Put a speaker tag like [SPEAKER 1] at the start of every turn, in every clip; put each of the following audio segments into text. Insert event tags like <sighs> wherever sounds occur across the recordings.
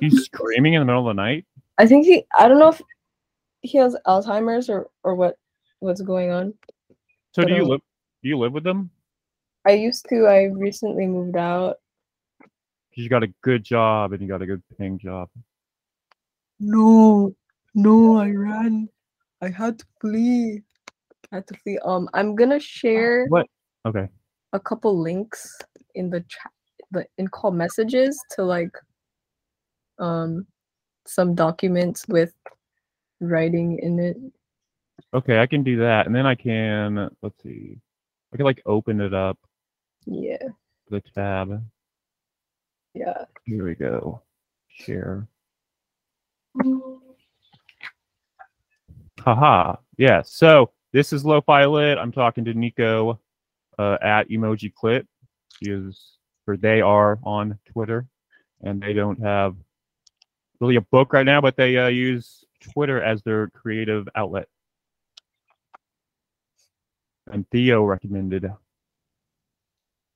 [SPEAKER 1] He's screaming in the middle of the night.
[SPEAKER 2] I think he. I don't know if he has Alzheimer's or or what what's going on.
[SPEAKER 1] So do you
[SPEAKER 2] But, um,
[SPEAKER 1] live? Do you live with them?
[SPEAKER 2] I used to. I recently moved out.
[SPEAKER 1] 'Cause You got a good job and you got a good paying job.
[SPEAKER 2] No, no, I ran. I had to flee. I had to flee. Um, I'm gonna share
[SPEAKER 1] Uh, What? Okay.
[SPEAKER 2] a couple links in the chat, the in call messages to like, um, some documents with writing in it.
[SPEAKER 1] Okay, I can do that, and then I can. Let's see. I can like open it up
[SPEAKER 2] Yeah,
[SPEAKER 1] the tab.
[SPEAKER 2] yeah.
[SPEAKER 1] Here we go. Share.
[SPEAKER 2] Mm.
[SPEAKER 1] Haha. Yeah. So this is Lo-Fi Lit. I'm talking to Nico uh, at Emoji Clit. She is, or they are on Twitter, and they don't have really a book right now, but they uh, use Twitter as their creative outlet. And Theo recommended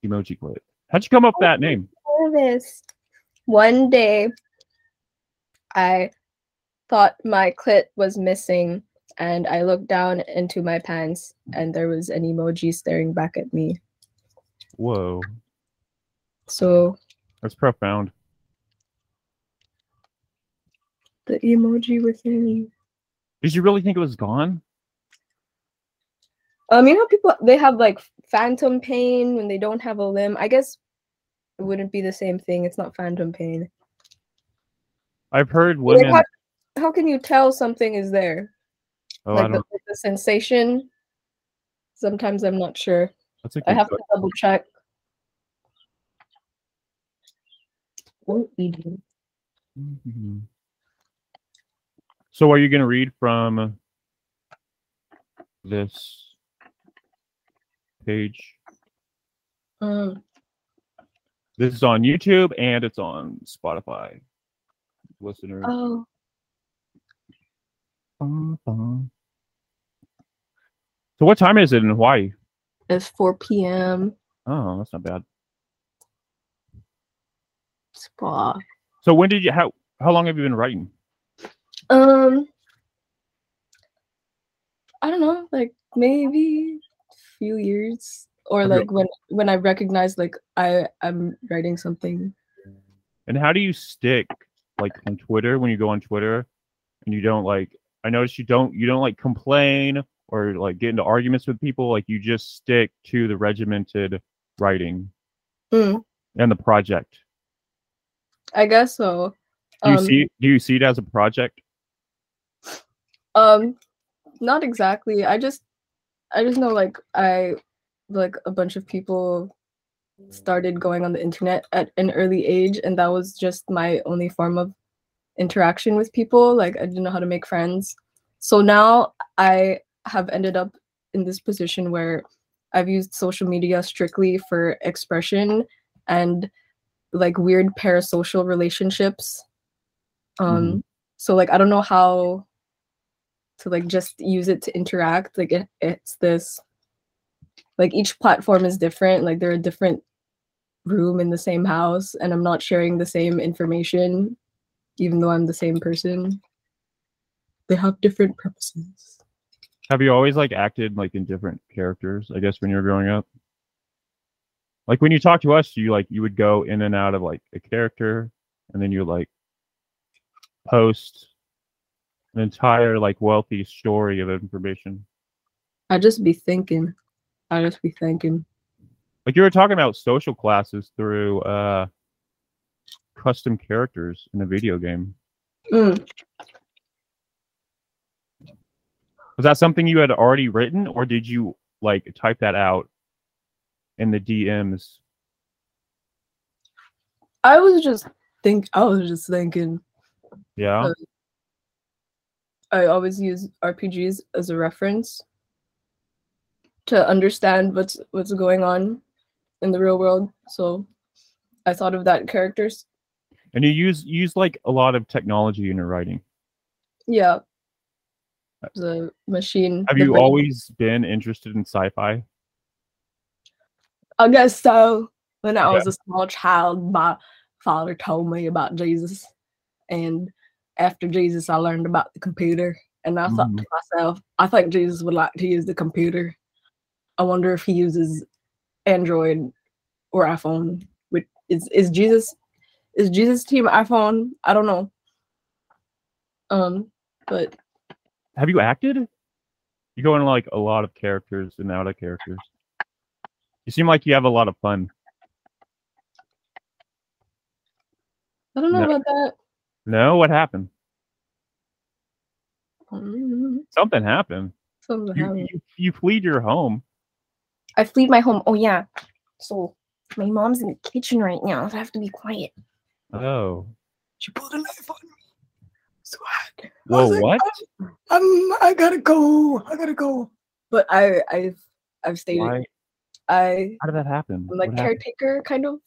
[SPEAKER 1] Emoji Clit. How'd you come up with that name?
[SPEAKER 2] nervous. One day, I thought my clit was missing, and I looked down into my pants, and there was an emoji staring back at me.
[SPEAKER 1] Whoa,
[SPEAKER 2] So
[SPEAKER 1] that's profound.
[SPEAKER 2] the emoji within.
[SPEAKER 1] Did you really think it was gone?
[SPEAKER 2] Um, you know, how people they have like phantom pain when they don't have a limb. I guess it wouldn't be the same thing. It's not phantom pain.
[SPEAKER 1] I've heard
[SPEAKER 2] Like,
[SPEAKER 1] women.
[SPEAKER 2] how, how can you tell something is there?
[SPEAKER 1] oh, I
[SPEAKER 2] like
[SPEAKER 1] don't.
[SPEAKER 2] the, the sensation. Sometimes I'm not sure.
[SPEAKER 1] that's a good
[SPEAKER 2] I have
[SPEAKER 1] que-
[SPEAKER 2] to double check. What eating?
[SPEAKER 1] Mhm. So, are you going to read from this page?
[SPEAKER 2] Um,
[SPEAKER 1] This is on YouTube and it's on Spotify. Listener.
[SPEAKER 2] oh,
[SPEAKER 1] Bum, bum. So, what time is it in Hawaii?
[SPEAKER 2] it's 4 p.m.
[SPEAKER 1] Oh, that's not bad.
[SPEAKER 2] spa.
[SPEAKER 1] So, when did you how how long have you been writing?
[SPEAKER 2] Um, I don't know, like maybe few years, or
[SPEAKER 1] Have you-
[SPEAKER 2] like when when I recognize like I I'm writing something.
[SPEAKER 1] And how do you stick like on Twitter when you go on Twitter and you don't like I notice you don't you don't like complain or like get into arguments with people like you just stick to the regimented writing
[SPEAKER 2] Mm,
[SPEAKER 1] and the project.
[SPEAKER 2] I guess so.
[SPEAKER 1] Do you
[SPEAKER 2] Um,
[SPEAKER 1] see do you see it as a project?
[SPEAKER 2] Um, not exactly. I just, I just know like I, like a bunch of people started going on the internet at an early age, and that was just my only form of interaction with people. Like I didn't know how to make friends, so now I have ended up in this position where I've used social media strictly for expression and like weird parasocial relationships. Um, so like I don't know how to like just use it to interact like it, it's this like each platform is different like they're a different room in the same house and i'm not sharing the same information even though i'm the same person they have different purposes
[SPEAKER 1] Have you always like acted like in different characters, I guess when you were growing up? Like when you talk to us, you like you would go in and out of like a character and then you would, like post an entire like wealthy story of information.
[SPEAKER 2] i just be thinking i just be thinking
[SPEAKER 1] like you were talking about social classes through uh custom characters in a video game
[SPEAKER 2] Mm,
[SPEAKER 1] was that something you had already written or did you like type that out in the dms
[SPEAKER 2] i was just think i was just thinking
[SPEAKER 1] yeah
[SPEAKER 2] Uh, I always use RPGs as a reference to understand what's what's going on in the real world. So I thought of that in characters.
[SPEAKER 1] and you use you use like a lot of technology in your writing
[SPEAKER 2] Yeah. The machine.
[SPEAKER 1] Uh, have
[SPEAKER 2] the
[SPEAKER 1] you
[SPEAKER 2] brain.
[SPEAKER 1] always been interested in sci-fi
[SPEAKER 2] I guess so. When I
[SPEAKER 1] Yeah.
[SPEAKER 2] was a small child, my father told me about Jesus and after Jesus, I learned about the computer, and I thought
[SPEAKER 1] Mhm.
[SPEAKER 2] to myself, I think Jesus would like to use the computer. I wonder if he uses Android or iPhone. Which is is Jesus? Is Jesus team iPhone? I don't know. Um, but
[SPEAKER 1] Have you acted? You go into like a lot of characters and out of characters. You seem like you have a lot of fun.
[SPEAKER 2] I don't know
[SPEAKER 1] No.
[SPEAKER 2] about that.
[SPEAKER 1] No, what happened?
[SPEAKER 2] Mm,
[SPEAKER 1] Something happened.
[SPEAKER 2] something
[SPEAKER 1] You
[SPEAKER 2] happened.
[SPEAKER 1] you, you fled your home.
[SPEAKER 2] I flee my home. Oh yeah. So my mom's in the kitchen right now. So I have to be quiet.
[SPEAKER 1] Oh.
[SPEAKER 2] She pulled a knife on me. So hard.
[SPEAKER 1] Whoa, what?
[SPEAKER 2] "Oh, I'm, I gotta go. I gotta go. But I I've I've stated
[SPEAKER 1] Why?
[SPEAKER 2] I
[SPEAKER 1] How did that happen?
[SPEAKER 2] I'm like
[SPEAKER 1] What happened?
[SPEAKER 2] caretaker kind of.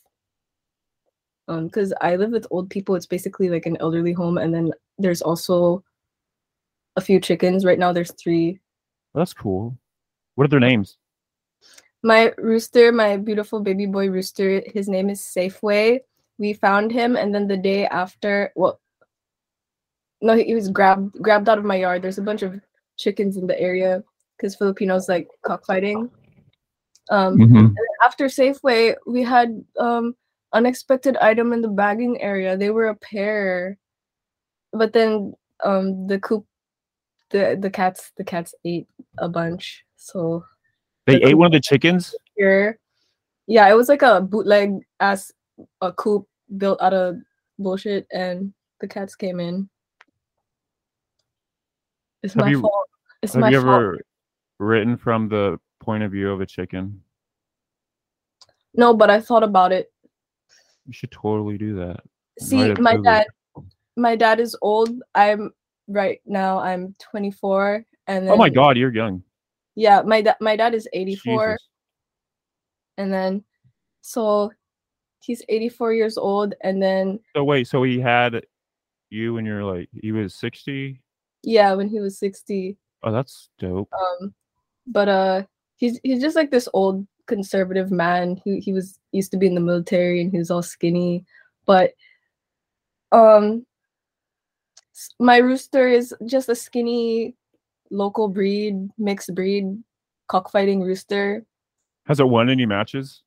[SPEAKER 2] Um, because I live with old people. It's basically like an elderly home, and then there's also a few chickens. Right now there's three.
[SPEAKER 1] That's cool. What are their names?
[SPEAKER 2] My rooster, my beautiful baby boy rooster, his name is Safeway. We found him, and then the day after, well, no, he he was grabbed grabbed out of my yard. There's a bunch of chickens in the area because Filipinos like cockfighting. Um,
[SPEAKER 1] Mm.
[SPEAKER 2] after Safeway, we had um unexpected item in the bagging area. They were a pair, but then um the coop, the the cats the cats ate a bunch. So
[SPEAKER 1] They
[SPEAKER 2] Like,
[SPEAKER 1] ate one of the chickens.
[SPEAKER 2] here, yeah, it was like a bootleg ass a coop built out of bullshit, and the cats came in. It's
[SPEAKER 1] Have
[SPEAKER 2] my
[SPEAKER 1] you-
[SPEAKER 2] fault. It's
[SPEAKER 1] Have
[SPEAKER 2] my
[SPEAKER 1] you
[SPEAKER 2] fault.
[SPEAKER 1] ever written from the point of view of a chicken?
[SPEAKER 2] No, but I thought about it.
[SPEAKER 1] You should totally do that.
[SPEAKER 2] See,
[SPEAKER 1] Right,
[SPEAKER 2] my
[SPEAKER 1] absolutely.
[SPEAKER 2] dad, my dad is old. I'm right now. I'm 24, and then
[SPEAKER 1] Oh my god, you're young.
[SPEAKER 2] yeah, my dad, my dad is 84,
[SPEAKER 1] Jesus.
[SPEAKER 2] and then so he's 84 years old, and then
[SPEAKER 1] So wait, so he had you when you're like he was sixty.
[SPEAKER 2] yeah, when he was 60,
[SPEAKER 1] Oh, that's dope.
[SPEAKER 2] um, but uh, he's he's just like this old conservative man. He he was used to be in the military, and he was all skinny, but um, s- my rooster is just a skinny local breed, mixed breed, cockfighting rooster.
[SPEAKER 1] Has it won any matches?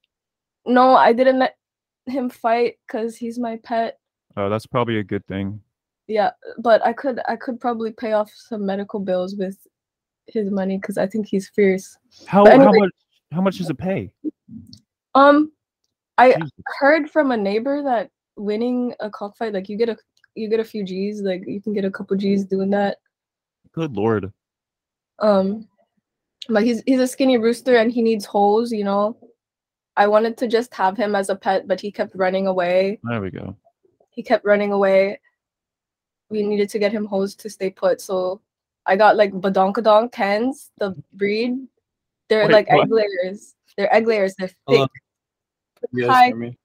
[SPEAKER 2] No, I didn't let him fight because he's my pet.
[SPEAKER 1] Oh, that's probably a good thing.
[SPEAKER 2] Yeah, but I could I could probably pay off some medical bills with his money because I think he's fierce.
[SPEAKER 1] How
[SPEAKER 2] But
[SPEAKER 1] how
[SPEAKER 2] anyway-
[SPEAKER 1] much how much does it pay?
[SPEAKER 2] Um, I
[SPEAKER 1] Jesus.
[SPEAKER 2] heard from a neighbor that winning a cockfight, like you get a you get a few G's, like you can get a couple G's doing that.
[SPEAKER 1] Good lord.
[SPEAKER 2] Um, but he's he's a skinny rooster and he needs holes, you know. I wanted to just have him as a pet, but he kept running away.
[SPEAKER 1] There we go.
[SPEAKER 2] he kept running away. We needed to get him hosed to stay put. So I got like badonkadonk cans, the breed. They're
[SPEAKER 1] Wait,
[SPEAKER 2] like
[SPEAKER 1] what?
[SPEAKER 2] egg layers. They're egg layers. They're thick.
[SPEAKER 3] Hello. You guys
[SPEAKER 2] Hi.
[SPEAKER 3] hear me?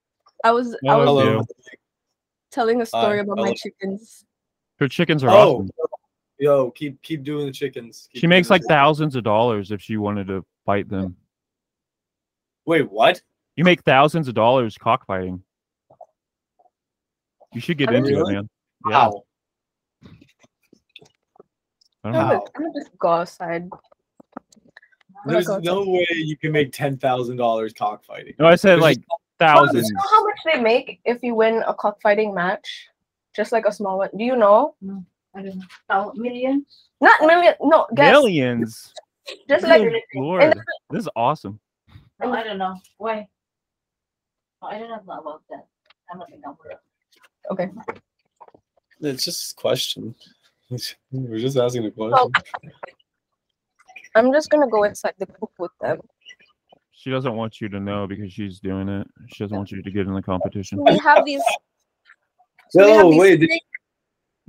[SPEAKER 2] I was I
[SPEAKER 1] Hello.
[SPEAKER 2] was
[SPEAKER 1] Hello.
[SPEAKER 2] telling a story
[SPEAKER 3] Hi.
[SPEAKER 2] about
[SPEAKER 3] Hello.
[SPEAKER 2] my chickens.
[SPEAKER 1] Her chickens are
[SPEAKER 3] Oh,
[SPEAKER 1] awesome.
[SPEAKER 3] yo, keep keep doing the chickens. Keep
[SPEAKER 1] She makes
[SPEAKER 3] doing
[SPEAKER 1] like
[SPEAKER 3] the chickens.
[SPEAKER 1] thousands of dollars if she wanted to fight them.
[SPEAKER 3] Wait, what?
[SPEAKER 1] You make thousands of dollars cockfighting. You should get
[SPEAKER 2] I
[SPEAKER 1] into it,
[SPEAKER 3] really-
[SPEAKER 1] man. Yeah.
[SPEAKER 3] Wow.
[SPEAKER 1] I don't
[SPEAKER 2] I'm
[SPEAKER 1] know.
[SPEAKER 2] gonna,
[SPEAKER 3] Wow.
[SPEAKER 2] I'm gonna just go outside. I'm gonna
[SPEAKER 3] There's
[SPEAKER 2] go outside.
[SPEAKER 3] no way you can make ten thousand dollars cockfighting.
[SPEAKER 1] No, I said
[SPEAKER 3] There's
[SPEAKER 1] like
[SPEAKER 2] Mom, do you
[SPEAKER 1] thousands.
[SPEAKER 2] know how much they make if you win a cockfighting match? Just like a small one. Do you know?
[SPEAKER 4] I don't know, thou- millions.
[SPEAKER 2] Not million. No, guess.
[SPEAKER 1] Millions.
[SPEAKER 2] Just like
[SPEAKER 1] Good Lord. This is awesome.
[SPEAKER 4] No, I Oh, don't know. Why? No, I don't know about that. I'm not a number.
[SPEAKER 2] okay.
[SPEAKER 3] It's just a question. <laughs> We're just asking a question.
[SPEAKER 2] Oh. I'm just gonna go inside the coop with them.
[SPEAKER 1] She doesn't want you to know because she's doing it. She doesn't want you to get in the competition.
[SPEAKER 2] we
[SPEAKER 3] <laughs>
[SPEAKER 2] have these. So we have
[SPEAKER 3] No,
[SPEAKER 2] these
[SPEAKER 3] wait, did-
[SPEAKER 2] thick,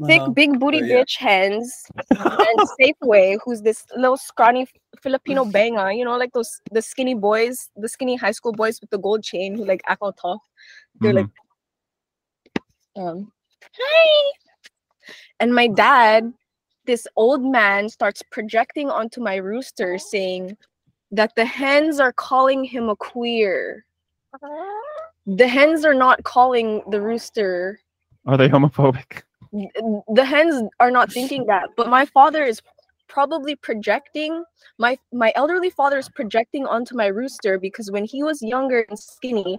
[SPEAKER 2] thick,
[SPEAKER 3] Uh-huh.
[SPEAKER 2] big booty
[SPEAKER 3] Oh, yeah.
[SPEAKER 2] bitch hands and Safeway, who's this little scrawny
[SPEAKER 3] <laughs>
[SPEAKER 2] Filipino banger, you know, like those the skinny boys, the skinny high school boys with the gold chain who like act all tough. They're like, um, hi. And my dad, this old man, starts projecting onto my rooster, saying that the hens are calling him a queer. The hens are not calling the rooster
[SPEAKER 1] Are Mm-hmm. they homophobic?
[SPEAKER 2] the hens are not thinking that but my father is probably projecting my my elderly father is projecting onto my rooster because when he was younger and skinny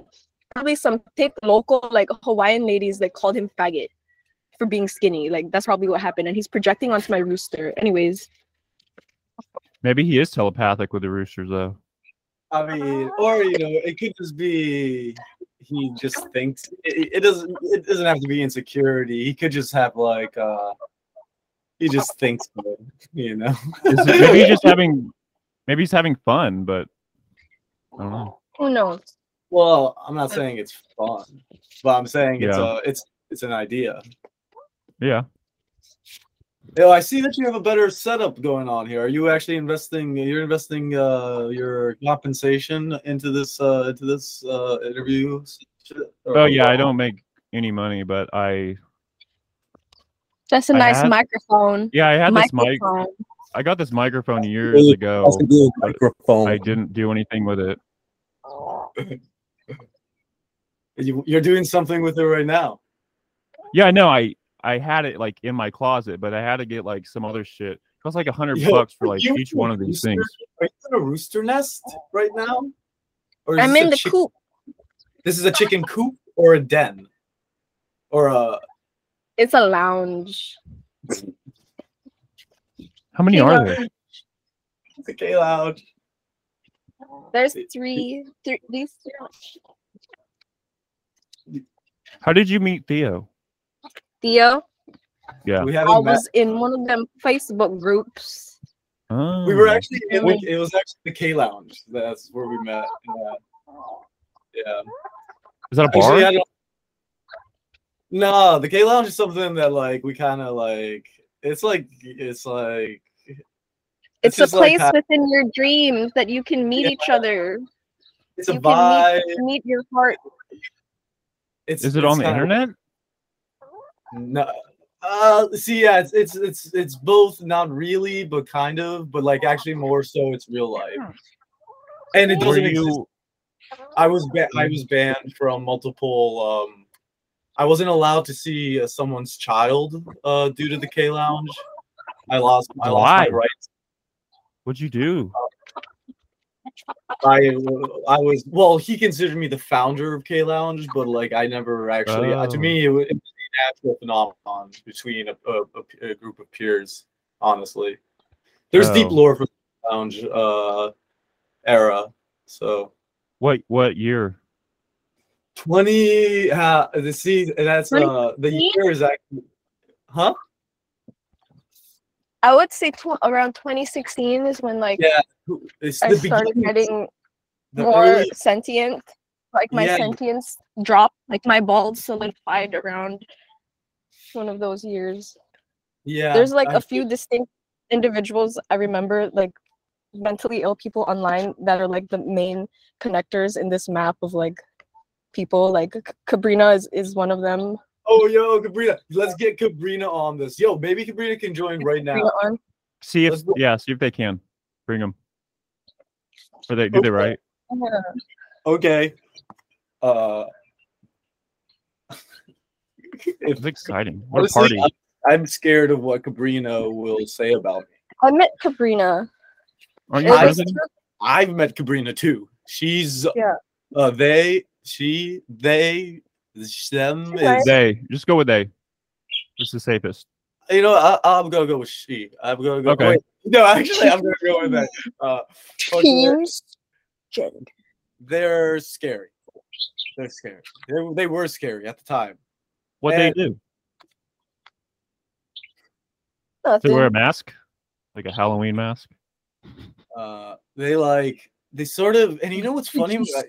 [SPEAKER 2] probably some thick local like hawaiian ladies like called him faggot for being skinny like that's probably what happened and he's projecting onto my rooster anyways
[SPEAKER 1] Maybe he is telepathic with the roosters though.
[SPEAKER 3] I mean, or you know, it could just be he just thinks it, it doesn't. It doesn't have to be insecurity. He could just have like uh, he just thinks, good, you know.
[SPEAKER 1] Is it- maybe he's
[SPEAKER 2] <laughs>
[SPEAKER 1] just having maybe he's having fun, but I don't know.
[SPEAKER 2] who knows
[SPEAKER 3] Well, I'm not saying it's fun, but I'm saying it's
[SPEAKER 1] Yeah.
[SPEAKER 3] a it's it's an idea.
[SPEAKER 1] Yeah.
[SPEAKER 3] Yo, I see that you have a better setup going on here. Are you actually investing? You're investing uh, your compensation into this uh, into this uh, interview. shit?
[SPEAKER 1] Oh yeah, I don't make any money, but I
[SPEAKER 2] that's a
[SPEAKER 1] I
[SPEAKER 2] nice
[SPEAKER 1] had-
[SPEAKER 2] microphone
[SPEAKER 1] yeah, I had this mic
[SPEAKER 2] microphone
[SPEAKER 1] I got this microphone years
[SPEAKER 5] Really
[SPEAKER 1] ago.
[SPEAKER 5] That's a good
[SPEAKER 1] but
[SPEAKER 5] microphone.
[SPEAKER 1] I didn't do anything with it.
[SPEAKER 3] You, you're doing something with it right now.
[SPEAKER 1] Yeah, no, I I had it like in my closet, but I had to get like some other shit. It was like a hundred
[SPEAKER 3] Yo,
[SPEAKER 1] bucks for like
[SPEAKER 3] you
[SPEAKER 1] each one of these
[SPEAKER 3] rooster-
[SPEAKER 1] things.
[SPEAKER 3] Are you in a rooster nest right now? Or is
[SPEAKER 2] i'm
[SPEAKER 3] this
[SPEAKER 2] in
[SPEAKER 3] a
[SPEAKER 2] the
[SPEAKER 3] chick-
[SPEAKER 2] coop
[SPEAKER 3] This is a chicken coop or a den, or a
[SPEAKER 2] it's a lounge
[SPEAKER 1] How many
[SPEAKER 2] Hey,
[SPEAKER 1] are
[SPEAKER 2] Lauren.
[SPEAKER 1] there?
[SPEAKER 3] it's a gay lounge.
[SPEAKER 2] there's three three these three.
[SPEAKER 1] How did you meet Theo?
[SPEAKER 2] theo
[SPEAKER 1] Yeah.
[SPEAKER 3] We
[SPEAKER 2] I
[SPEAKER 3] haven't met.
[SPEAKER 2] was in one of them Facebook groups.
[SPEAKER 1] Oh.
[SPEAKER 3] We were actually it, was-
[SPEAKER 2] Really?
[SPEAKER 3] it was actually the K Lounge. That's where we met. Yeah. yeah.
[SPEAKER 1] Is that a bar?
[SPEAKER 3] Actually, I don't. No, the K Lounge is something that like we kind of like. It's like it's like.
[SPEAKER 2] It's,
[SPEAKER 3] just
[SPEAKER 2] a
[SPEAKER 3] like
[SPEAKER 2] place
[SPEAKER 3] how-
[SPEAKER 2] within your dreams that you can meet
[SPEAKER 3] Yeah.
[SPEAKER 2] each other.
[SPEAKER 3] It's a
[SPEAKER 2] you
[SPEAKER 3] vibe.
[SPEAKER 2] can meet, meet your heart.
[SPEAKER 3] It's,
[SPEAKER 1] Is it
[SPEAKER 3] it's
[SPEAKER 1] on the
[SPEAKER 3] kinda-
[SPEAKER 1] internet?
[SPEAKER 3] No. Uh, see, yeah, it's it's it's it's both not really, but kind of, but like actually more so, it's real
[SPEAKER 2] Hmm.
[SPEAKER 3] life. And it
[SPEAKER 1] Were
[SPEAKER 3] doesn't exist.
[SPEAKER 1] you
[SPEAKER 3] I was ba- I was banned from multiple. Um, I wasn't allowed to see uh, someone's child uh, due to the K Lounge. I lost.
[SPEAKER 1] Why?
[SPEAKER 3] I lost my rights.
[SPEAKER 1] what'd you do?
[SPEAKER 3] Uh, I I was well. He considered me the founder of K Lounge, but like I never actually. uh, to
[SPEAKER 1] Oh.
[SPEAKER 3] me, it was, it was a natural phenomenon between a, a, a- a group of peers. Honestly, there's deep
[SPEAKER 1] Oh.
[SPEAKER 3] lore for the Lounge uh, era. So
[SPEAKER 1] What what year?
[SPEAKER 3] twenty. Uh, the see, that's uh, the
[SPEAKER 2] 20?
[SPEAKER 3] year is actually, huh?
[SPEAKER 2] I would say tw- around 2016 is when like
[SPEAKER 3] Yeah, It's
[SPEAKER 2] I
[SPEAKER 3] the
[SPEAKER 2] started
[SPEAKER 3] beginning,
[SPEAKER 2] getting
[SPEAKER 3] the
[SPEAKER 2] more
[SPEAKER 3] early-
[SPEAKER 2] sentient. Like my
[SPEAKER 3] Yeah.
[SPEAKER 2] sentience dropped, like my balls solidified around one of those years.
[SPEAKER 3] yeah.
[SPEAKER 2] There's like
[SPEAKER 3] I
[SPEAKER 2] a few distinct individuals I remember, like mentally ill people online that are like the main connectors in this map of like people. Like C- Cabrina is, is one of them.
[SPEAKER 3] Oh, yo, Cabrina, let's get Cabrina on this. Yo, maybe Cabrina can join right now.
[SPEAKER 2] Cabrina on.
[SPEAKER 1] See if
[SPEAKER 3] Let's go.
[SPEAKER 1] yeah, see if they can bring them. Or they did
[SPEAKER 3] Okay.
[SPEAKER 1] it right.
[SPEAKER 2] Yeah.
[SPEAKER 3] Okay. Uh,
[SPEAKER 1] It's exciting. What a
[SPEAKER 3] honestly,
[SPEAKER 1] party!
[SPEAKER 3] I'm- I'm scared of what Cabrino will say about me.
[SPEAKER 2] I met Cabrina.
[SPEAKER 1] Aren't
[SPEAKER 2] It
[SPEAKER 1] you
[SPEAKER 3] I-
[SPEAKER 2] was
[SPEAKER 1] president?
[SPEAKER 3] I've met Cabrina too. She's
[SPEAKER 2] Yeah.
[SPEAKER 3] uh, they, she, they, them
[SPEAKER 2] You're
[SPEAKER 3] is
[SPEAKER 1] They just go with they. It's the safest.
[SPEAKER 3] you know I, I'm gonna go with she. I'm gonna go.
[SPEAKER 1] Okay.
[SPEAKER 3] Wait, no, actually, I'm gonna go with that. Uh, fuck it. they're scary. They're scary. They, they were scary at the time.
[SPEAKER 1] What
[SPEAKER 3] And-
[SPEAKER 1] they do? They
[SPEAKER 2] Nothing.
[SPEAKER 1] wear a mask, like a Halloween mask.
[SPEAKER 3] uh they like they sort of and you know what's funny I,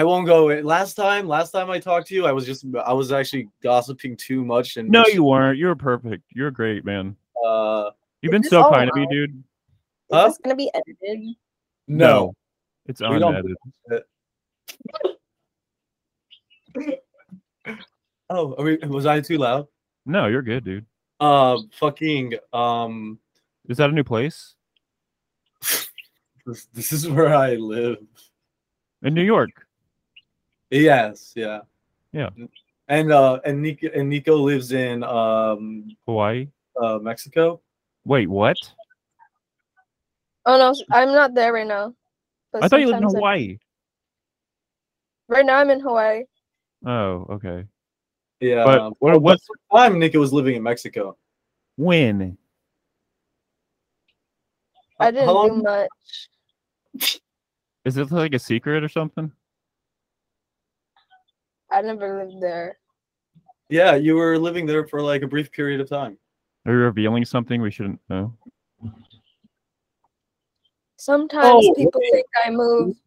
[SPEAKER 3] I won't go in. last time last time i talked to you i was just i was actually gossiping too much and
[SPEAKER 1] No,
[SPEAKER 3] just,
[SPEAKER 1] you weren't. You were perfect. You're great, man.
[SPEAKER 3] uh
[SPEAKER 1] You've been
[SPEAKER 2] This
[SPEAKER 1] so
[SPEAKER 2] all
[SPEAKER 1] kind to me,
[SPEAKER 2] around.
[SPEAKER 1] dude.
[SPEAKER 2] Is
[SPEAKER 3] huh?
[SPEAKER 2] this gonna be edited?
[SPEAKER 3] no
[SPEAKER 1] it's
[SPEAKER 3] We don't-
[SPEAKER 1] unedited.
[SPEAKER 3] oh are we, was i too loud
[SPEAKER 1] No, you're good, dude.
[SPEAKER 3] uh fucking um
[SPEAKER 1] Is that a new place
[SPEAKER 3] this, this is <laughs> where i live
[SPEAKER 1] in New York?
[SPEAKER 3] yes yeah
[SPEAKER 1] Yeah.
[SPEAKER 3] and uh and Nico and Nico lives in um
[SPEAKER 1] Hawaii.
[SPEAKER 3] uh Mexico.
[SPEAKER 1] Wait, what?
[SPEAKER 6] Oh no, I'm not there right now. But
[SPEAKER 1] I thought you lived in
[SPEAKER 6] sometimes I-
[SPEAKER 1] Hawaii.
[SPEAKER 6] Right now I'm in Hawaii.
[SPEAKER 1] Oh, okay.
[SPEAKER 3] Yeah. um,
[SPEAKER 1] But what? What?
[SPEAKER 3] what's the time Nico was living in Mexico?
[SPEAKER 1] When?
[SPEAKER 6] I didn't
[SPEAKER 3] How long?
[SPEAKER 6] do much.
[SPEAKER 1] Is this like a secret or something?
[SPEAKER 6] I never lived
[SPEAKER 1] Oh,
[SPEAKER 6] there.
[SPEAKER 3] Yeah, you were living there for like a brief period of time.
[SPEAKER 1] Are you revealing something we shouldn't know?
[SPEAKER 6] Sometimes
[SPEAKER 3] Oh,
[SPEAKER 6] people
[SPEAKER 3] wait.
[SPEAKER 6] think I moved.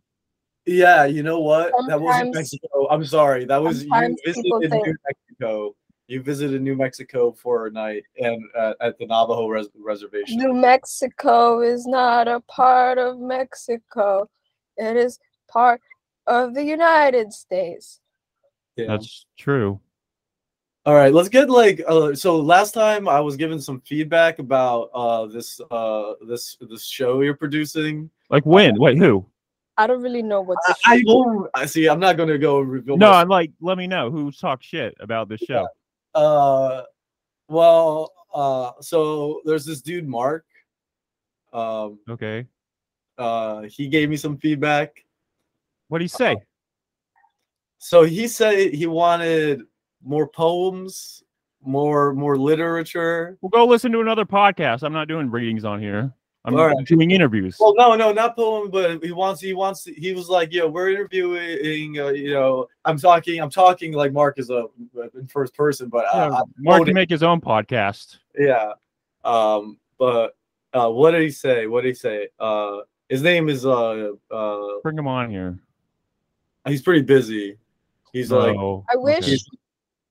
[SPEAKER 3] Yeah, you know what? that wasn't
[SPEAKER 6] Sometimes-
[SPEAKER 3] Mexico. I'm sorry. That was you
[SPEAKER 6] sometimes people
[SPEAKER 3] visited
[SPEAKER 6] think-
[SPEAKER 3] New Mexico. You visited New Mexico for a night and uh, at the Navajo res- reservation.
[SPEAKER 6] New Mexico is not a part of Mexico. It is part of the United States.
[SPEAKER 3] Yeah.
[SPEAKER 1] That's true.
[SPEAKER 3] All right, let's get like uh, so. Last time I was given some feedback about uh, this uh, this this show you're producing.
[SPEAKER 1] Like when? Wait, who?
[SPEAKER 6] I don't really know what's
[SPEAKER 3] I, I don't. I see. I'm not going to go reveal.
[SPEAKER 1] No,
[SPEAKER 3] my-
[SPEAKER 1] I'm like, let me know who talked shit about this show.
[SPEAKER 3] Uh, well, uh, so there's this dude Mark. Um,
[SPEAKER 1] Okay.
[SPEAKER 3] uh, he gave me some feedback.
[SPEAKER 1] What do you say?
[SPEAKER 3] So he said he wanted more poems, more more literature.
[SPEAKER 1] Well, go listen to another podcast. I'm not doing readings on here. I'm
[SPEAKER 3] All right.
[SPEAKER 1] doing interviews.
[SPEAKER 3] Well, no, no, not poem, but he wants he wants he was like, yo, we're interviewing, uh, you know, I'm talking, I'm talking like Mark is a in first person, but
[SPEAKER 1] Yeah,
[SPEAKER 3] uh,
[SPEAKER 1] Mark
[SPEAKER 3] voted.
[SPEAKER 1] can make his own podcast.
[SPEAKER 3] yeah. Um, but uh, what did he say? What did he say? Uh, his name is uh, uh,
[SPEAKER 1] Bring him on here.
[SPEAKER 3] he's pretty busy. He's like,
[SPEAKER 1] No,
[SPEAKER 6] I wish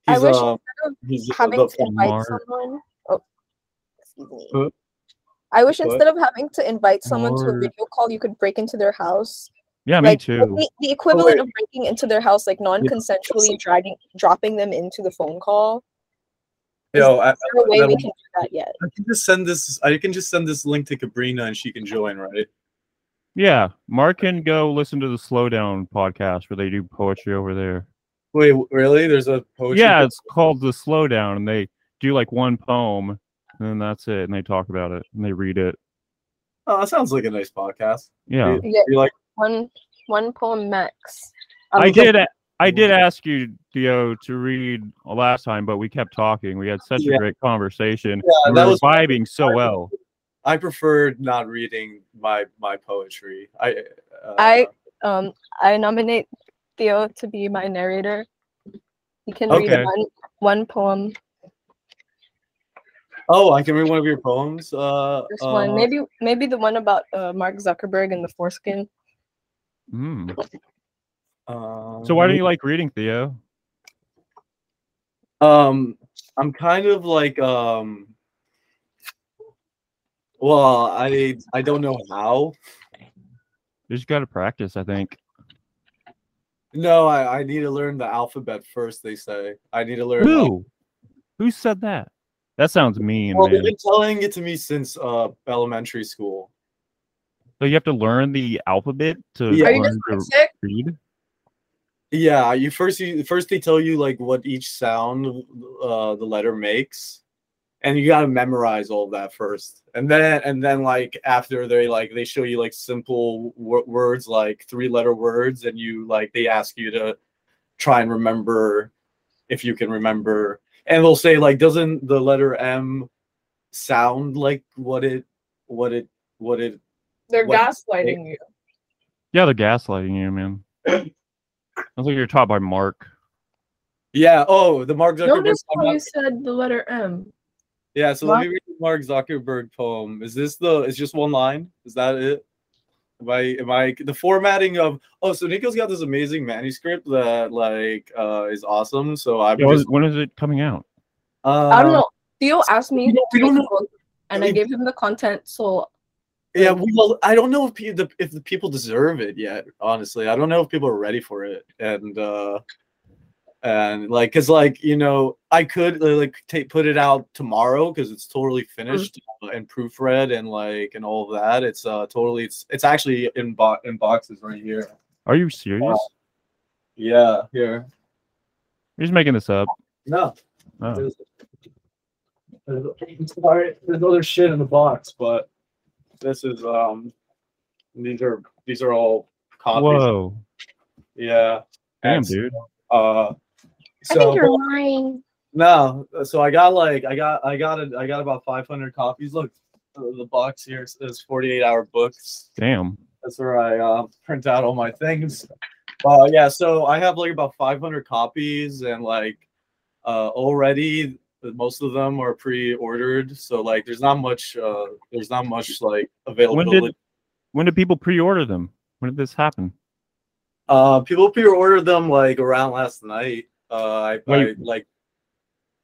[SPEAKER 1] Oh, okay.
[SPEAKER 6] I
[SPEAKER 3] he's
[SPEAKER 6] wish
[SPEAKER 3] um,
[SPEAKER 6] instead of
[SPEAKER 3] he's
[SPEAKER 6] having
[SPEAKER 3] the-
[SPEAKER 6] to invite
[SPEAKER 1] Mark.
[SPEAKER 6] someone. Oh, excuse me.
[SPEAKER 3] Huh?
[SPEAKER 6] I wish
[SPEAKER 3] What?
[SPEAKER 6] instead of having to invite someone to a
[SPEAKER 1] Mark.
[SPEAKER 6] video call, you could break into their house.
[SPEAKER 1] Yeah, me
[SPEAKER 6] like,
[SPEAKER 1] too.
[SPEAKER 6] The, the equivalent of breaking into their house, like non-consensually
[SPEAKER 3] Yes.
[SPEAKER 6] dragging, dropping them into the phone call.
[SPEAKER 3] yo, I,
[SPEAKER 6] No way
[SPEAKER 3] that
[SPEAKER 6] we
[SPEAKER 3] would-
[SPEAKER 6] can do that yet.
[SPEAKER 3] I can just send this. I can just send this link to Cabrina and she can join, right?
[SPEAKER 1] Yeah, Mark can go listen to the Slowdown podcast where they do poetry over there.
[SPEAKER 3] Wait, really? There's a poetry.
[SPEAKER 1] yeah, it's called the Slowdown, and they do like one poem, and then that's it, and they talk about it and they read it.
[SPEAKER 3] Oh, that sounds like a nice podcast.
[SPEAKER 1] Yeah,
[SPEAKER 3] Yeah. You like?
[SPEAKER 6] One one poem max.
[SPEAKER 1] I
[SPEAKER 6] Um,
[SPEAKER 1] did. a- I did ask you, Dio, to read last time, but we kept talking. We had such
[SPEAKER 3] Yeah.
[SPEAKER 1] a great conversation.
[SPEAKER 3] Yeah,
[SPEAKER 1] we
[SPEAKER 3] Uh, that
[SPEAKER 1] were
[SPEAKER 3] was-
[SPEAKER 1] vibing so well.
[SPEAKER 3] I preferred not reading my my poetry. I. Uh,
[SPEAKER 6] I um I nominate Theo to be my narrator. He can
[SPEAKER 1] Okay.
[SPEAKER 6] read one, one poem,
[SPEAKER 3] Oh, I can read one of your poems. Uh,
[SPEAKER 6] this
[SPEAKER 3] uh,
[SPEAKER 6] one, maybe maybe the one about uh, Mark Zuckerberg and the foreskin.
[SPEAKER 1] Mm.
[SPEAKER 3] Um,
[SPEAKER 1] So why don't you like reading, Theo?
[SPEAKER 3] Um, I'm kind of like um. Well, I I don't know how.
[SPEAKER 1] You just got to practice, I think.
[SPEAKER 3] No, I, I need to learn the alphabet first. They say I need to learn. like,
[SPEAKER 1] Who? Who said that? That sounds mean,
[SPEAKER 3] Well, they've
[SPEAKER 1] man.
[SPEAKER 3] been telling it to me since uh elementary school.
[SPEAKER 1] So you have to learn the alphabet to
[SPEAKER 3] Yeah.
[SPEAKER 6] Are you
[SPEAKER 1] learn to
[SPEAKER 6] dyslexic?
[SPEAKER 1] read.
[SPEAKER 3] Yeah, you first you first they tell you like what each sound uh the letter makes, and you gotta memorize all that first, and then and then like after they like they show you like simple w- words like three letter words, and you like they ask you to try and remember if you can remember, and they'll say like doesn't the letter M sound like what it what it what it
[SPEAKER 2] They're
[SPEAKER 3] What-
[SPEAKER 2] gaslighting you.
[SPEAKER 1] Yeah, they're gaslighting you,
[SPEAKER 3] <coughs>
[SPEAKER 1] man. Sounds like you're taught by Mark.
[SPEAKER 3] Yeah. Oh, the Mark Zuckerberg.
[SPEAKER 2] Notice
[SPEAKER 3] I'm
[SPEAKER 2] how
[SPEAKER 3] not-
[SPEAKER 2] you said the letter M.
[SPEAKER 3] yeah. So
[SPEAKER 2] Mark-
[SPEAKER 3] let me read the Mark Zuckerberg poem. Is this the? It's just one line. Is that it? Am I? Am I? The formatting of. Oh, so Nico's got this amazing manuscript that like uh is awesome. So I.
[SPEAKER 1] Yeah,
[SPEAKER 3] would
[SPEAKER 1] when-
[SPEAKER 3] just,
[SPEAKER 1] when is it coming out?
[SPEAKER 3] uh,
[SPEAKER 2] I don't know. Theo asked me
[SPEAKER 3] we don't- we
[SPEAKER 2] to
[SPEAKER 3] don't
[SPEAKER 2] make a
[SPEAKER 3] know.
[SPEAKER 2] book, and I
[SPEAKER 3] We-
[SPEAKER 2] gave him the content. So
[SPEAKER 3] Yeah. Well, I don't know if pe- the if the people deserve it yet. Honestly, I don't know if people are ready for it. And uh and like, cause like you know, I could uh, like take put it out tomorrow because it's totally finished uh, and proofread and like and all of that. It's uh totally it's it's actually in bo- in boxes right here.
[SPEAKER 1] Are you serious?
[SPEAKER 3] Yeah. Here.
[SPEAKER 1] You're just making this up.
[SPEAKER 3] No.
[SPEAKER 1] Oh.
[SPEAKER 3] There's, there's, sorry, there's other shit in the box, but this is um these are these are all copies.
[SPEAKER 1] Whoa.
[SPEAKER 3] Yeah.
[SPEAKER 1] Damn,
[SPEAKER 3] Ex-
[SPEAKER 1] dude.
[SPEAKER 3] Uh
[SPEAKER 7] I think
[SPEAKER 3] so
[SPEAKER 7] you're lying.
[SPEAKER 3] no, so I got like I got I got a, I got about 500 copies. Look, the the box here is 48 hour books.
[SPEAKER 1] Damn.
[SPEAKER 3] That's where I uh, print out all my things. Uh, yeah, so I have like about 500 copies, and like uh, already most of them are pre-ordered. So like, there's not much. Uh, there's not much like availability.
[SPEAKER 1] When did people pre-order them? When did this happen?
[SPEAKER 3] uh, people pre-ordered them like around last night. Uh, I, I
[SPEAKER 1] Wait.
[SPEAKER 3] like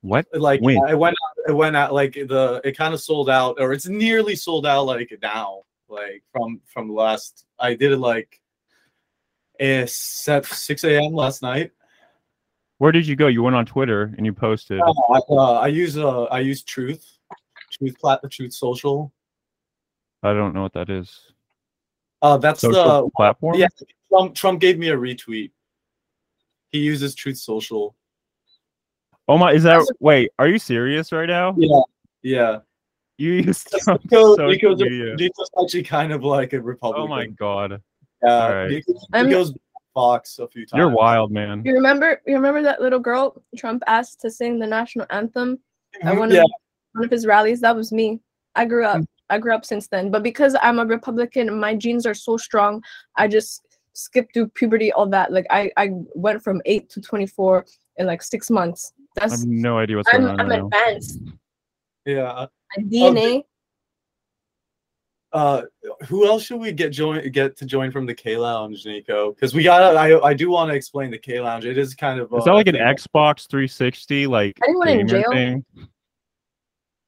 [SPEAKER 1] What?
[SPEAKER 3] like
[SPEAKER 1] When?
[SPEAKER 3] I went out, it went out like the it kind of sold out or it's nearly sold out like now like from from last I did it like eh, set 6 a.m. last night.
[SPEAKER 1] Where did you go? You went on Twitter and you posted.
[SPEAKER 3] No, I, uh, I use uh, I use Truth, Truth plat, Truth Social.
[SPEAKER 1] I don't know what that is.
[SPEAKER 3] Uh, that's
[SPEAKER 1] Social
[SPEAKER 3] the
[SPEAKER 1] platform.
[SPEAKER 3] yeah. Trump, Trump gave me a retweet. He uses Truth Social.
[SPEAKER 1] Oh my! Is that wait? Are you serious right now?
[SPEAKER 3] Yeah, yeah.
[SPEAKER 1] You used
[SPEAKER 3] That's
[SPEAKER 1] Trump's
[SPEAKER 3] because,
[SPEAKER 1] social
[SPEAKER 3] because
[SPEAKER 1] media.
[SPEAKER 3] Nico's actually kind of like a Republican.
[SPEAKER 1] Oh my god!
[SPEAKER 3] Yeah,
[SPEAKER 1] All right.
[SPEAKER 3] Nico's-
[SPEAKER 6] I'm-
[SPEAKER 3] Nico's Fox a few times.
[SPEAKER 1] You're wild, man.
[SPEAKER 6] You remember? You remember that little girl Trump asked to sing the national anthem at one of,
[SPEAKER 3] Yeah,
[SPEAKER 6] one of his rallies? That was me. I grew up. I grew up since then. But because I'm a Republican and my genes are so strong, I just skipped through puberty, all that. Like I, I went from eight to twenty four in like six months.
[SPEAKER 1] I have
[SPEAKER 6] That's
[SPEAKER 1] no idea what's
[SPEAKER 6] I'm
[SPEAKER 1] going
[SPEAKER 6] I'm,
[SPEAKER 1] on right now.
[SPEAKER 6] advanced.
[SPEAKER 3] yeah.
[SPEAKER 6] My DNA.
[SPEAKER 3] Uh, who else should we get join get to join from the K Lounge, Nico? Because we got I I do want to explain the K Lounge. It is kind of
[SPEAKER 1] Is that like an
[SPEAKER 3] uh,
[SPEAKER 1] Xbox 360 like
[SPEAKER 6] Anyone in
[SPEAKER 1] gamer
[SPEAKER 6] jail?
[SPEAKER 1] thing?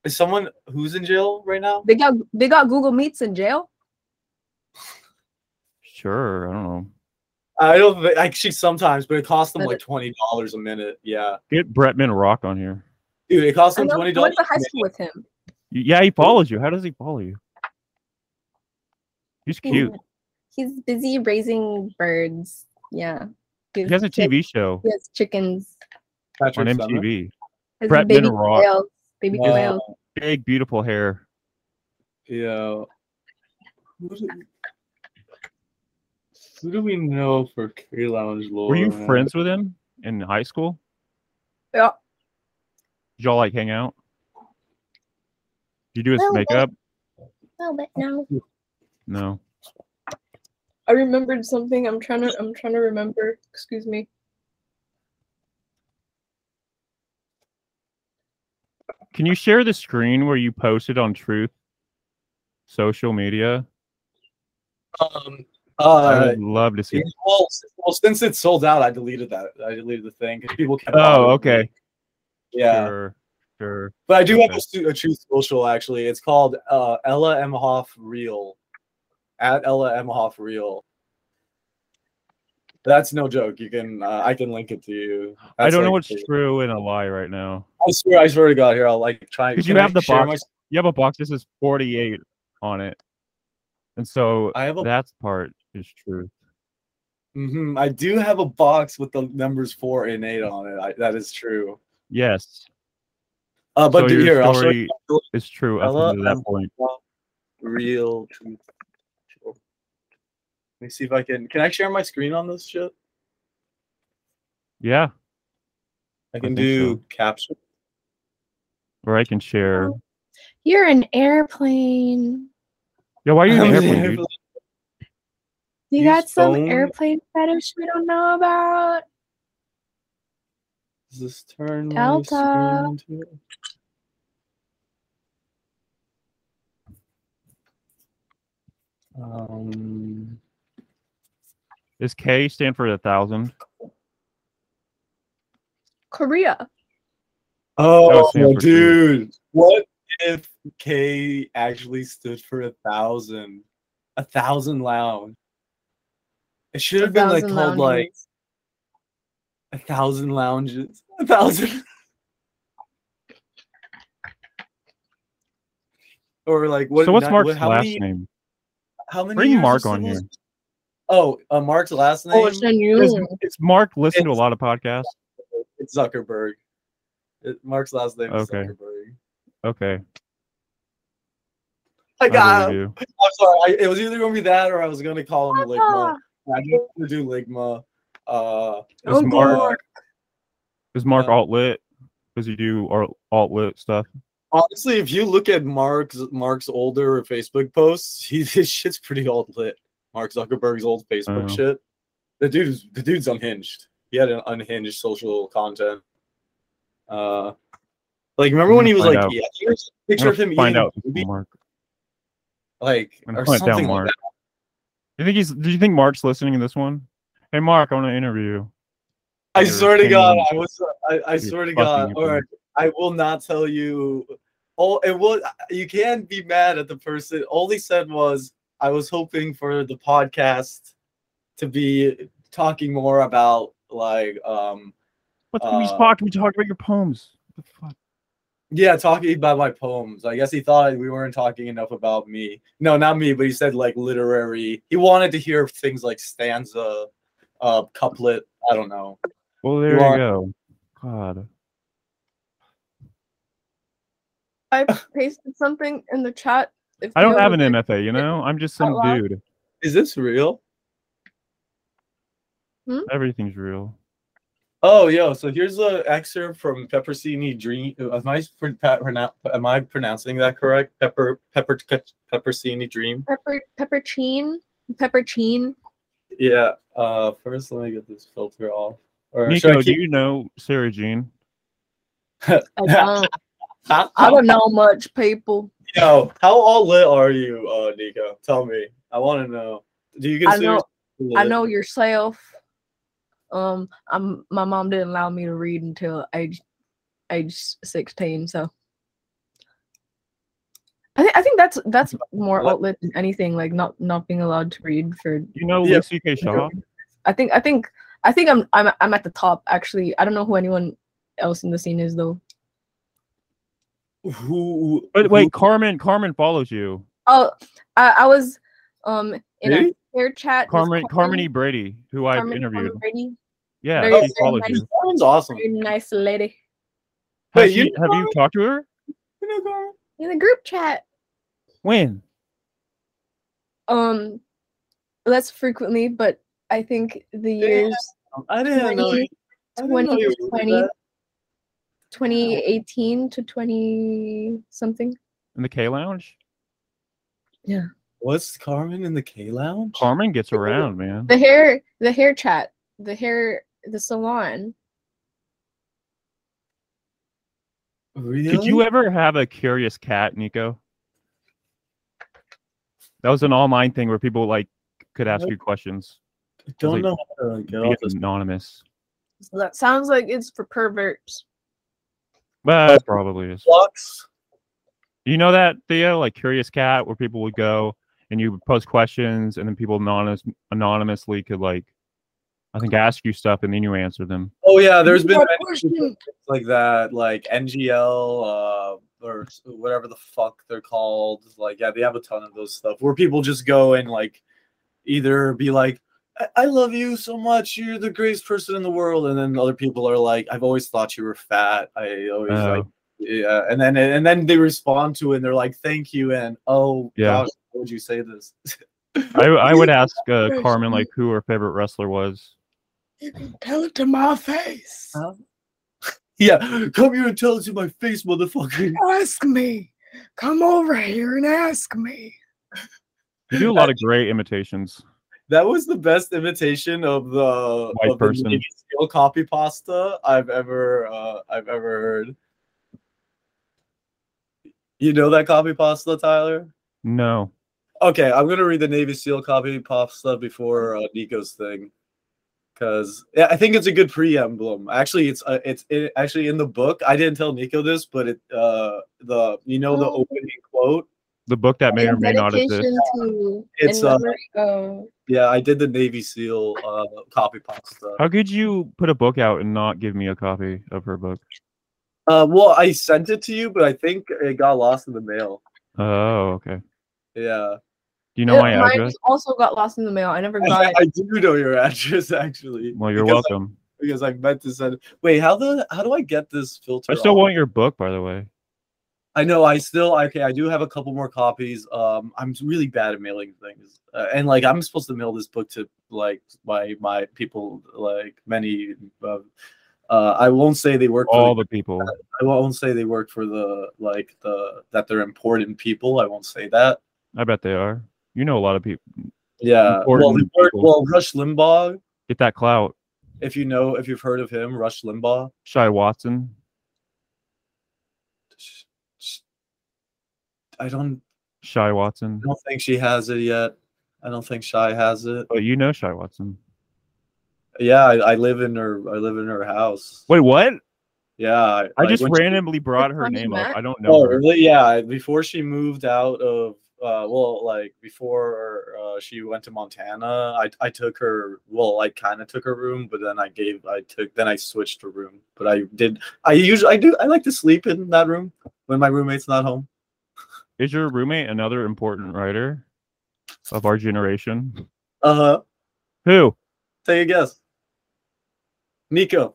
[SPEAKER 3] Is someone who's in jail right now?
[SPEAKER 6] They got they got Google Meets in jail.
[SPEAKER 1] Sure, I don't know.
[SPEAKER 3] I don't thi- actually sometimes, but it costs them
[SPEAKER 6] But
[SPEAKER 3] like
[SPEAKER 6] it-
[SPEAKER 3] twenty dollars a minute. Yeah,
[SPEAKER 1] Get Brett Rock on here.
[SPEAKER 3] dude, it costs
[SPEAKER 6] I
[SPEAKER 3] them
[SPEAKER 6] know-
[SPEAKER 3] twenty
[SPEAKER 6] I went
[SPEAKER 3] dollars.
[SPEAKER 6] to high school with him.
[SPEAKER 1] Y- Yeah, he follows you. How does he follow you? He's cute.
[SPEAKER 6] He's busy raising birds. Yeah.
[SPEAKER 1] He
[SPEAKER 3] <laughs>
[SPEAKER 1] has a TV show
[SPEAKER 6] He has chickens.
[SPEAKER 1] on MTV.
[SPEAKER 6] Has
[SPEAKER 1] Brett
[SPEAKER 6] baby
[SPEAKER 1] Minerock.
[SPEAKER 6] quails. Baby
[SPEAKER 3] Wow.
[SPEAKER 6] quails.
[SPEAKER 1] Big, beautiful hair.
[SPEAKER 3] Yeah. Who do, who do we know for K Lounge lore?
[SPEAKER 1] Were you
[SPEAKER 3] man?
[SPEAKER 1] friends with him in high school?
[SPEAKER 6] Yeah.
[SPEAKER 1] Did y'all like hang out? Did you do his
[SPEAKER 7] Well, they-
[SPEAKER 1] makeup?
[SPEAKER 7] No, Oh, but no.
[SPEAKER 1] No.
[SPEAKER 2] I remembered something. I'm trying to. I'm trying to remember. Excuse me.
[SPEAKER 1] Can you share the screen where you posted on Truth social media?
[SPEAKER 3] Um.
[SPEAKER 1] I
[SPEAKER 3] Uh.
[SPEAKER 1] would love to see.
[SPEAKER 3] yeah, Well, s- well, since it sold out, I deleted that. I deleted the thing 'cause people kept.
[SPEAKER 1] Oh,
[SPEAKER 3] bothering me.
[SPEAKER 1] okay.
[SPEAKER 3] Yeah,
[SPEAKER 1] Sure. Sure.
[SPEAKER 3] but I do have
[SPEAKER 1] Okay.
[SPEAKER 3] a, stu- a truth social actually. It's called uh, Ella Emhoff Real, at Ella Emhoff Real. That's no joke. You can uh, I can link it to you.
[SPEAKER 1] I
[SPEAKER 3] That's,
[SPEAKER 1] don't know
[SPEAKER 3] like,
[SPEAKER 1] what's true and a lie right now.
[SPEAKER 3] I swear, I swear to God, here I'll like try.
[SPEAKER 1] Because you
[SPEAKER 3] can I
[SPEAKER 1] have the
[SPEAKER 3] share
[SPEAKER 1] box.
[SPEAKER 3] my-
[SPEAKER 1] You have a box. This is 48 on it. And so
[SPEAKER 3] I have a.
[SPEAKER 1] that part is true.
[SPEAKER 3] Mhm, I do have a box with the numbers four and eight on it. I, that is true.
[SPEAKER 1] Yes.
[SPEAKER 3] Uh, but
[SPEAKER 1] so your
[SPEAKER 3] do- here I'll show
[SPEAKER 1] story
[SPEAKER 3] you my
[SPEAKER 1] is true up
[SPEAKER 3] Ella,
[SPEAKER 1] until that
[SPEAKER 3] um,
[SPEAKER 1] point.
[SPEAKER 3] real truth. Let me see if I can. Can I share my screen on this shit?
[SPEAKER 1] Yeah.
[SPEAKER 3] I can
[SPEAKER 1] think
[SPEAKER 3] do capture.
[SPEAKER 1] Or I can share.
[SPEAKER 6] You're an airplane.
[SPEAKER 1] Yeah, why are you in
[SPEAKER 3] I'm
[SPEAKER 1] an
[SPEAKER 3] in the
[SPEAKER 1] airplane, dude?
[SPEAKER 3] airplane.
[SPEAKER 6] You
[SPEAKER 3] Use
[SPEAKER 6] got some
[SPEAKER 3] phone.
[SPEAKER 6] airplane fetish we don't know about.
[SPEAKER 3] Does this turn my
[SPEAKER 6] Delta.
[SPEAKER 3] screen to- Um,
[SPEAKER 1] Does K stand for a thousand?
[SPEAKER 6] Korea.
[SPEAKER 3] oh,
[SPEAKER 1] stands for truth.
[SPEAKER 3] dude, what if K actually stood for a thousand? A thousand lounge. It should have been like
[SPEAKER 6] Thousand
[SPEAKER 3] called like
[SPEAKER 6] lounges.
[SPEAKER 3] a thousand lounges. A thousand. <laughs> or like what?
[SPEAKER 1] so what's
[SPEAKER 3] not-
[SPEAKER 1] Mark's
[SPEAKER 3] what- how
[SPEAKER 1] last
[SPEAKER 3] many-
[SPEAKER 1] name?
[SPEAKER 3] How many?
[SPEAKER 1] Bring
[SPEAKER 3] years
[SPEAKER 1] Mark
[SPEAKER 3] is
[SPEAKER 1] on
[SPEAKER 3] someone's-
[SPEAKER 1] here.
[SPEAKER 3] Oh, uh, Mark's last name.
[SPEAKER 6] Oh, it's a new
[SPEAKER 1] Does Mark listen to a lot of podcasts?
[SPEAKER 3] It's Zuckerberg. It, Mark's last name is
[SPEAKER 1] Okay.
[SPEAKER 3] Zuckerberg.
[SPEAKER 1] Okay.
[SPEAKER 3] I got.
[SPEAKER 1] believe
[SPEAKER 3] him.
[SPEAKER 1] you.
[SPEAKER 3] I'm sorry. I, it was either gonna be that or I was gonna call him Ligma. I just want to do Ligma. Uh,
[SPEAKER 1] Is
[SPEAKER 2] Uncle
[SPEAKER 1] Mark, is Mark
[SPEAKER 3] Uh,
[SPEAKER 1] alt lit? Does he do alt- alt lit stuff?
[SPEAKER 3] honestly, if you look at Mark's Mark's older Facebook posts, he <laughs> his shit's pretty old lit. Mark Zuckerberg's old Facebook
[SPEAKER 1] Oh.
[SPEAKER 3] shit. The dude's the dude's unhinged. He had an unhinged social content. Uh, like remember
[SPEAKER 1] I'm
[SPEAKER 3] when he
[SPEAKER 1] gonna
[SPEAKER 3] was
[SPEAKER 1] find
[SPEAKER 3] like,
[SPEAKER 1] out.
[SPEAKER 3] yeah, here's a
[SPEAKER 1] I'm
[SPEAKER 3] picture of
[SPEAKER 1] gonna
[SPEAKER 3] him
[SPEAKER 1] find
[SPEAKER 3] eating
[SPEAKER 1] out.
[SPEAKER 3] a baby,
[SPEAKER 1] Mark.
[SPEAKER 3] like
[SPEAKER 1] I'm gonna
[SPEAKER 3] or
[SPEAKER 1] hunt down
[SPEAKER 3] something like
[SPEAKER 1] Mark.
[SPEAKER 3] that.
[SPEAKER 1] Do you think he's? Do you think Mark's listening to this one? Hey, Mark, I want to interview you.
[SPEAKER 3] I
[SPEAKER 1] You're
[SPEAKER 3] swear to God,
[SPEAKER 1] changed.
[SPEAKER 3] I was. I, I swear to
[SPEAKER 1] fucking
[SPEAKER 3] God,
[SPEAKER 1] up,
[SPEAKER 3] all right.
[SPEAKER 1] man.
[SPEAKER 3] I will not tell you. Oh, it was. You can be mad at the person. All he said was, "I was hoping for the podcast to be talking more about like, um,
[SPEAKER 1] What the fuck he's
[SPEAKER 3] Uh,
[SPEAKER 1] talking? We talked about your poems. What the fuck?
[SPEAKER 3] yeah, talking about my poems." I guess he thought we weren't talking enough about me. No, not me, but he said like literary. He wanted to hear things like stanza, uh, couplet. I don't know.
[SPEAKER 1] Well, there you,
[SPEAKER 3] are-
[SPEAKER 1] go. God.
[SPEAKER 2] I pasted something in the chat. If
[SPEAKER 1] I don't
[SPEAKER 2] Theo
[SPEAKER 1] have
[SPEAKER 2] would
[SPEAKER 1] an
[SPEAKER 2] like-
[SPEAKER 1] MFA, you know? I'm just some
[SPEAKER 2] Out loud?
[SPEAKER 1] dude.
[SPEAKER 3] Is this real?
[SPEAKER 1] Everything's real.
[SPEAKER 3] Oh, yo! So here's an excerpt from Peppercini Dream. Am I pr- pa- pronoun- am I pronouncing that correct? Pepper Pepper Peppercini Dream.
[SPEAKER 2] Pepper peppercine, peppercine.
[SPEAKER 3] Yeah. Uh, first, let me get this filter off. Or should
[SPEAKER 1] Nico, do
[SPEAKER 3] I keep?
[SPEAKER 1] you know Sarah Jean?
[SPEAKER 2] I don't,
[SPEAKER 3] How,
[SPEAKER 2] I
[SPEAKER 3] how,
[SPEAKER 2] don't know much people.
[SPEAKER 3] yo, how all lit are you, uh, Nico? Tell me. I want to know. Do you
[SPEAKER 2] I
[SPEAKER 3] consider?
[SPEAKER 2] know
[SPEAKER 3] yourself
[SPEAKER 2] I
[SPEAKER 3] lit?
[SPEAKER 2] know yourself. Um, I'm my mom didn't allow me to read until age age sixteen, so I think I think that's that's more
[SPEAKER 3] What-
[SPEAKER 2] outlet than anything, like not not being allowed to read for.
[SPEAKER 1] Do you know
[SPEAKER 3] Yeah.
[SPEAKER 1] Lucy K. Shaw?
[SPEAKER 2] I think I think I think I'm I'm I'm at the top actually. I don't know who anyone else in the scene is though.
[SPEAKER 3] Who?
[SPEAKER 1] But wait, Carmen, Carmen follows you.
[SPEAKER 2] Oh, I, I was um in a
[SPEAKER 3] Really?
[SPEAKER 2] share chat. with
[SPEAKER 1] Carmen,
[SPEAKER 2] Carmen-
[SPEAKER 1] Carmony Brady, who I've
[SPEAKER 2] Carmen-
[SPEAKER 1] interviewed.
[SPEAKER 2] Carmen Brady,
[SPEAKER 1] yeah,
[SPEAKER 2] very,
[SPEAKER 1] she
[SPEAKER 2] very
[SPEAKER 1] follows
[SPEAKER 2] nice,
[SPEAKER 1] you.
[SPEAKER 3] That one's awesome.
[SPEAKER 2] very nice lady
[SPEAKER 1] Has
[SPEAKER 3] Wait, you
[SPEAKER 1] she- have you talked to her?
[SPEAKER 3] You know, Carmen?
[SPEAKER 2] in the group chat.
[SPEAKER 1] When?
[SPEAKER 2] um less frequently but i think the
[SPEAKER 3] Yeah,
[SPEAKER 2] years
[SPEAKER 3] I didn't know.
[SPEAKER 2] 20,
[SPEAKER 3] I didn't know you were
[SPEAKER 2] 2020
[SPEAKER 3] that.
[SPEAKER 2] 2018 to 20 something
[SPEAKER 1] In the K Lounge?
[SPEAKER 3] What's Carmen in the K Lounge?
[SPEAKER 1] Carmen gets around, man.
[SPEAKER 2] the hair the hair chat the hair the salon
[SPEAKER 3] Really?
[SPEAKER 1] Did you ever have a curious cat, Nico? That was an all mine thing where people like could ask
[SPEAKER 3] Nope.
[SPEAKER 1] you questions.
[SPEAKER 3] Don't
[SPEAKER 1] like,
[SPEAKER 3] know how to get
[SPEAKER 1] be
[SPEAKER 3] off this.
[SPEAKER 1] anonymous.
[SPEAKER 2] that sounds like it's for perverts
[SPEAKER 1] Well, it probably is.
[SPEAKER 3] Flux.
[SPEAKER 1] You know that Theo, like Curious Cat, where people would go and you would post questions, and then people anonymous anonymously could like, I think ask you stuff, and then you answer them.
[SPEAKER 3] Oh yeah, there's been
[SPEAKER 2] What
[SPEAKER 3] many
[SPEAKER 2] question?
[SPEAKER 3] things like that, like NGL uh, or s- whatever the fuck they're called. Like yeah, they have a ton of those stuff where people just go and like either be like, I, I love you so much, you're the greatest person in the world, and then other people are like, I've always thought you were fat. I always like <laughs>
[SPEAKER 1] Oh,
[SPEAKER 3] yeah, and then and then they respond to it and they're like, thank you, and oh
[SPEAKER 1] Yeah.
[SPEAKER 3] gosh, why would you say this? <laughs>
[SPEAKER 1] I I would ask uh, Carmen like who her favorite wrestler was.
[SPEAKER 2] tell it to my face
[SPEAKER 3] Yeah, come here and tell it to my face, motherfucker.
[SPEAKER 2] ask me come over here and ask me
[SPEAKER 1] You do a lot of great imitations.
[SPEAKER 3] That was the best imitation of the
[SPEAKER 1] White
[SPEAKER 3] of the
[SPEAKER 1] person.
[SPEAKER 3] Navy SEAL copy pasta I've ever uh, I've ever heard. You know that copy pasta, Tyler?
[SPEAKER 1] No,
[SPEAKER 3] Okay, I'm gonna read the Navy SEAL copy pasta before uh, Nico's thing, because I think it's a good preemblem. Actually, it's uh, it's it, actually in the book. I didn't tell Nico this, but it uh the you know the
[SPEAKER 2] Oh.
[SPEAKER 3] opening quote
[SPEAKER 1] the book that may or may not exist.
[SPEAKER 2] dedication to
[SPEAKER 3] It's,
[SPEAKER 2] it's
[SPEAKER 3] uh,
[SPEAKER 2] um,
[SPEAKER 3] Yeah, I did the Navy SEAL uh, copy pasta.
[SPEAKER 1] How could you put a book out and not give me a copy of her book?
[SPEAKER 3] Uh, well, I sent it to you, but I think it got lost in the mail.
[SPEAKER 1] Oh, okay.
[SPEAKER 3] Yeah,
[SPEAKER 1] Do you know my
[SPEAKER 2] mine
[SPEAKER 1] address?
[SPEAKER 2] also got lost in the mail i never got
[SPEAKER 3] I,
[SPEAKER 2] it
[SPEAKER 3] I do know your address actually.
[SPEAKER 1] Well, you're
[SPEAKER 3] because
[SPEAKER 1] welcome.
[SPEAKER 3] because I meant to send. Wait, how the how do I get this filter?
[SPEAKER 1] I still
[SPEAKER 3] off?
[SPEAKER 1] want your book, by the way.
[SPEAKER 3] I know. I still okay. I do have a couple more copies. Um, I'm really bad at mailing things, uh, and like I'm supposed to mail this book to like my my people, like many. Uh, uh, I won't say they work.
[SPEAKER 1] All
[SPEAKER 3] for
[SPEAKER 1] the people.
[SPEAKER 3] the, I won't say they work for the like the that they're important people. I won't say that.
[SPEAKER 1] I bet they are. You know a lot of people.
[SPEAKER 3] Yeah. Well,
[SPEAKER 1] Important
[SPEAKER 3] they work,
[SPEAKER 1] people.
[SPEAKER 3] well, Rush Limbaugh.
[SPEAKER 1] Get that clout.
[SPEAKER 3] If you know, if you've heard of him, Rush Limbaugh.
[SPEAKER 1] Shy Watson.
[SPEAKER 3] I don't.
[SPEAKER 1] Shy Watson.
[SPEAKER 3] I don't think she has it yet. I don't think Shy has it.
[SPEAKER 1] Oh, you know Shy Watson.
[SPEAKER 3] Yeah, I, I live in her. I live in her house.
[SPEAKER 1] Wait, what?
[SPEAKER 3] Yeah,
[SPEAKER 1] I
[SPEAKER 3] like,
[SPEAKER 1] just
[SPEAKER 3] when she-
[SPEAKER 1] randomly brought her
[SPEAKER 6] Funny
[SPEAKER 1] name up.
[SPEAKER 6] Matt.
[SPEAKER 1] I don't know.
[SPEAKER 3] Oh,
[SPEAKER 1] her.
[SPEAKER 3] really? Yeah. Before she moved out of, uh, well, like before uh, she went to Montana, I I took her. Well, I kind of took her room, but then I gave, I took, then I switched her room. But I did. I usually, I do. I like to sleep in that room when my roommate's not home.
[SPEAKER 1] Is your roommate another important writer of our generation?
[SPEAKER 3] Uh huh.
[SPEAKER 1] Who?
[SPEAKER 3] Take a guess. Nico.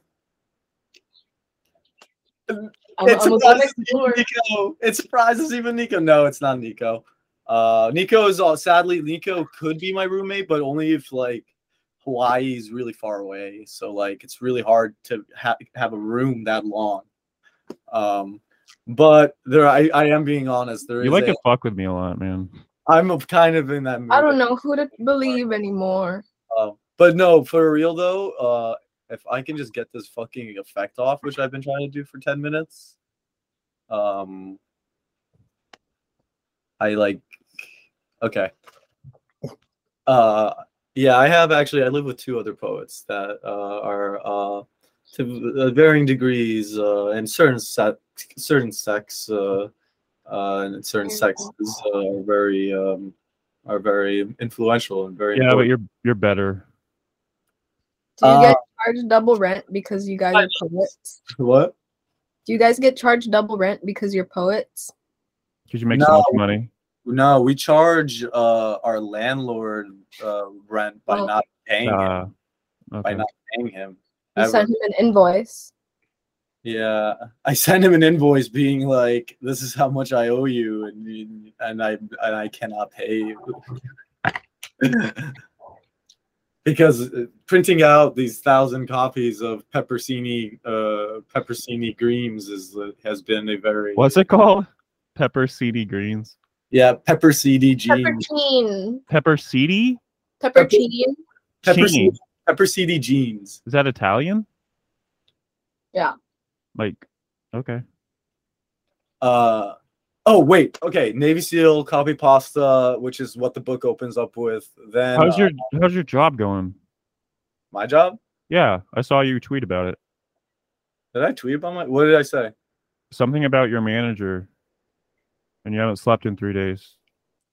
[SPEAKER 4] I'm,
[SPEAKER 3] It
[SPEAKER 4] I'm a good
[SPEAKER 3] surprises even
[SPEAKER 4] explorer.
[SPEAKER 3] Nico. It surprises even Nico. No, it's not Nico. Uh, Nico is all sadly Nico could be my roommate, but only if like Hawaii is really far away. So like it's really hard to ha- have a room that long. Um, but there, I, I am being honest. There is
[SPEAKER 1] You like
[SPEAKER 3] a,
[SPEAKER 1] to fuck with me a lot, man.
[SPEAKER 3] I'm of- kind of in that. Mood.
[SPEAKER 2] I don't know who to believe anymore.
[SPEAKER 3] Uh, but no, for real though, uh, if I can just get this fucking effect off, which I've been trying to do for ten minutes, um, I like, okay, uh, yeah, I have actually. I live with two other poets that uh, are uh, to uh, varying degrees uh, and certain sex, certain sex, uh, uh, and certain sexes uh, are very um, are very influential and very
[SPEAKER 1] Yeah,
[SPEAKER 3] important.
[SPEAKER 1] but you're you're better.
[SPEAKER 2] Do you
[SPEAKER 3] Uh,
[SPEAKER 2] get charged double rent because you guys
[SPEAKER 3] I-
[SPEAKER 2] are poets?
[SPEAKER 3] What?
[SPEAKER 2] Do you guys get charged double rent because you're poets?
[SPEAKER 1] Because you make so much
[SPEAKER 3] No.
[SPEAKER 1] money.
[SPEAKER 3] No, we charge uh, our landlord uh, rent by
[SPEAKER 2] Oh.
[SPEAKER 3] not paying
[SPEAKER 1] Uh,
[SPEAKER 3] him. By
[SPEAKER 1] okay.
[SPEAKER 3] not paying him.
[SPEAKER 2] You
[SPEAKER 3] ever.
[SPEAKER 2] send him an invoice.
[SPEAKER 3] Yeah, I sent him an invoice being like, "This is how much I owe you," and you- and I and I cannot pay you <laughs> because uh, printing out these thousand copies of Peppersini uh, Peppersini Greens is uh, has been a very
[SPEAKER 1] What's it called? Pepper CD greens.
[SPEAKER 3] yeah Pepper CD Jeans
[SPEAKER 2] Peppercine.
[SPEAKER 1] Pepper CD?
[SPEAKER 2] Peppercine.
[SPEAKER 3] Pepper
[SPEAKER 1] Chini.
[SPEAKER 3] CD, Pepper CD Jeans.
[SPEAKER 1] Is that Italian?
[SPEAKER 2] Yeah.
[SPEAKER 1] Like, okay.
[SPEAKER 3] uh oh wait okay navy seal copy pasta which is what the book opens up with then
[SPEAKER 1] How's
[SPEAKER 3] uh,
[SPEAKER 1] your how's your job going?
[SPEAKER 3] my job
[SPEAKER 1] Yeah, I saw you tweet about it.
[SPEAKER 3] did i tweet about my what did i say
[SPEAKER 1] Something about your manager, and you haven't slept in three days.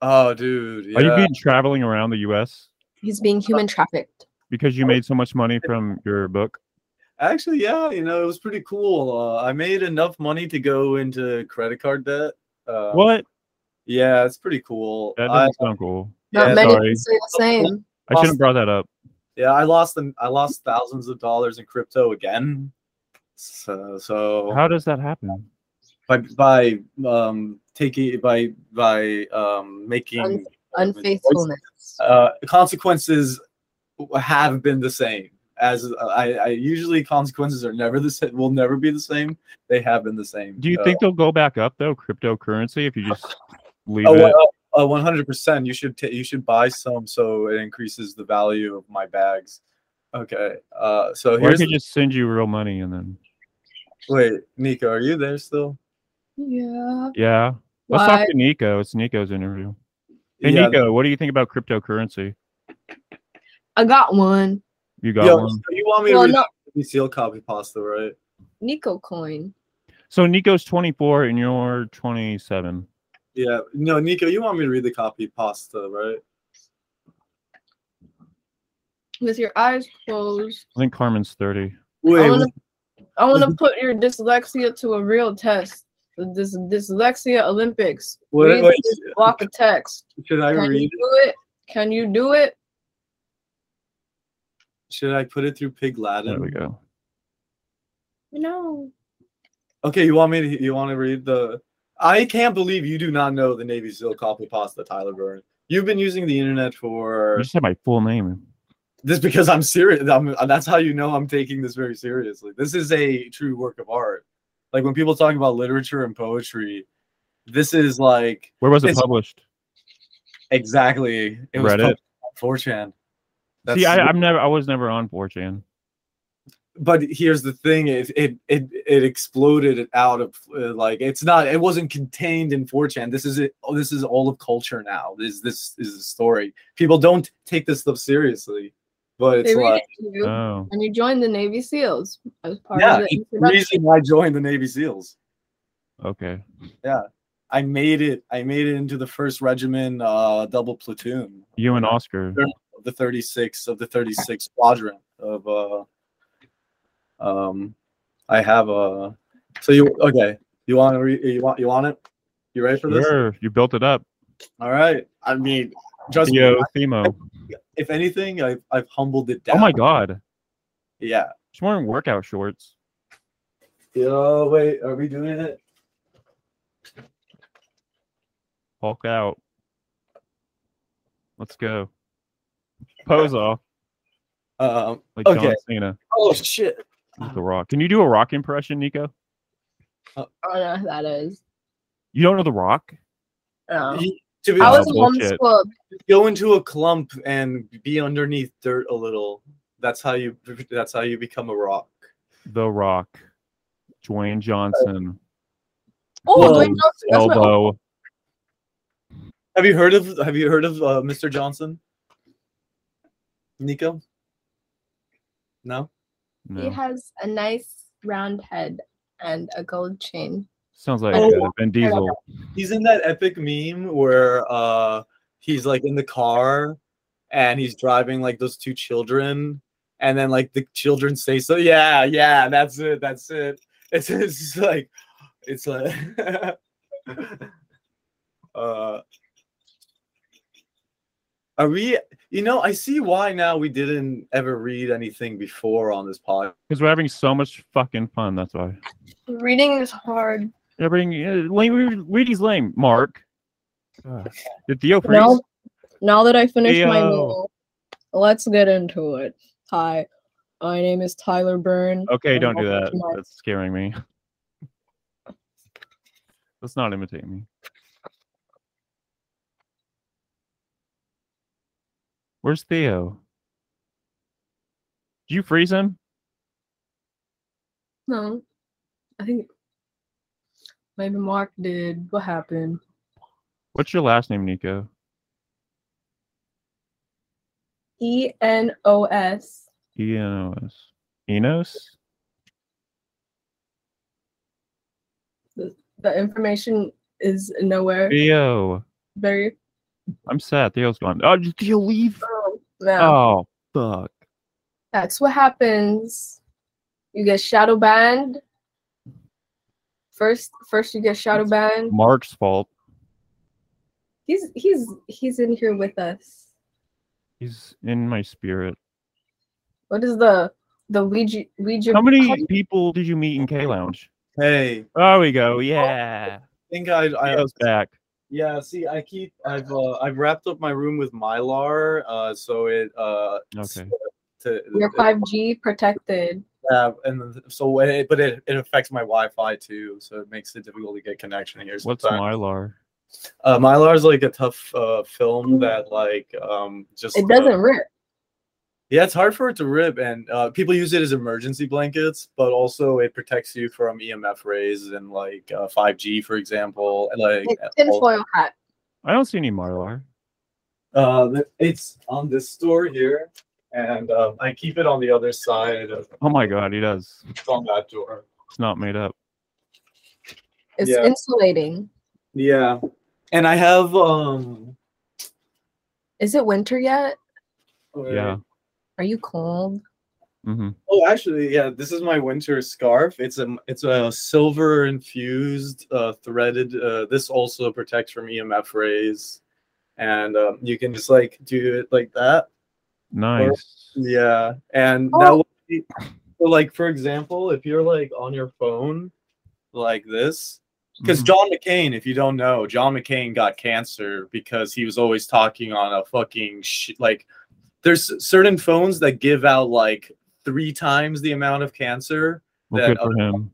[SPEAKER 3] oh dude yeah.
[SPEAKER 1] Are you being traveling around the U.S.
[SPEAKER 2] He's being human trafficked.
[SPEAKER 1] because you made so much money from your book?
[SPEAKER 3] actually yeah you know it was pretty cool uh, i made enough money to go into credit card debt uh
[SPEAKER 1] What?
[SPEAKER 3] yeah it's pretty cool
[SPEAKER 1] That
[SPEAKER 3] I,
[SPEAKER 1] doesn't sound cool.
[SPEAKER 2] Not
[SPEAKER 3] yeah,
[SPEAKER 2] many
[SPEAKER 1] sorry.
[SPEAKER 2] can say the same.
[SPEAKER 1] I should have brought that up.
[SPEAKER 3] yeah i lost them i lost thousands of dollars in crypto again so so
[SPEAKER 1] How does that happen?
[SPEAKER 3] by by um taking by by um making
[SPEAKER 2] Unfaithfulness.
[SPEAKER 3] uh, consequences have been the same as I, I usually consequences are never the same will never be the same they have been the same
[SPEAKER 1] Do you
[SPEAKER 3] Uh,
[SPEAKER 1] think they'll go back up though? Cryptocurrency, if you
[SPEAKER 3] <laughs>
[SPEAKER 1] just leave
[SPEAKER 3] oh,
[SPEAKER 1] it.
[SPEAKER 3] well, uh, 100% you should ta you should buy some so it increases the value of my bags okay uh so
[SPEAKER 1] Or I
[SPEAKER 3] here's
[SPEAKER 1] could just send you real money and then
[SPEAKER 3] wait nico are you there still
[SPEAKER 2] Yeah.
[SPEAKER 1] yeah. Let's
[SPEAKER 2] Why?
[SPEAKER 1] talk to Nico. It's Nico's interview. Hey Nico, what do you think about cryptocurrency?
[SPEAKER 2] I got one.
[SPEAKER 1] You got
[SPEAKER 3] yo,
[SPEAKER 1] one.
[SPEAKER 3] so you want me
[SPEAKER 2] Well,
[SPEAKER 3] to read
[SPEAKER 2] no,
[SPEAKER 3] Navy seal copy pasta right
[SPEAKER 2] Nico coin.
[SPEAKER 1] So Nico's 24 and you're 27.
[SPEAKER 3] yeah no nico you want me to read the copy pasta right
[SPEAKER 2] With your eyes closed.
[SPEAKER 1] I think Carmen's 30.
[SPEAKER 3] wait
[SPEAKER 2] I wanna, I wanna
[SPEAKER 3] Mhm.
[SPEAKER 2] put your dyslexia to a real test. The dys- dyslexia Olympics.
[SPEAKER 3] wait,
[SPEAKER 2] Read
[SPEAKER 3] wait,
[SPEAKER 2] this block of text.
[SPEAKER 3] should i
[SPEAKER 2] Can you
[SPEAKER 3] read
[SPEAKER 2] do it? Can you do it?
[SPEAKER 3] Should I put it through Pig
[SPEAKER 1] There we
[SPEAKER 3] Latin?
[SPEAKER 1] go.
[SPEAKER 7] No.
[SPEAKER 3] Okay, you want me to? You want to read the? I can't believe you do not know the Navy SEAL copy pasta, Tyler Burn. You've been using the internet
[SPEAKER 1] You <laughs>
[SPEAKER 3] for
[SPEAKER 1] just had my full name.
[SPEAKER 3] this because I'm serious. I'm, that's how you know I'm taking this very seriously. This is a true work of art. Like when people talk about literature and poetry, this is like
[SPEAKER 1] Where was it
[SPEAKER 3] It's-
[SPEAKER 1] published?
[SPEAKER 3] exactly. It was
[SPEAKER 1] Reddit.
[SPEAKER 3] published on 4chan.
[SPEAKER 1] See, I, I'm never. I was never on 4chan.
[SPEAKER 3] but here's the thing it it it, it exploded out of uh, like it's not it wasn't contained in 4chan this is it oh, this is all of culture now this this is the story people don't take this stuff seriously but it's
[SPEAKER 2] They read
[SPEAKER 3] like uh,
[SPEAKER 2] it to you,
[SPEAKER 1] Oh,
[SPEAKER 2] and you join the Navy SEAls as part of
[SPEAKER 3] yeah
[SPEAKER 2] the
[SPEAKER 3] it's the
[SPEAKER 2] introduction.
[SPEAKER 3] reason i joined the navy seals
[SPEAKER 1] okay.
[SPEAKER 3] i made it i made it into the first regiment uh double platoon
[SPEAKER 1] You and Oscar.
[SPEAKER 3] of the 36 of the 36 quadrant of uh um i have a so you okay you want to re- you want you want it you ready for this
[SPEAKER 1] Sure, you built it up.
[SPEAKER 3] all right i mean just
[SPEAKER 1] Theo, Themo.
[SPEAKER 3] if anything i've i've humbled it down
[SPEAKER 1] Oh my God,
[SPEAKER 3] yeah
[SPEAKER 1] she's wearing workout shorts.
[SPEAKER 3] yo wait are we doing it
[SPEAKER 1] Hulk out. Let's go. Pose off
[SPEAKER 3] um
[SPEAKER 1] like John
[SPEAKER 3] Okay.
[SPEAKER 1] Cena.
[SPEAKER 3] oh shit
[SPEAKER 1] with The Rock. Can you do a Rock impression, Nico?
[SPEAKER 2] I don't know who Oh, that is.
[SPEAKER 1] You don't know The Rock?
[SPEAKER 2] No.
[SPEAKER 3] You- to be
[SPEAKER 2] I was
[SPEAKER 3] honest,
[SPEAKER 2] in homeschooled.
[SPEAKER 1] bullshit.
[SPEAKER 3] go into a clump and be underneath dirt a little that's how you that's how you become a rock
[SPEAKER 1] The Rock. Dwayne Johnson.
[SPEAKER 2] Oh,
[SPEAKER 3] Whoa.
[SPEAKER 2] Dwayne Johnson. That's my
[SPEAKER 1] elbow.
[SPEAKER 3] Have you heard of Have you heard of uh, Mr. Johnson? Nico. No.
[SPEAKER 2] He
[SPEAKER 1] No.
[SPEAKER 2] has a nice round head and a gold chain.
[SPEAKER 1] Sounds like
[SPEAKER 3] Oh.
[SPEAKER 1] uh, Vin Diesel.
[SPEAKER 3] He's in that epic meme where uh he's like in the car and he's driving like those two children and then like the children say so yeah yeah that's it that's it <laughs> it's, it's just like it's like <laughs> uh are we you know i see why now we didn't ever read anything before on this podcast
[SPEAKER 1] Because we're having so much fucking fun. That's why.
[SPEAKER 6] Reading is hard.
[SPEAKER 1] Everything. Uh, lame, Reedy's lame. Mark. Ugh. Did Theo freeze?
[SPEAKER 2] Now, now that I finished my
[SPEAKER 1] Yo.
[SPEAKER 2] meal, let's get into it. Hi, my name is Tyler Byrne.
[SPEAKER 1] Okay,
[SPEAKER 2] and
[SPEAKER 1] don't do that.
[SPEAKER 2] welcome to my-
[SPEAKER 1] That's scaring me. Let's not imitate me. Where's Theo? Did you freeze him?
[SPEAKER 2] No, I think maybe Mark did. What happened?
[SPEAKER 1] What's your last name, Nico?
[SPEAKER 2] E N O S.
[SPEAKER 1] Enos. Enos?
[SPEAKER 2] The information is nowhere.
[SPEAKER 1] E- Theo.
[SPEAKER 2] Very.
[SPEAKER 1] I'm sad. Theo's gone. Oh, did Theo leave?
[SPEAKER 2] Oh, no.
[SPEAKER 1] Oh, fuck.
[SPEAKER 2] That's what happens. You get shadow banned. First, first you get shadow banned.
[SPEAKER 1] Mark's fault.
[SPEAKER 2] He's he's he's in here with us.
[SPEAKER 1] He's in my spirit.
[SPEAKER 2] What is the the Ouija Ouija?
[SPEAKER 1] How
[SPEAKER 2] do
[SPEAKER 1] many
[SPEAKER 2] you-
[SPEAKER 1] people did you meet in K Lounge?
[SPEAKER 3] hey i
[SPEAKER 1] There we go. Yeah.
[SPEAKER 3] think i i
[SPEAKER 1] Theo's back.
[SPEAKER 3] Yeah, see, I keep I've uh, I've wrapped up my room with mylar, uh, so it uh
[SPEAKER 1] Okay.
[SPEAKER 3] to,
[SPEAKER 2] You're five G protected.
[SPEAKER 3] uh, and then- so it, but it, it affects my Wi-Fi too, so it makes it difficult to get connection here.
[SPEAKER 1] What's
[SPEAKER 3] sometimes.
[SPEAKER 1] Mylar?
[SPEAKER 3] Uh, mylar is like a tough uh film that like um just
[SPEAKER 2] Mm. It
[SPEAKER 3] uh,
[SPEAKER 2] doesn't rip.
[SPEAKER 3] yeah, it's hard for it to rip, and uh, people use it as emergency blankets, but also it protects you from EMF rays and like uh, 5G, for example. and, Like
[SPEAKER 2] It's
[SPEAKER 3] all-
[SPEAKER 2] tinfoil hat.
[SPEAKER 1] I don't see any Mylar.
[SPEAKER 3] Uh, th- it's on this store here, and um, I keep it on the other side. Of,
[SPEAKER 1] Oh my god, he does.
[SPEAKER 3] it's on that door.
[SPEAKER 1] It's not made up.
[SPEAKER 2] It's
[SPEAKER 3] Yeah.
[SPEAKER 2] insulating.
[SPEAKER 3] Yeah, and I have um.
[SPEAKER 2] Is it winter yet?
[SPEAKER 1] Yeah.
[SPEAKER 2] Are you cold?
[SPEAKER 1] hmm
[SPEAKER 3] Oh, actually, yeah. This is my winter scarf. It's a it's a silver infused, uh, threaded. Uh, this also E protects from EMF rays, and um, you can just like do it like that,
[SPEAKER 1] Nice.
[SPEAKER 3] Yeah, and that would be, so, like for example, if you're like on your phone like this, because
[SPEAKER 1] Mhm.
[SPEAKER 3] John McCain, if you don't know, John McCain got cancer because he was always talking on a fucking sh- like. There's certain phones that give out like three times the amount of cancer
[SPEAKER 1] Well,
[SPEAKER 3] that
[SPEAKER 1] good for him.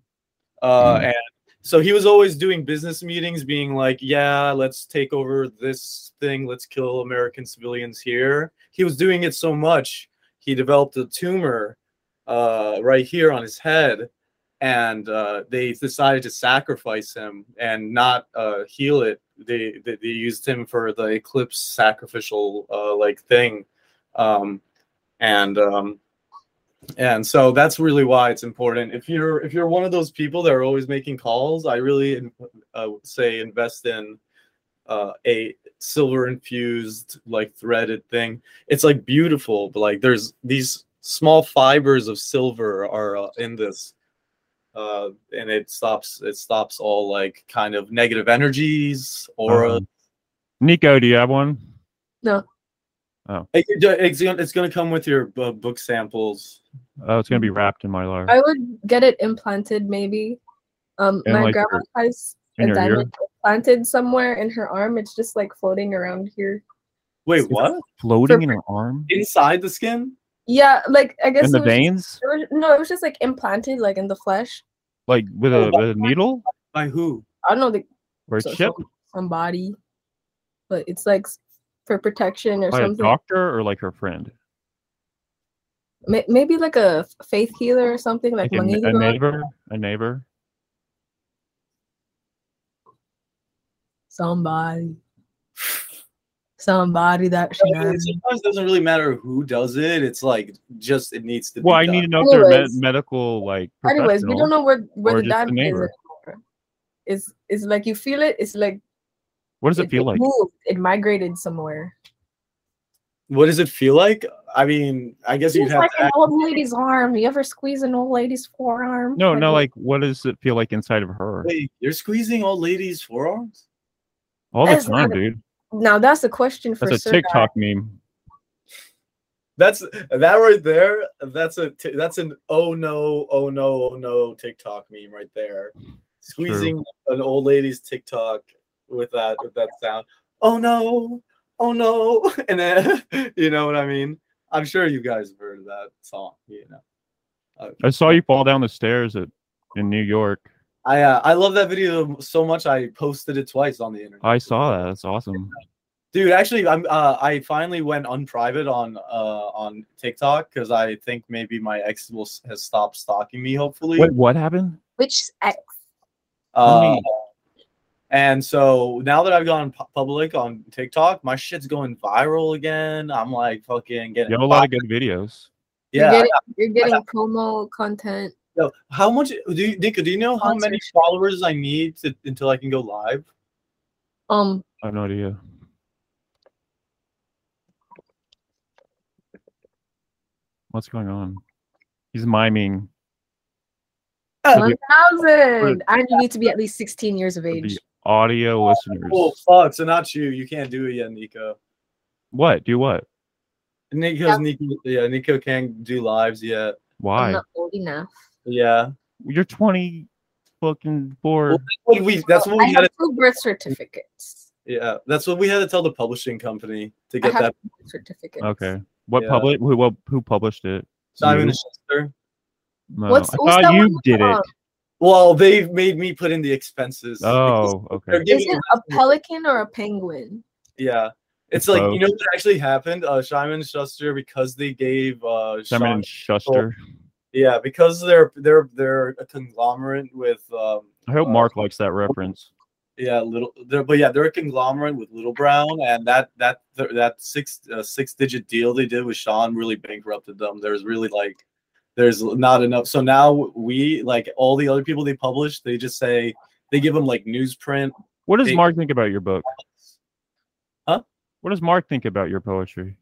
[SPEAKER 3] uh,
[SPEAKER 1] Mm.
[SPEAKER 3] and so he was always doing business meetings, being like, "Yeah, let's take over this thing. Let's kill American civilians here." He was doing it so much, he developed a tumor uh, right here on his head, and uh, they decided to sacrifice him and not uh, heal it. They, they they used him for the eclipse sacrificial uh, like thing, um, and um, and so that's really why it's important if you're if you're one of those people that are always making calls i really uh, would say invest in uh, a silver infused like threaded thing it's like beautiful but like there's these small fibers of silver are uh, in this uh, and it stops it stops all like kind of negative energies or
[SPEAKER 1] Um, Nico, do you have one?
[SPEAKER 3] It- it- it's, gonna- it's gonna come with your uh, book samples
[SPEAKER 1] Oh, it's gonna be wrapped in mylar.
[SPEAKER 2] I would get it implanted maybe. Um,
[SPEAKER 1] And,
[SPEAKER 2] my
[SPEAKER 1] like,
[SPEAKER 2] grandma has
[SPEAKER 1] in
[SPEAKER 2] a
[SPEAKER 1] your ear?
[SPEAKER 2] diamond implanted somewhere in her arm. It's just like floating around here.
[SPEAKER 3] wait what
[SPEAKER 1] Floating in her arm?
[SPEAKER 3] inside the skin
[SPEAKER 2] Yeah, like I guess
[SPEAKER 1] In the
[SPEAKER 2] it was just-
[SPEAKER 1] veins?
[SPEAKER 2] it was- no, it was just like implanted, like in the flesh.
[SPEAKER 1] Like with a
[SPEAKER 3] Oh,
[SPEAKER 1] with a needle
[SPEAKER 3] by who
[SPEAKER 2] I don't know the
[SPEAKER 1] or a
[SPEAKER 2] so-
[SPEAKER 1] chip?
[SPEAKER 2] some- somebody, but it's like s- for protection or
[SPEAKER 1] By a
[SPEAKER 2] something.
[SPEAKER 1] doctor or like her friend?
[SPEAKER 2] May- maybe like a f- faith healer or something, like,
[SPEAKER 1] Like a, ne- a
[SPEAKER 2] Manigua.
[SPEAKER 1] neighbor? A neighbor?
[SPEAKER 2] somebody, somebody that she
[SPEAKER 3] Yeah,
[SPEAKER 2] knows.
[SPEAKER 3] sometimes it doesn't really matter who does it. It's like just it needs to.
[SPEAKER 1] Well,
[SPEAKER 3] be
[SPEAKER 1] I need to know
[SPEAKER 3] done.
[SPEAKER 1] if they're med-
[SPEAKER 2] Anyways.
[SPEAKER 1] medical like professional.
[SPEAKER 2] Anyways, we don't know where where
[SPEAKER 1] or
[SPEAKER 2] the
[SPEAKER 1] just a
[SPEAKER 2] diamond is
[SPEAKER 1] neighbor.
[SPEAKER 2] anymore. It's it's like you feel it. It's like
[SPEAKER 1] What does it feel like?
[SPEAKER 2] moved. It migrated somewhere.
[SPEAKER 3] What does it feel like? I mean, I guess you
[SPEAKER 7] Feels
[SPEAKER 3] have
[SPEAKER 7] like
[SPEAKER 3] to.
[SPEAKER 7] an
[SPEAKER 3] Act,
[SPEAKER 7] old lady's arm. You ever squeeze an old lady's forearm?
[SPEAKER 1] No, no, like what does it feel like inside of her?
[SPEAKER 3] wait, you're squeezing old ladies' forearms.
[SPEAKER 1] All the
[SPEAKER 2] That's
[SPEAKER 1] time,
[SPEAKER 2] not a-
[SPEAKER 1] dude.
[SPEAKER 2] Now that's a question for
[SPEAKER 1] That's a
[SPEAKER 2] Sir Guy.
[SPEAKER 1] TikTok meme.
[SPEAKER 3] That's that right there. That's a t- that's an oh no, oh no, oh no TikTok meme right there. Squeezing an old lady's TikTok with that with that sound. Oh no, oh no, <laughs> and then you know what I mean. I'm sure you guys have heard of that song. You know.
[SPEAKER 1] I saw you fall down the stairs at in New York.
[SPEAKER 3] I uh, I love that video so much. I posted it twice on the internet.
[SPEAKER 1] I saw that. That's awesome.
[SPEAKER 3] dude. Actually, I'm uh, I finally went unprivate on uh on TikTok because I think maybe my ex will s- has stopped stalking me. Hopefully,
[SPEAKER 1] Wait, what happened?
[SPEAKER 7] Which ex?
[SPEAKER 3] uh,
[SPEAKER 1] neat.
[SPEAKER 3] and so now that I've gone pu- public on TikTok, my shit's going viral again. I'm like fucking getting
[SPEAKER 1] You have a lot of good videos.
[SPEAKER 2] You're
[SPEAKER 3] yeah.
[SPEAKER 2] getting, you're getting promo content.
[SPEAKER 3] Yo, how much do you, Nico? Do you know how many
[SPEAKER 2] Sponsorship.
[SPEAKER 3] followers I need to, until I can go live?
[SPEAKER 2] Um,
[SPEAKER 1] I have no idea. What's going on? He's miming. For the,
[SPEAKER 2] thousand. And you need to be at least 16 years of
[SPEAKER 1] for the
[SPEAKER 2] age.
[SPEAKER 1] audio listeners.
[SPEAKER 3] Oh fuck! So not you. You can't do it yet, Nico.
[SPEAKER 1] What? Do what?
[SPEAKER 3] Nico's
[SPEAKER 2] Yeah.
[SPEAKER 3] Nico, yeah, Nico can't do lives yet.
[SPEAKER 1] Why?
[SPEAKER 2] I'm not old enough.
[SPEAKER 3] Yeah,
[SPEAKER 1] You're 20 fucking four.
[SPEAKER 3] What we that's what
[SPEAKER 2] I
[SPEAKER 3] we had.
[SPEAKER 2] have
[SPEAKER 3] To,
[SPEAKER 2] two birth certificates.
[SPEAKER 3] yeah, that's what we had to tell the publishing company to
[SPEAKER 2] I
[SPEAKER 3] get
[SPEAKER 2] have
[SPEAKER 3] that
[SPEAKER 2] birth certificates.
[SPEAKER 1] Okay. What
[SPEAKER 3] Yeah.
[SPEAKER 1] public? Who, what, who published it?
[SPEAKER 3] Simon
[SPEAKER 1] You?
[SPEAKER 3] and Schuster.
[SPEAKER 1] No,
[SPEAKER 2] What's-
[SPEAKER 1] Oh, I thought
[SPEAKER 2] what's that
[SPEAKER 1] you
[SPEAKER 2] one with
[SPEAKER 1] did
[SPEAKER 2] the-
[SPEAKER 1] it.
[SPEAKER 3] Well, they've made me put in the expenses. because
[SPEAKER 2] <laughs>
[SPEAKER 1] Oh,
[SPEAKER 3] they're
[SPEAKER 1] okay.
[SPEAKER 2] Is
[SPEAKER 3] giving
[SPEAKER 2] it a pelican or a penguin?
[SPEAKER 3] yeah. It's like you know what actually happened. Uh, Simon and Schuster because they gave uh,
[SPEAKER 1] Simon
[SPEAKER 3] Shawn-
[SPEAKER 1] and Schuster.
[SPEAKER 3] yeah because they're they're they're a conglomerate with um,
[SPEAKER 1] I hope
[SPEAKER 3] uh,
[SPEAKER 1] Mark likes that reference.
[SPEAKER 3] Yeah, little. They're, but yeah, they're a conglomerate with Little Brown, and that that that six uh, six digit deal they did with Sean really bankrupted them. There's really like, there's not enough. So now we like all the other people they publish, they just say they give them like newsprint.
[SPEAKER 1] What does
[SPEAKER 3] Hey.
[SPEAKER 1] Mark think about your book?
[SPEAKER 3] Huh?
[SPEAKER 1] What does Mark think about your poetry?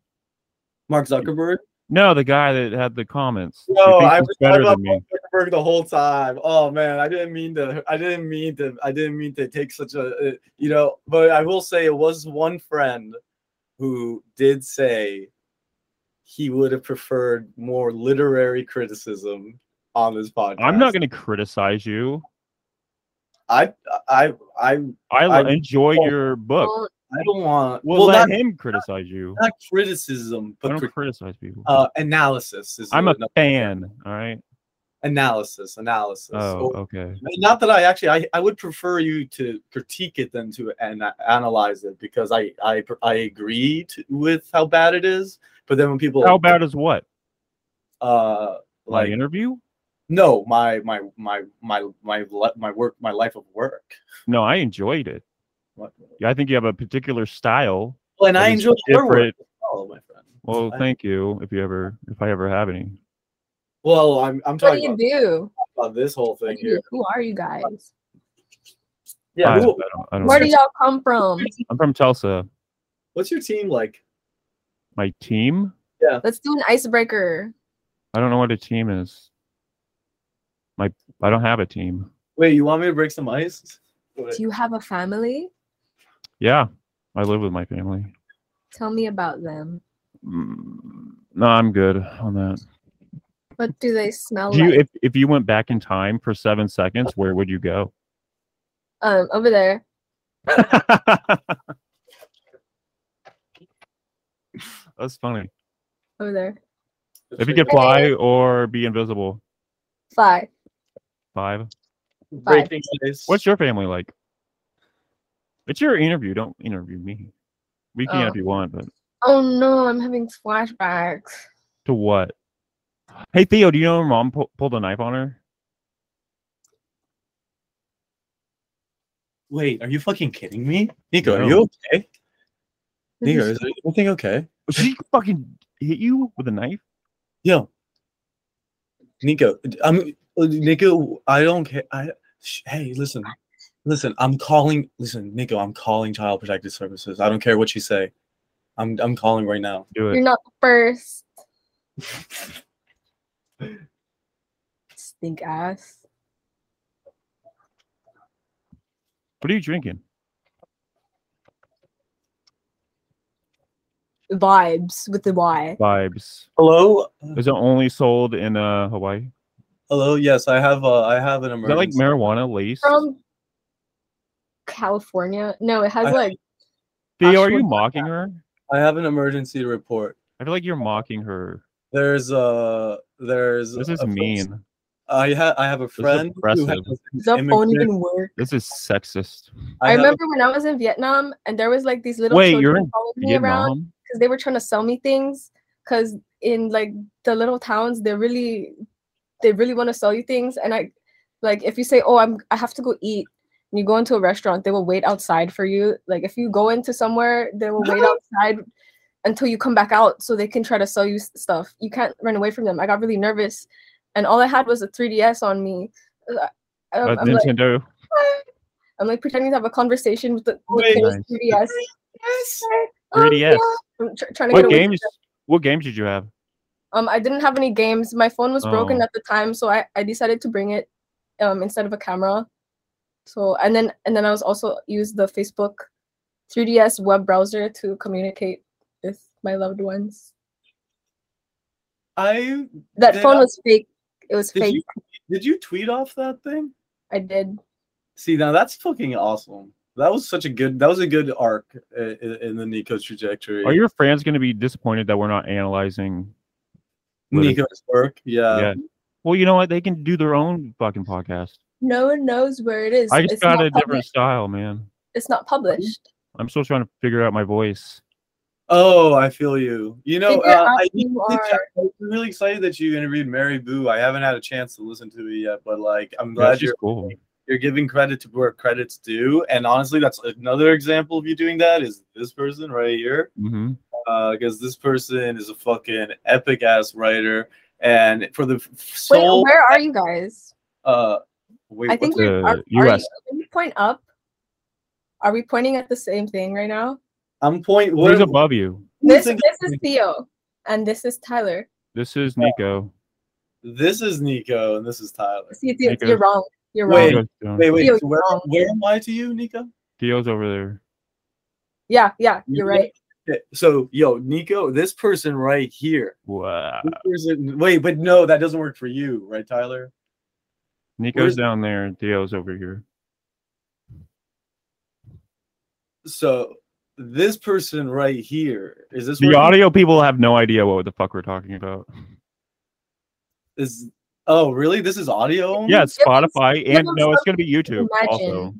[SPEAKER 3] Mark Zuckerberg.
[SPEAKER 1] No, the guy that had the comments. He
[SPEAKER 3] No,
[SPEAKER 1] thinks
[SPEAKER 3] I
[SPEAKER 1] it's
[SPEAKER 3] was
[SPEAKER 1] better
[SPEAKER 3] talking about
[SPEAKER 1] than
[SPEAKER 3] Mark
[SPEAKER 1] me.
[SPEAKER 3] Zuckerberg the whole time. Oh man, I didn't mean to. I didn't mean to. I didn't mean to take such a. uh, You know, but I will say it was one friend who did say he would have preferred more literary criticism on his podcast.
[SPEAKER 1] I'm not going to criticize you.
[SPEAKER 3] I I I
[SPEAKER 1] I, l-
[SPEAKER 3] I-
[SPEAKER 1] enjoy
[SPEAKER 3] oh.
[SPEAKER 1] your book.
[SPEAKER 4] Well,
[SPEAKER 3] I don't want
[SPEAKER 1] We'll,
[SPEAKER 3] well,
[SPEAKER 1] let
[SPEAKER 3] not,
[SPEAKER 1] him criticize you.
[SPEAKER 3] not criticism,
[SPEAKER 1] I
[SPEAKER 3] but
[SPEAKER 1] don't
[SPEAKER 3] cri-
[SPEAKER 1] criticize people.
[SPEAKER 3] uh, analysis. Is
[SPEAKER 1] I'm a
[SPEAKER 3] another-
[SPEAKER 1] fan. All right.
[SPEAKER 3] Analysis, analysis.
[SPEAKER 1] Oh, okay.
[SPEAKER 3] Not that I actually, I, I would prefer you to critique it than to an- analyze it because I I I agree to, with how bad it is. But then when people
[SPEAKER 1] How bad is what?
[SPEAKER 3] uh
[SPEAKER 1] Like
[SPEAKER 3] like
[SPEAKER 1] interview?
[SPEAKER 3] no my my my my my li- my work my life of work.
[SPEAKER 1] No, I enjoyed it.
[SPEAKER 3] What-
[SPEAKER 1] Yeah, I think you have a particular style.
[SPEAKER 3] Well, and I
[SPEAKER 1] It's
[SPEAKER 3] enjoy your work
[SPEAKER 1] different.
[SPEAKER 3] as well, my friend.
[SPEAKER 1] Well,
[SPEAKER 3] I-
[SPEAKER 1] thank you. If you ever, if I ever have any,
[SPEAKER 3] well, I'm I'm
[SPEAKER 2] What do
[SPEAKER 3] talking
[SPEAKER 2] you
[SPEAKER 3] about,
[SPEAKER 2] do?
[SPEAKER 3] about this whole thing
[SPEAKER 2] What do you
[SPEAKER 3] here.
[SPEAKER 2] do? Who are you guys?
[SPEAKER 3] Yeah,
[SPEAKER 1] I,
[SPEAKER 3] who-
[SPEAKER 1] I don't, I don't
[SPEAKER 2] Where do
[SPEAKER 1] know.
[SPEAKER 2] y'all come from?
[SPEAKER 1] I'm from Tulsa.
[SPEAKER 3] what's your team like?
[SPEAKER 1] My team?
[SPEAKER 2] Let's do an icebreaker.
[SPEAKER 1] I don't know what a team is. My, I don't have a team.
[SPEAKER 3] Wait, you want me to break some ice? Wait,
[SPEAKER 2] Do you have a family?
[SPEAKER 1] Yeah, I live with my family.
[SPEAKER 2] Tell me about them.
[SPEAKER 1] Mm, No, I'm good on that.
[SPEAKER 2] What do they smell
[SPEAKER 1] Do you,
[SPEAKER 2] like?
[SPEAKER 1] if if you went back in time for seven seconds, where would you go? <laughs>
[SPEAKER 2] um, over there.
[SPEAKER 1] That's funny.
[SPEAKER 2] Over there.
[SPEAKER 1] If you could fly or be invisible,
[SPEAKER 2] Fly.
[SPEAKER 1] five.
[SPEAKER 3] breaking ice.
[SPEAKER 1] What's your family like? It's your interview. Don't interview me. We can
[SPEAKER 2] Oh.
[SPEAKER 1] if you want, but
[SPEAKER 2] Oh no, I'm having flashbacks.
[SPEAKER 1] to what? Hey Theo, do you know her mom pu- pulled a knife on her?
[SPEAKER 3] Wait, are you fucking kidding me? Nico,
[SPEAKER 1] No.
[SPEAKER 3] are you okay?
[SPEAKER 2] This
[SPEAKER 3] Nico,
[SPEAKER 2] is-
[SPEAKER 3] is everything okay?
[SPEAKER 1] <laughs> She fucking hit you with a knife.
[SPEAKER 3] Yo, Nico, I'm Nico. I don't care. I sh- hey, listen, listen. I'm calling. Listen, Nico. I'm calling Child Protective Services. I don't care what you say. I'm I'm calling right now.
[SPEAKER 1] Do
[SPEAKER 2] You're
[SPEAKER 1] it.
[SPEAKER 2] not the
[SPEAKER 1] <laughs>
[SPEAKER 2] first. Stink ass.
[SPEAKER 1] What are you drinking?
[SPEAKER 2] Vibes with the Y.
[SPEAKER 1] Vibes.
[SPEAKER 3] Hello,
[SPEAKER 1] Is it only sold in uh, Hawaii?
[SPEAKER 3] hello. Yes, I have. Uh, I have an
[SPEAKER 1] Is that like
[SPEAKER 3] emergency.
[SPEAKER 1] marijuana lace?
[SPEAKER 2] From California. No, it has
[SPEAKER 3] I-
[SPEAKER 2] like
[SPEAKER 1] Theo, are you
[SPEAKER 2] Ashwagandha.
[SPEAKER 1] mocking her?
[SPEAKER 3] I have an emergency report.
[SPEAKER 1] I feel like you're mocking her.
[SPEAKER 3] There's uh there's.
[SPEAKER 1] This is
[SPEAKER 3] a-
[SPEAKER 1] mean.
[SPEAKER 3] I have I have a friend who has
[SPEAKER 1] oppressive.
[SPEAKER 2] the
[SPEAKER 3] an
[SPEAKER 2] phone
[SPEAKER 3] immigrant-
[SPEAKER 2] even work.
[SPEAKER 1] This is sexist.
[SPEAKER 2] I,
[SPEAKER 3] have a-
[SPEAKER 2] remember when I was in Vietnam and there was like these little
[SPEAKER 1] Wait,
[SPEAKER 2] children
[SPEAKER 1] you're in
[SPEAKER 2] following me around
[SPEAKER 1] Vietnam?
[SPEAKER 2] because they were trying to sell me things because in like the little towns they really they really want to sell you things and i like if you say oh i'm i have to go eat and you go into a restaurant they will wait outside for you like if you go into somewhere they will wait outside until you come back out so they can try to sell you s- stuff you can't run away from them i got really nervous and all i had was a 3ds on me Uh,
[SPEAKER 1] Uh,
[SPEAKER 2] I'm, I'm like,
[SPEAKER 1] Nintendo.
[SPEAKER 2] I'm like pretending to have a conversation with the, the
[SPEAKER 3] Wait.
[SPEAKER 2] kid with
[SPEAKER 1] Nice.
[SPEAKER 2] 3ds
[SPEAKER 3] Yes.
[SPEAKER 2] Oh,
[SPEAKER 1] 3DS.
[SPEAKER 2] I'm tr- trying to
[SPEAKER 1] What
[SPEAKER 2] get away
[SPEAKER 1] games? What games did you have?
[SPEAKER 2] Um, I didn't have any games. My phone was broken
[SPEAKER 1] Oh.
[SPEAKER 2] at the time, so I, I decided to bring it um instead of a camera. So and then and then I was also used the Facebook 3DS web browser to communicate with my loved ones.
[SPEAKER 3] I
[SPEAKER 2] That
[SPEAKER 3] Did
[SPEAKER 2] phone
[SPEAKER 3] I-
[SPEAKER 2] was fake. It was
[SPEAKER 3] did
[SPEAKER 2] fake.
[SPEAKER 3] you did you tweet off that thing?
[SPEAKER 2] I did.
[SPEAKER 3] See, now that's fucking awesome. That was such a good. That was a good arc i- i- in, the Nico's trajectory.
[SPEAKER 1] Are your fans going to be disappointed that we're not analyzing? what is-
[SPEAKER 3] Nico's work? Yeah.
[SPEAKER 1] yeah. Well, you know what? They can do their own fucking podcast.
[SPEAKER 2] No one knows where it is.
[SPEAKER 1] I just
[SPEAKER 2] it's
[SPEAKER 1] got
[SPEAKER 2] not
[SPEAKER 1] a different
[SPEAKER 2] published.
[SPEAKER 1] style, man.
[SPEAKER 2] It's not published.
[SPEAKER 1] I'm still trying to figure out my voice.
[SPEAKER 3] Oh, I feel you. You know,
[SPEAKER 2] Figure
[SPEAKER 3] uh,
[SPEAKER 2] out
[SPEAKER 3] I,
[SPEAKER 2] who you
[SPEAKER 3] I'm
[SPEAKER 2] are.
[SPEAKER 3] really excited that you interviewed Mary Boo. I haven't had a chance to listen to it yet, but like, I'm
[SPEAKER 1] Yeah,
[SPEAKER 3] glad
[SPEAKER 1] she's
[SPEAKER 3] you're
[SPEAKER 1] cool.
[SPEAKER 3] you're giving credit to where credit's due. And honestly, that's another example of you doing that is this person right here.
[SPEAKER 1] hmm
[SPEAKER 3] because this person is a fucking epic ass writer. And for the f-
[SPEAKER 2] Wait,
[SPEAKER 3] soul,
[SPEAKER 2] where are you guys?
[SPEAKER 3] uh, wait,
[SPEAKER 2] I think
[SPEAKER 1] what's
[SPEAKER 2] we're
[SPEAKER 1] the
[SPEAKER 2] are, are
[SPEAKER 1] US?
[SPEAKER 2] you, can you point up? Are we pointing at the same thing right now?
[SPEAKER 3] I'm point. What,
[SPEAKER 1] Who's above you?
[SPEAKER 3] who
[SPEAKER 2] This
[SPEAKER 3] think-
[SPEAKER 2] this is Theo and this is Tyler.
[SPEAKER 1] This
[SPEAKER 3] Uh,
[SPEAKER 1] is Nico.
[SPEAKER 3] This is Nico and this is Tyler.
[SPEAKER 2] See, Theo,
[SPEAKER 1] Nico.
[SPEAKER 2] you're wrong. You're wrong.
[SPEAKER 3] Wait.
[SPEAKER 1] Nico's down.
[SPEAKER 3] Wait, wait,
[SPEAKER 2] Theo,
[SPEAKER 3] where,
[SPEAKER 2] you're wrong.
[SPEAKER 3] where am I to you, Nico?
[SPEAKER 1] Theo's over there.
[SPEAKER 2] Yeah, yeah, you're right.
[SPEAKER 3] So, yo, Nico, this person right here.
[SPEAKER 1] Wow.
[SPEAKER 3] this person- wait, but no, that doesn't work for you, right, Tyler?
[SPEAKER 1] Nico's down there. Dio's over here.
[SPEAKER 3] So, this person right here is this
[SPEAKER 1] The
[SPEAKER 3] working?
[SPEAKER 1] audio people have no idea what the fuck we're talking about.
[SPEAKER 3] Is oh really? This is audio? only?
[SPEAKER 1] Yeah, it's
[SPEAKER 2] Yeah, it's-
[SPEAKER 1] Spotify,
[SPEAKER 2] yeah,
[SPEAKER 1] and
[SPEAKER 2] but
[SPEAKER 1] no, it's gonna be YouTube
[SPEAKER 2] imagine.
[SPEAKER 1] also.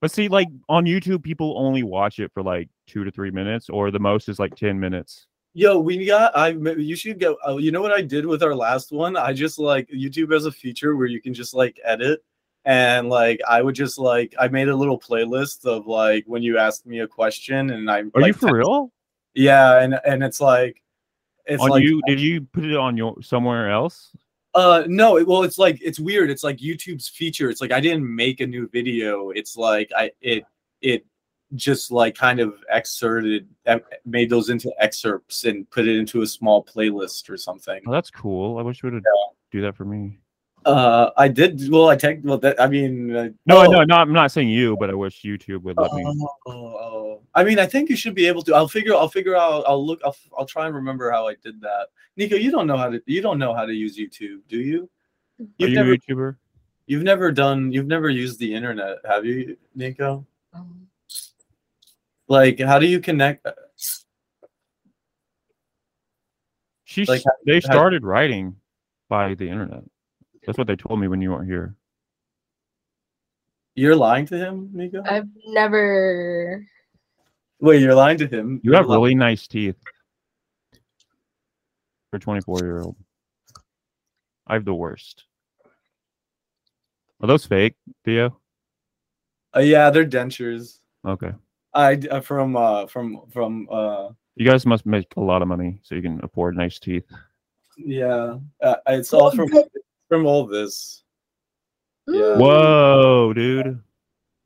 [SPEAKER 1] But see, like on YouTube, people only watch it for like two to three minutes, or the most is like ten minutes.
[SPEAKER 3] Yo, we got. I m- you should go. Oh, you know what I did with our last one? I just like YouTube has a feature where you can just like edit, and like I would just like I made a little playlist of like when you asked me a question, and I.
[SPEAKER 1] Are you
[SPEAKER 3] like,
[SPEAKER 1] for
[SPEAKER 3] te-
[SPEAKER 1] real?
[SPEAKER 3] Yeah, and and it's like, it's
[SPEAKER 1] on
[SPEAKER 3] like
[SPEAKER 1] you? Did you put it on your somewhere else?
[SPEAKER 3] Uh, no. It, well, it's like it's weird. It's like YouTube's feature. It's like I didn't make a new video. It's like I it it just like kind of excerpted em- made those into excerpts and put it into a small playlist or something.
[SPEAKER 1] Oh, that's cool. I wish you would do that for me.
[SPEAKER 3] Uh, I did. Well, I tech. Well, that I mean. Uh,
[SPEAKER 1] No,
[SPEAKER 3] oh,
[SPEAKER 1] no, no. I'm not saying you, but I wish YouTube would let me.
[SPEAKER 3] Oh, oh. I mean, I think you should be able to. I'll figure. I'll figure out. I'll look. I'll, I'll try and remember how I did that. Nico, you don't know how to. You don't know how to use YouTube, do you?
[SPEAKER 1] Are
[SPEAKER 3] You've
[SPEAKER 1] you
[SPEAKER 3] never.
[SPEAKER 1] a YouTuber?
[SPEAKER 3] You've never done. You've never used the internet, have you, Nico?
[SPEAKER 4] Um,
[SPEAKER 3] Like, how do you connect? uh,
[SPEAKER 1] She
[SPEAKER 3] Like,
[SPEAKER 1] s- they
[SPEAKER 3] how-
[SPEAKER 1] started writing by the internet. That's what they told me when you weren't here.
[SPEAKER 3] You're lying to him, Nico.
[SPEAKER 2] I've never.
[SPEAKER 3] Wait, you're lying to him.
[SPEAKER 1] You
[SPEAKER 3] You're
[SPEAKER 1] have
[SPEAKER 3] li-
[SPEAKER 1] really nice teeth for a 24 year old. I have the worst. Are those fake, Theo?
[SPEAKER 3] Uh, yeah, they're dentures.
[SPEAKER 1] Okay.
[SPEAKER 3] I d- uh, from uh from from uh
[SPEAKER 1] You guys must make a lot of money so you can afford nice teeth.
[SPEAKER 3] yeah. Uh, it's all from from all this. Yeah.
[SPEAKER 1] Mm. Whoa, dude.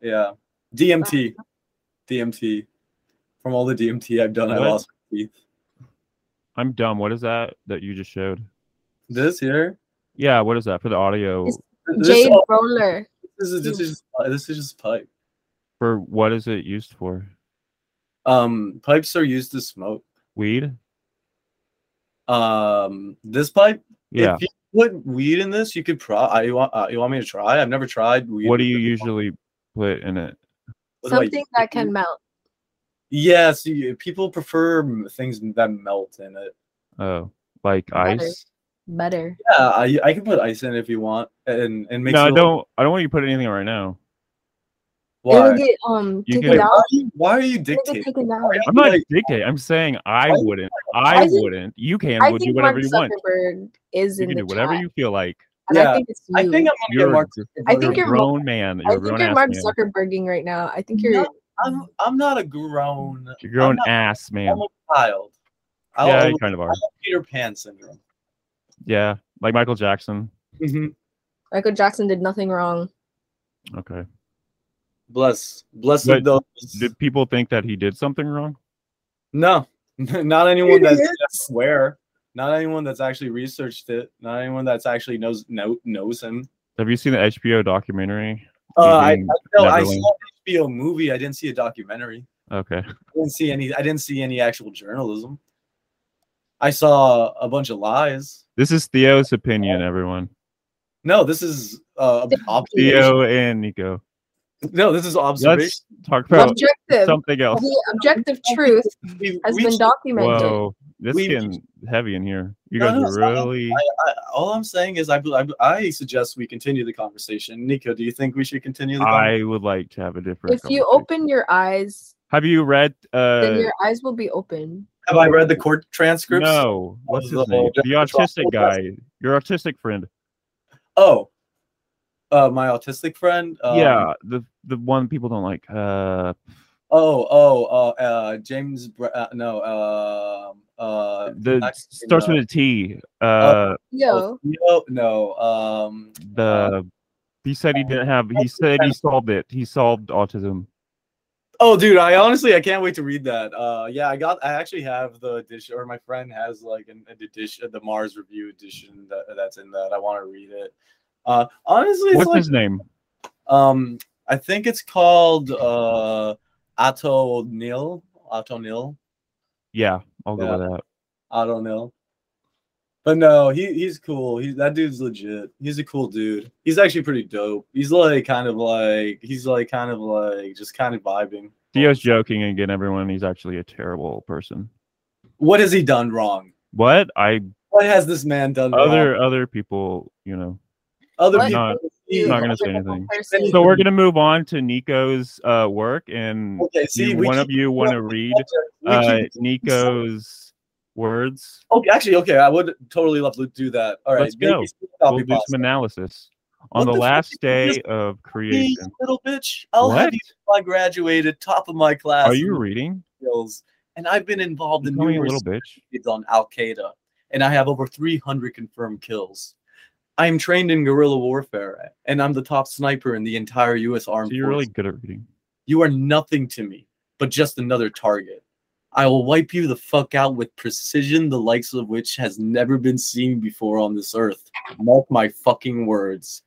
[SPEAKER 3] Yeah. DMT. DMT. From all the DMT I've done, I
[SPEAKER 1] What?
[SPEAKER 3] lost my teeth.
[SPEAKER 1] I'm dumb. What is that that you just showed?
[SPEAKER 3] This here?
[SPEAKER 1] Yeah, what is that for the audio?
[SPEAKER 2] It's-
[SPEAKER 3] This,
[SPEAKER 2] Jade
[SPEAKER 3] oh,
[SPEAKER 2] Roller.
[SPEAKER 3] this, is, this, is just, this is just pipe.
[SPEAKER 1] For what is it used for?
[SPEAKER 3] Um, pipes are used to smoke.
[SPEAKER 1] Weed?
[SPEAKER 3] Um, this pipe,
[SPEAKER 1] Yeah.
[SPEAKER 3] if you put weed in this, you could pro. I, you, want, uh, you want me to try? I've never tried weed.
[SPEAKER 1] What do
[SPEAKER 3] with
[SPEAKER 1] you
[SPEAKER 3] it.
[SPEAKER 1] usually put in it?
[SPEAKER 3] What do I
[SPEAKER 2] Something
[SPEAKER 3] use
[SPEAKER 2] that
[SPEAKER 3] it
[SPEAKER 2] can
[SPEAKER 3] with?
[SPEAKER 2] melt.
[SPEAKER 3] Yeah, so you, people prefer m- things that melt in it.
[SPEAKER 1] Oh, like
[SPEAKER 2] Butter.
[SPEAKER 1] ice?
[SPEAKER 2] Better.
[SPEAKER 3] Yeah, I, I can put ice in it if you want, and and make
[SPEAKER 1] No, I don't. I don't want you to put anything right now.
[SPEAKER 2] It'll
[SPEAKER 3] Why?
[SPEAKER 2] get um
[SPEAKER 1] You can-
[SPEAKER 2] taken
[SPEAKER 3] Wait, why,
[SPEAKER 2] out.
[SPEAKER 3] are you, why are you
[SPEAKER 2] It'll get
[SPEAKER 3] dictating?
[SPEAKER 2] taken out.
[SPEAKER 3] Why are
[SPEAKER 1] I'm
[SPEAKER 3] you,
[SPEAKER 1] not
[SPEAKER 3] like,
[SPEAKER 1] dictating. I'm saying I
[SPEAKER 3] Why-
[SPEAKER 1] wouldn't. I,
[SPEAKER 2] I think-
[SPEAKER 1] wouldn't. You can.
[SPEAKER 2] I
[SPEAKER 1] would
[SPEAKER 2] think
[SPEAKER 1] do whatever
[SPEAKER 2] Mark
[SPEAKER 1] you want.
[SPEAKER 2] Zuckerberg is
[SPEAKER 1] You
[SPEAKER 2] in
[SPEAKER 1] can
[SPEAKER 2] the
[SPEAKER 1] do whatever
[SPEAKER 2] chat,
[SPEAKER 1] you feel like.
[SPEAKER 2] and
[SPEAKER 3] Yeah,
[SPEAKER 2] I think it's you.
[SPEAKER 3] I think I'm gonna
[SPEAKER 1] You're,
[SPEAKER 3] get Mark.
[SPEAKER 2] I
[SPEAKER 3] Zuckerberg
[SPEAKER 2] think
[SPEAKER 1] you're a
[SPEAKER 2] you're-
[SPEAKER 1] grown man. You're
[SPEAKER 2] I
[SPEAKER 1] a grown
[SPEAKER 2] think you're
[SPEAKER 1] ass
[SPEAKER 2] Mark
[SPEAKER 1] man.
[SPEAKER 2] Zuckerberging right now. I think
[SPEAKER 3] No,
[SPEAKER 2] you're.
[SPEAKER 3] I'm I'm not a grown.
[SPEAKER 1] You're a grown
[SPEAKER 3] I'm not-
[SPEAKER 1] ass man.
[SPEAKER 3] I'm a child. I
[SPEAKER 1] Yeah,
[SPEAKER 3] yeah,
[SPEAKER 1] you kind of are.
[SPEAKER 3] have Peter Pan syndrome.
[SPEAKER 1] Yeah, like Michael Jackson. Mm-hmm.
[SPEAKER 2] Michael Jackson did nothing wrong.
[SPEAKER 1] Okay.
[SPEAKER 3] Bless, blessed
[SPEAKER 1] But
[SPEAKER 3] those.
[SPEAKER 1] Did people think that he did something wrong?
[SPEAKER 3] No, <laughs> not anyone that's
[SPEAKER 2] Idiots.
[SPEAKER 3] that's aware. Not anyone that's actually researched it. Not anyone that's actually knows know, knows him.
[SPEAKER 1] Have you seen the HBO documentary?
[SPEAKER 3] Uh, I, I,
[SPEAKER 1] Eugene
[SPEAKER 3] know- I
[SPEAKER 1] Neverland.
[SPEAKER 3] saw an HBO movie. I didn't see a documentary.
[SPEAKER 1] Okay.
[SPEAKER 3] I didn't see any. I didn't see any actual journalism. I saw a bunch of lies.
[SPEAKER 1] This is Theo's opinion, everyone.
[SPEAKER 3] No, this is uh, observation.
[SPEAKER 1] Theo and Nico.
[SPEAKER 3] No, this is observation.
[SPEAKER 1] Let's talk about
[SPEAKER 2] objective.
[SPEAKER 1] something else.
[SPEAKER 2] The objective truth
[SPEAKER 3] We've
[SPEAKER 2] has been
[SPEAKER 3] reached-
[SPEAKER 2] documented.
[SPEAKER 1] Whoa, this
[SPEAKER 3] We-
[SPEAKER 1] getting heavy in here. You
[SPEAKER 3] No,
[SPEAKER 1] guys
[SPEAKER 3] no,
[SPEAKER 1] are
[SPEAKER 3] it's not-
[SPEAKER 1] really.
[SPEAKER 3] I, I, all I'm saying is, I, bel- I, bel- I suggest we continue the conversation. Nico, do you think we should continue the conversation?
[SPEAKER 1] I would like to have a different.
[SPEAKER 2] If you
[SPEAKER 1] conversation.
[SPEAKER 2] open your eyes,
[SPEAKER 1] have you read?
[SPEAKER 2] then
[SPEAKER 1] Uh,
[SPEAKER 2] your eyes will be open.
[SPEAKER 3] Have I read the court transcripts?
[SPEAKER 1] no, what's
[SPEAKER 3] the
[SPEAKER 1] his name?
[SPEAKER 3] whole
[SPEAKER 1] The
[SPEAKER 3] Jessica
[SPEAKER 1] autistic
[SPEAKER 3] Chastain
[SPEAKER 1] guy, your autistic friend.
[SPEAKER 3] Oh, uh, my autistic friend. Um,
[SPEAKER 1] yeah, the the one people don't like. Uh,
[SPEAKER 3] Oh, oh, uh, uh, James. Br- uh, no. Um. Uh.
[SPEAKER 1] the
[SPEAKER 3] not-
[SPEAKER 1] starts with a T. Uh,
[SPEAKER 2] Yo,
[SPEAKER 3] No. No. Um.
[SPEAKER 1] the he said he didn't have. He said he solved it. He solved autism.
[SPEAKER 3] Oh, dude! I honestly I can't wait to read that. Uh, yeah, I got. I actually have the edition, or my friend has like an, an edition, uh, the Mars Review edition that, that's in that. I want to read it. Uh, honestly, it's
[SPEAKER 1] What's
[SPEAKER 3] like
[SPEAKER 1] his name?
[SPEAKER 3] Um, I think it's called uh Ato Nil. Ato Nil.
[SPEAKER 1] Yeah, I'll go
[SPEAKER 3] Yeah.
[SPEAKER 1] with that.
[SPEAKER 3] I don't know. But no, he, he's cool. He's that dude's legit. He's a cool dude. He's actually pretty dope. He's like kind of like he's like kind of like just kind of vibing.
[SPEAKER 1] Theo's joking again, everyone. He's actually a terrible person.
[SPEAKER 3] What has he done wrong?
[SPEAKER 1] What? I
[SPEAKER 3] What has this man done
[SPEAKER 1] other
[SPEAKER 3] wrong?
[SPEAKER 1] other people, you know.
[SPEAKER 3] Other
[SPEAKER 1] I'm
[SPEAKER 3] people.
[SPEAKER 1] not-
[SPEAKER 3] he-
[SPEAKER 1] I'm not gonna say anything.
[SPEAKER 6] Person.
[SPEAKER 1] So we're gonna move on to Nico's uh, work, and
[SPEAKER 3] okay,
[SPEAKER 1] you-
[SPEAKER 3] see, we
[SPEAKER 1] one of
[SPEAKER 3] keep-
[SPEAKER 1] you want to read
[SPEAKER 3] we
[SPEAKER 1] uh,
[SPEAKER 3] keep-
[SPEAKER 1] Nico's words.
[SPEAKER 3] okay, actually, okay, I would totally love to do that. All right,
[SPEAKER 1] Let's go.
[SPEAKER 3] Nikki's
[SPEAKER 1] We'll
[SPEAKER 3] copy
[SPEAKER 1] do some
[SPEAKER 3] pasta.
[SPEAKER 1] analysis on
[SPEAKER 3] What
[SPEAKER 1] the
[SPEAKER 3] the fuck
[SPEAKER 1] last
[SPEAKER 3] is
[SPEAKER 1] day
[SPEAKER 3] this?
[SPEAKER 1] of
[SPEAKER 3] Me,
[SPEAKER 1] creation.
[SPEAKER 3] little bitch. I'll have
[SPEAKER 1] What
[SPEAKER 3] you if I graduated top of my class.
[SPEAKER 1] are you
[SPEAKER 3] in
[SPEAKER 1] reading?
[SPEAKER 3] skills, and I've been involved in
[SPEAKER 1] Tell me a
[SPEAKER 3] numerous
[SPEAKER 1] little bitch.
[SPEAKER 3] kids on Al Qaeda, and I have over 300 confirmed kills. I am trained in guerrilla warfare, and I'm the top sniper in the entire U.S. Armed
[SPEAKER 1] So you're really
[SPEAKER 3] Forces.
[SPEAKER 1] good at reading.
[SPEAKER 3] You are nothing to me, but just another target. I will wipe you the fuck out with precision, the likes of which has never been seen before on this earth. Mark my fucking words.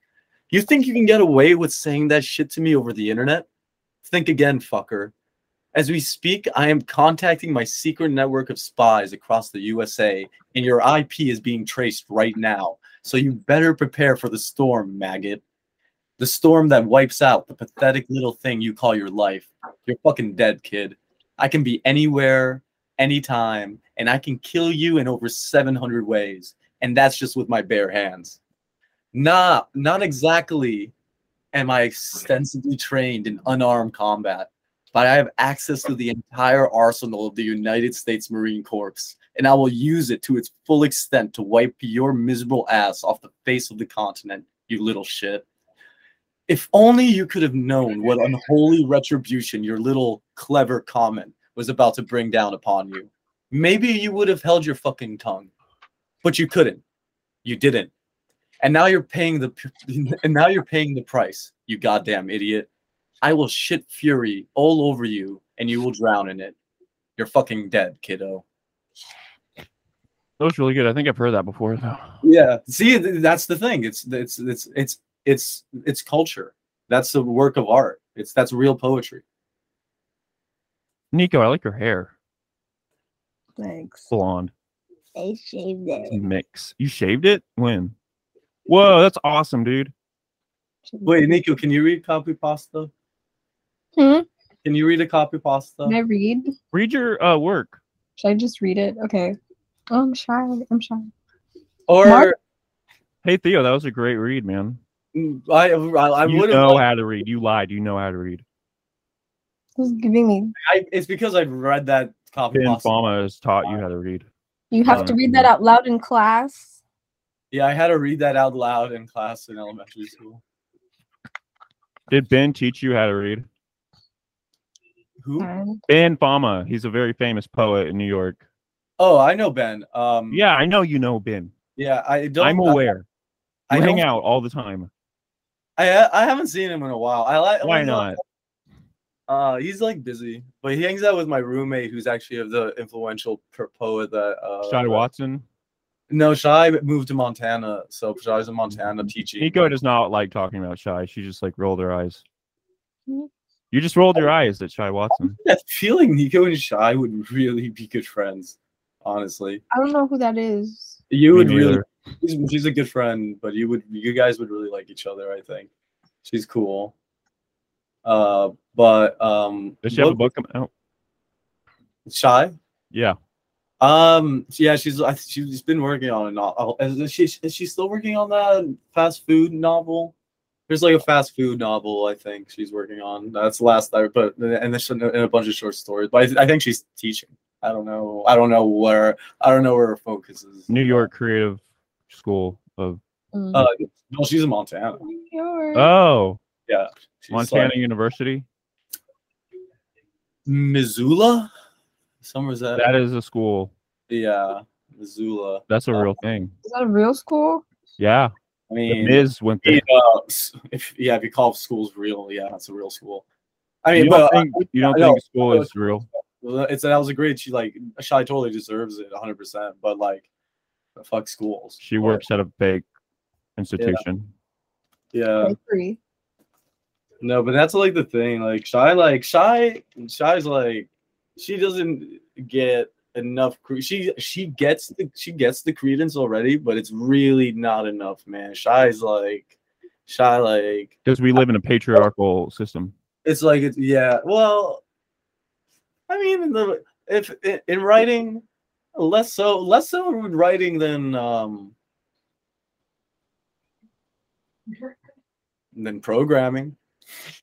[SPEAKER 3] You think you can get away with saying that shit to me over the internet? Think again, fucker. As we speak, I am contacting my secret network of spies across the USA, and your IP is being traced right now. So you better prepare for the storm, maggot. The storm that wipes out the pathetic little thing you call your life. You're fucking dead, kid. I can be anywhere, anytime, and I can kill you in over 700 ways. And that's just with my bare hands. Nah, not exactly am I extensively trained in unarmed combat, but I have access to the entire arsenal of the United States Marine Corps, and I will use it to its full extent to wipe your miserable ass off the face of the continent, you little shit if only you could have known what unholy retribution your little clever comment was about to bring down upon you. Maybe you would have held your fucking tongue, but you couldn't. You didn't. And now you're paying the <laughs> and now you're paying the price, you goddamn idiot. I will shit fury all over you and you will drown in it. You're fucking dead, kiddo.
[SPEAKER 1] That was really good. I think I've heard that before though.
[SPEAKER 3] Yeah. See, th- that's the thing. It's it's it's it's it's it's culture. That's a work of art. It's that's real poetry.
[SPEAKER 1] Nico, I like your hair.
[SPEAKER 2] Thanks.
[SPEAKER 1] Blonde
[SPEAKER 8] They shaved it.
[SPEAKER 1] mix. You shaved it? When? Whoa, that's awesome, dude.
[SPEAKER 3] Wait, Nico, can you read copy pasta?
[SPEAKER 2] Hmm?
[SPEAKER 3] Can you read a copy pasta?
[SPEAKER 2] Can I read?
[SPEAKER 1] Read your uh, work.
[SPEAKER 2] Should I just read it? Okay. Oh, I'm shy. I'm shy.
[SPEAKER 3] Or
[SPEAKER 2] Mark-
[SPEAKER 1] Hey Theo, that was a great read, man.
[SPEAKER 3] Mm, I I, I
[SPEAKER 1] you
[SPEAKER 3] would
[SPEAKER 1] know
[SPEAKER 3] have.
[SPEAKER 1] how to read. You lied. You know how to read.
[SPEAKER 2] Who's giving me?
[SPEAKER 3] I, it's because I've read that copy
[SPEAKER 1] Ben
[SPEAKER 3] pasta.
[SPEAKER 1] Fama has taught you how to read.
[SPEAKER 2] You have to
[SPEAKER 1] Um,
[SPEAKER 2] read that out loud in class.
[SPEAKER 3] Yeah, I had to read that out loud in class in elementary school.
[SPEAKER 1] Did Ben teach you how to read?
[SPEAKER 3] Who?
[SPEAKER 2] Fine.
[SPEAKER 1] Ben Fama. He's a very famous poet in New York.
[SPEAKER 3] Oh, I know Ben. Um,
[SPEAKER 1] Yeah, I know you know Ben.
[SPEAKER 3] yeah. I don't.
[SPEAKER 1] I'm aware. I,
[SPEAKER 3] I, I
[SPEAKER 1] hang
[SPEAKER 3] don't-
[SPEAKER 1] out all the time.
[SPEAKER 3] I I haven't seen him in a while. I like.
[SPEAKER 1] Why
[SPEAKER 3] you know,
[SPEAKER 1] not?
[SPEAKER 3] Uh, he's like busy, but he hangs out with my roommate, who's actually of the influential per- poet that. Uh,
[SPEAKER 1] Shai Watson.
[SPEAKER 3] No, Shy moved to Montana, so Shy's in Montana teaching.
[SPEAKER 1] Nico does not like talking about Shai. She just like rolled her eyes. You just rolled
[SPEAKER 3] Oh.
[SPEAKER 1] your eyes at Shai Watson.
[SPEAKER 3] that feeling Nico and Shy would really be good friends, honestly.
[SPEAKER 2] I don't know who that is.
[SPEAKER 3] You
[SPEAKER 1] Me
[SPEAKER 3] would really
[SPEAKER 1] neither.
[SPEAKER 3] she's, she's a good friend, but you would you guys would really like each other, I think. She's cool. Uh but um
[SPEAKER 1] Does she have a
[SPEAKER 3] what-
[SPEAKER 1] book coming out?
[SPEAKER 3] Shy?
[SPEAKER 1] Yeah.
[SPEAKER 3] Um yeah, she's I, think she's been working on a novel. Is she is she still working on that fast food novel? There's like a fast food novel I think she's working on. That's the last I but and there's and a bunch of short stories. But I, th- I think she's teaching. I don't know. I don't know where. I don't know where her focus is.
[SPEAKER 1] New York Creative School of
[SPEAKER 2] Mm.
[SPEAKER 3] Uh, no, she's in Montana.
[SPEAKER 1] Oh,
[SPEAKER 3] Yeah, she's
[SPEAKER 1] Montana
[SPEAKER 3] like-
[SPEAKER 1] University.
[SPEAKER 3] Missoula. Summer's that.
[SPEAKER 1] That is a school.
[SPEAKER 3] yeah, Missoula.
[SPEAKER 1] That's a
[SPEAKER 3] Uh,
[SPEAKER 1] real thing.
[SPEAKER 2] Is that a real school?
[SPEAKER 1] Yeah.
[SPEAKER 3] I
[SPEAKER 1] The
[SPEAKER 3] mean,
[SPEAKER 1] Miz went there.
[SPEAKER 3] you know, s- uh, if yeah, if you call schools real, yeah, it's a real school. I mean,
[SPEAKER 1] you
[SPEAKER 3] but uh,
[SPEAKER 1] don't think, you don't
[SPEAKER 3] I know.
[SPEAKER 1] think school is real?
[SPEAKER 3] uh, it's that was a great. She like Shy totally deserves it, 100. percent But like, fuck schools.
[SPEAKER 1] She
[SPEAKER 3] Like,
[SPEAKER 1] works at a big institution.
[SPEAKER 3] Yeah.
[SPEAKER 2] Bakery.
[SPEAKER 3] No, but that's like the thing. Like shy, like shy, shy's like she doesn't get enough. Cre- she she gets the she gets the credence already, but it's really not enough, man. Shy's like, shy like
[SPEAKER 1] Because we live in a patriarchal system.
[SPEAKER 3] it's like it's yeah. Well, I mean, in the if in, in writing, less so less so in writing than um than programming.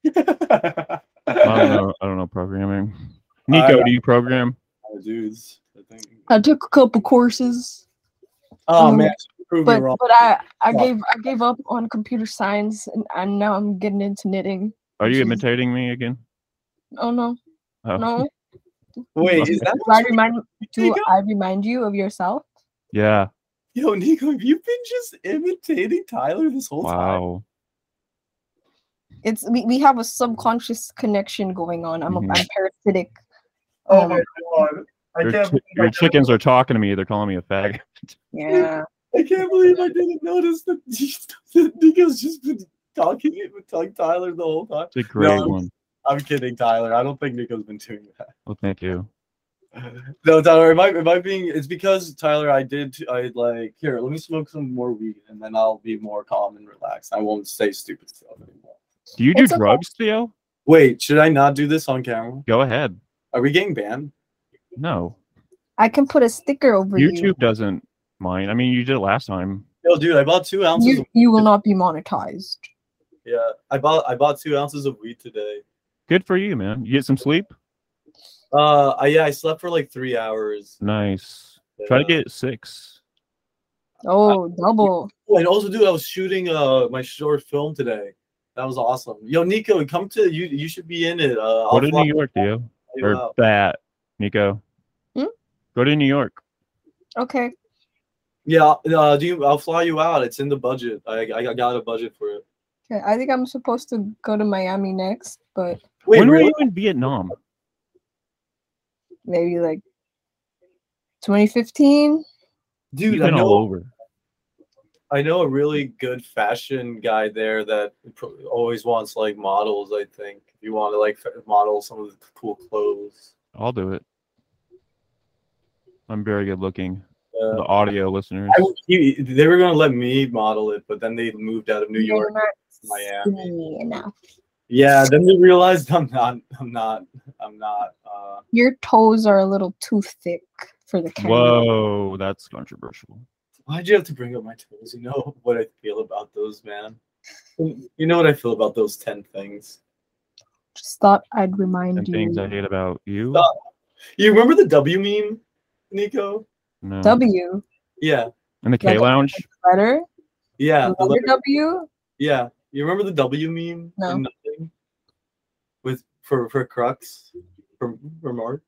[SPEAKER 3] <laughs> Oh,
[SPEAKER 1] I don't know. I don't know programming.
[SPEAKER 3] Uh,
[SPEAKER 1] Nico, do you program?
[SPEAKER 3] dudes. I think.
[SPEAKER 2] I took a couple courses,
[SPEAKER 3] Oh
[SPEAKER 2] Um,
[SPEAKER 3] man, prove me
[SPEAKER 2] but
[SPEAKER 3] wrong.
[SPEAKER 2] but I I
[SPEAKER 3] Yeah.
[SPEAKER 2] gave I gave up on computer science, and I now I'm getting into knitting.
[SPEAKER 1] Are you
[SPEAKER 2] Jeez.
[SPEAKER 1] imitating me again?
[SPEAKER 2] Oh no,
[SPEAKER 1] Oh.
[SPEAKER 2] no.
[SPEAKER 3] Wait, is <laughs> that
[SPEAKER 2] Do I remind do
[SPEAKER 3] Nico?
[SPEAKER 2] I remind you of yourself?
[SPEAKER 1] Yeah.
[SPEAKER 3] yo Nico? Have you been just imitating Tyler this whole time?
[SPEAKER 1] Wow.
[SPEAKER 2] It's we, we have a subconscious connection going on. I'm, a,
[SPEAKER 1] Mhm.
[SPEAKER 2] I'm parasitic.
[SPEAKER 3] Oh
[SPEAKER 2] Um,
[SPEAKER 3] my god, I
[SPEAKER 1] Your,
[SPEAKER 3] can't.
[SPEAKER 1] chi-
[SPEAKER 3] believe I
[SPEAKER 1] your
[SPEAKER 3] didn't-
[SPEAKER 1] chickens are talking to me. They're calling me a fag.
[SPEAKER 6] Yeah.
[SPEAKER 3] I can't believe I didn't notice that, <laughs> that Nico's just been talking it with like Tyler the whole time.
[SPEAKER 1] It's a great
[SPEAKER 3] No.
[SPEAKER 1] one.
[SPEAKER 3] I'm kidding, Tyler. I don't think Nico's been doing that.
[SPEAKER 1] Well, thank you.
[SPEAKER 3] No, Tyler, am I am I being? It's because Tyler, I did. I like here. Let me smoke some more weed, and then I'll be more calm and relaxed. I won't say stupid stuff anymore.
[SPEAKER 1] Do you do
[SPEAKER 6] It's okay.
[SPEAKER 1] drugs, Theo?
[SPEAKER 3] Wait, should I not do this on camera?
[SPEAKER 1] Go ahead.
[SPEAKER 3] Are we getting banned?
[SPEAKER 1] No.
[SPEAKER 2] I can put a sticker over you.
[SPEAKER 1] YouTube doesn't mind. I mean, you did it last time.
[SPEAKER 3] Yo, dude, I bought two ounces.
[SPEAKER 2] You
[SPEAKER 3] Of,
[SPEAKER 2] you will not be monetized.
[SPEAKER 3] yeah, I bought I bought two ounces of weed today.
[SPEAKER 1] Good for you, man. You get some sleep?
[SPEAKER 3] Uh, I, yeah, I slept for like three hours.
[SPEAKER 1] Nice. Try to
[SPEAKER 3] Uh,
[SPEAKER 1] get six.
[SPEAKER 2] Oh, double.
[SPEAKER 3] Oh, and also, dude, I was shooting uh my short film today. That was awesome. Yo, Nico, come to you. You should be in it. Uh, I'll
[SPEAKER 1] Go to
[SPEAKER 3] fly
[SPEAKER 1] New York, Theo.
[SPEAKER 3] you
[SPEAKER 1] Or
[SPEAKER 3] out.
[SPEAKER 1] that, Nico.
[SPEAKER 2] Hmm?
[SPEAKER 1] Go to New York.
[SPEAKER 2] Okay.
[SPEAKER 3] Yeah, uh, do you, I'll fly you out. It's in the budget. I I I got a budget for it.
[SPEAKER 2] Okay, I think I'm supposed to go to Miami next, but
[SPEAKER 3] Wait,
[SPEAKER 1] when
[SPEAKER 3] really?
[SPEAKER 1] were you in Vietnam?
[SPEAKER 2] maybe like 2015.
[SPEAKER 1] You've
[SPEAKER 3] dude? I
[SPEAKER 1] been all
[SPEAKER 3] know
[SPEAKER 1] over.
[SPEAKER 3] I know a really good fashion guy there that pro- always wants like models. I think if you want to like f- model some of the cool clothes.
[SPEAKER 1] I'll do it. I'm very good looking.
[SPEAKER 3] Uh,
[SPEAKER 1] For the audio listeners.
[SPEAKER 3] I would- he- they were gonna let me model it, but then they moved out of New
[SPEAKER 8] You're
[SPEAKER 3] York,
[SPEAKER 8] not
[SPEAKER 3] to Miami.
[SPEAKER 8] skinny enough.
[SPEAKER 3] Yeah, then they realized I'm not, I'm not, I'm not. Uh,
[SPEAKER 2] Your toes are a little too thick for the camera.
[SPEAKER 1] Whoa, that's controversial.
[SPEAKER 3] why'd you have to bring up my toes? You know what I feel about those, man. You know what I feel about those ten things.
[SPEAKER 2] Just thought I'd remind
[SPEAKER 1] And
[SPEAKER 2] you.
[SPEAKER 1] things I hate about you.
[SPEAKER 3] Stop. You remember the W meme, Nico?
[SPEAKER 1] No.
[SPEAKER 2] W
[SPEAKER 3] Yeah,
[SPEAKER 1] And the K
[SPEAKER 2] Like-
[SPEAKER 1] Lounge.
[SPEAKER 2] letter.
[SPEAKER 3] yeah, the
[SPEAKER 2] Letter
[SPEAKER 3] letter-
[SPEAKER 2] W.
[SPEAKER 3] yeah. You remember the W meme?
[SPEAKER 2] No.
[SPEAKER 3] and nothing? With for for Crux from from Mark.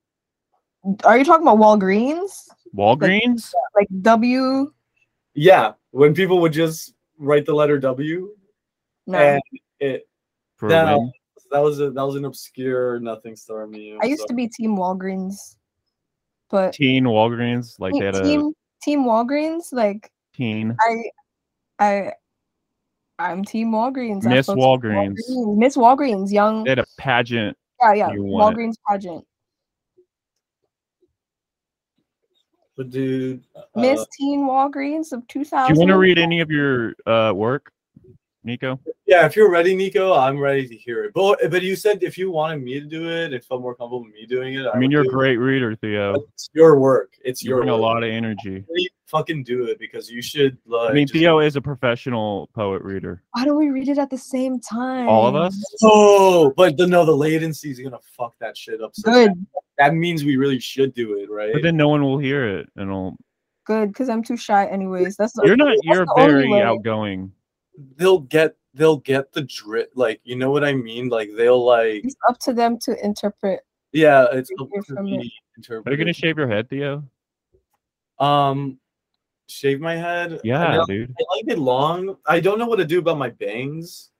[SPEAKER 2] Are you talking about Walgreens?
[SPEAKER 1] Walgreens?
[SPEAKER 2] Like W?
[SPEAKER 3] Yeah, when people would just write the letter W,
[SPEAKER 2] No.
[SPEAKER 3] and it
[SPEAKER 1] For
[SPEAKER 3] Yeah.
[SPEAKER 1] when?
[SPEAKER 3] that was a that was an obscure nothing star meme.
[SPEAKER 2] I used
[SPEAKER 3] so-
[SPEAKER 2] to be Team Walgreens, but
[SPEAKER 1] Teen Walgreens. Like they had a
[SPEAKER 2] Team Team Walgreens. Like
[SPEAKER 1] teen.
[SPEAKER 2] I, I, I'm Team Walgreens. I
[SPEAKER 1] Miss
[SPEAKER 2] folks-
[SPEAKER 1] Walgreens.
[SPEAKER 2] Walgreens. Miss Walgreens, young.
[SPEAKER 1] They had a pageant.
[SPEAKER 2] Yeah, yeah.
[SPEAKER 1] You want it.
[SPEAKER 2] Walgreens pageant.
[SPEAKER 3] But dude,
[SPEAKER 2] Miss
[SPEAKER 3] uh,
[SPEAKER 2] Teen Walgreens of 2000.
[SPEAKER 1] Do you want to read any of your uh, work, Nico?
[SPEAKER 3] yeah, if you're ready, Nico, I'm ready to hear it. But but you said if you wanted me to do it, if I'm more comfortable with me doing it,
[SPEAKER 1] I mean,
[SPEAKER 3] would
[SPEAKER 1] you're a
[SPEAKER 3] do it.
[SPEAKER 1] great reader, Theo.
[SPEAKER 3] It's your work. It's
[SPEAKER 1] You
[SPEAKER 3] your
[SPEAKER 1] bring a
[SPEAKER 3] work.
[SPEAKER 1] lot of energy.
[SPEAKER 3] Really fucking do it because you should like.
[SPEAKER 1] I mean,
[SPEAKER 3] just-
[SPEAKER 1] Theo is a professional poet reader.
[SPEAKER 2] Why don't we read it at the same time?
[SPEAKER 1] All of us?
[SPEAKER 3] Oh, but the, no, the latency is gonna fuck that shit up. So
[SPEAKER 2] Good,
[SPEAKER 3] bad. That means we really should do it, right?
[SPEAKER 1] But then no one will hear it. And it'll-
[SPEAKER 2] good, because I'm too shy, anyways. That's
[SPEAKER 1] you're not,
[SPEAKER 2] that's
[SPEAKER 1] you're
[SPEAKER 2] the only
[SPEAKER 1] very
[SPEAKER 2] way.
[SPEAKER 1] outgoing.
[SPEAKER 3] they'll get they'll get the drip. Like you know what I mean? Like they'll like
[SPEAKER 2] It's up to them to interpret.
[SPEAKER 3] yeah. It's
[SPEAKER 2] Thank
[SPEAKER 3] up
[SPEAKER 2] you
[SPEAKER 3] to
[SPEAKER 2] for
[SPEAKER 3] me interpret.
[SPEAKER 1] Are you going to shave your head, Theo?
[SPEAKER 3] um shave my head?
[SPEAKER 1] Yeah,
[SPEAKER 3] I, know-
[SPEAKER 1] dude.
[SPEAKER 3] I like it long. I don't know what to do about my bangs.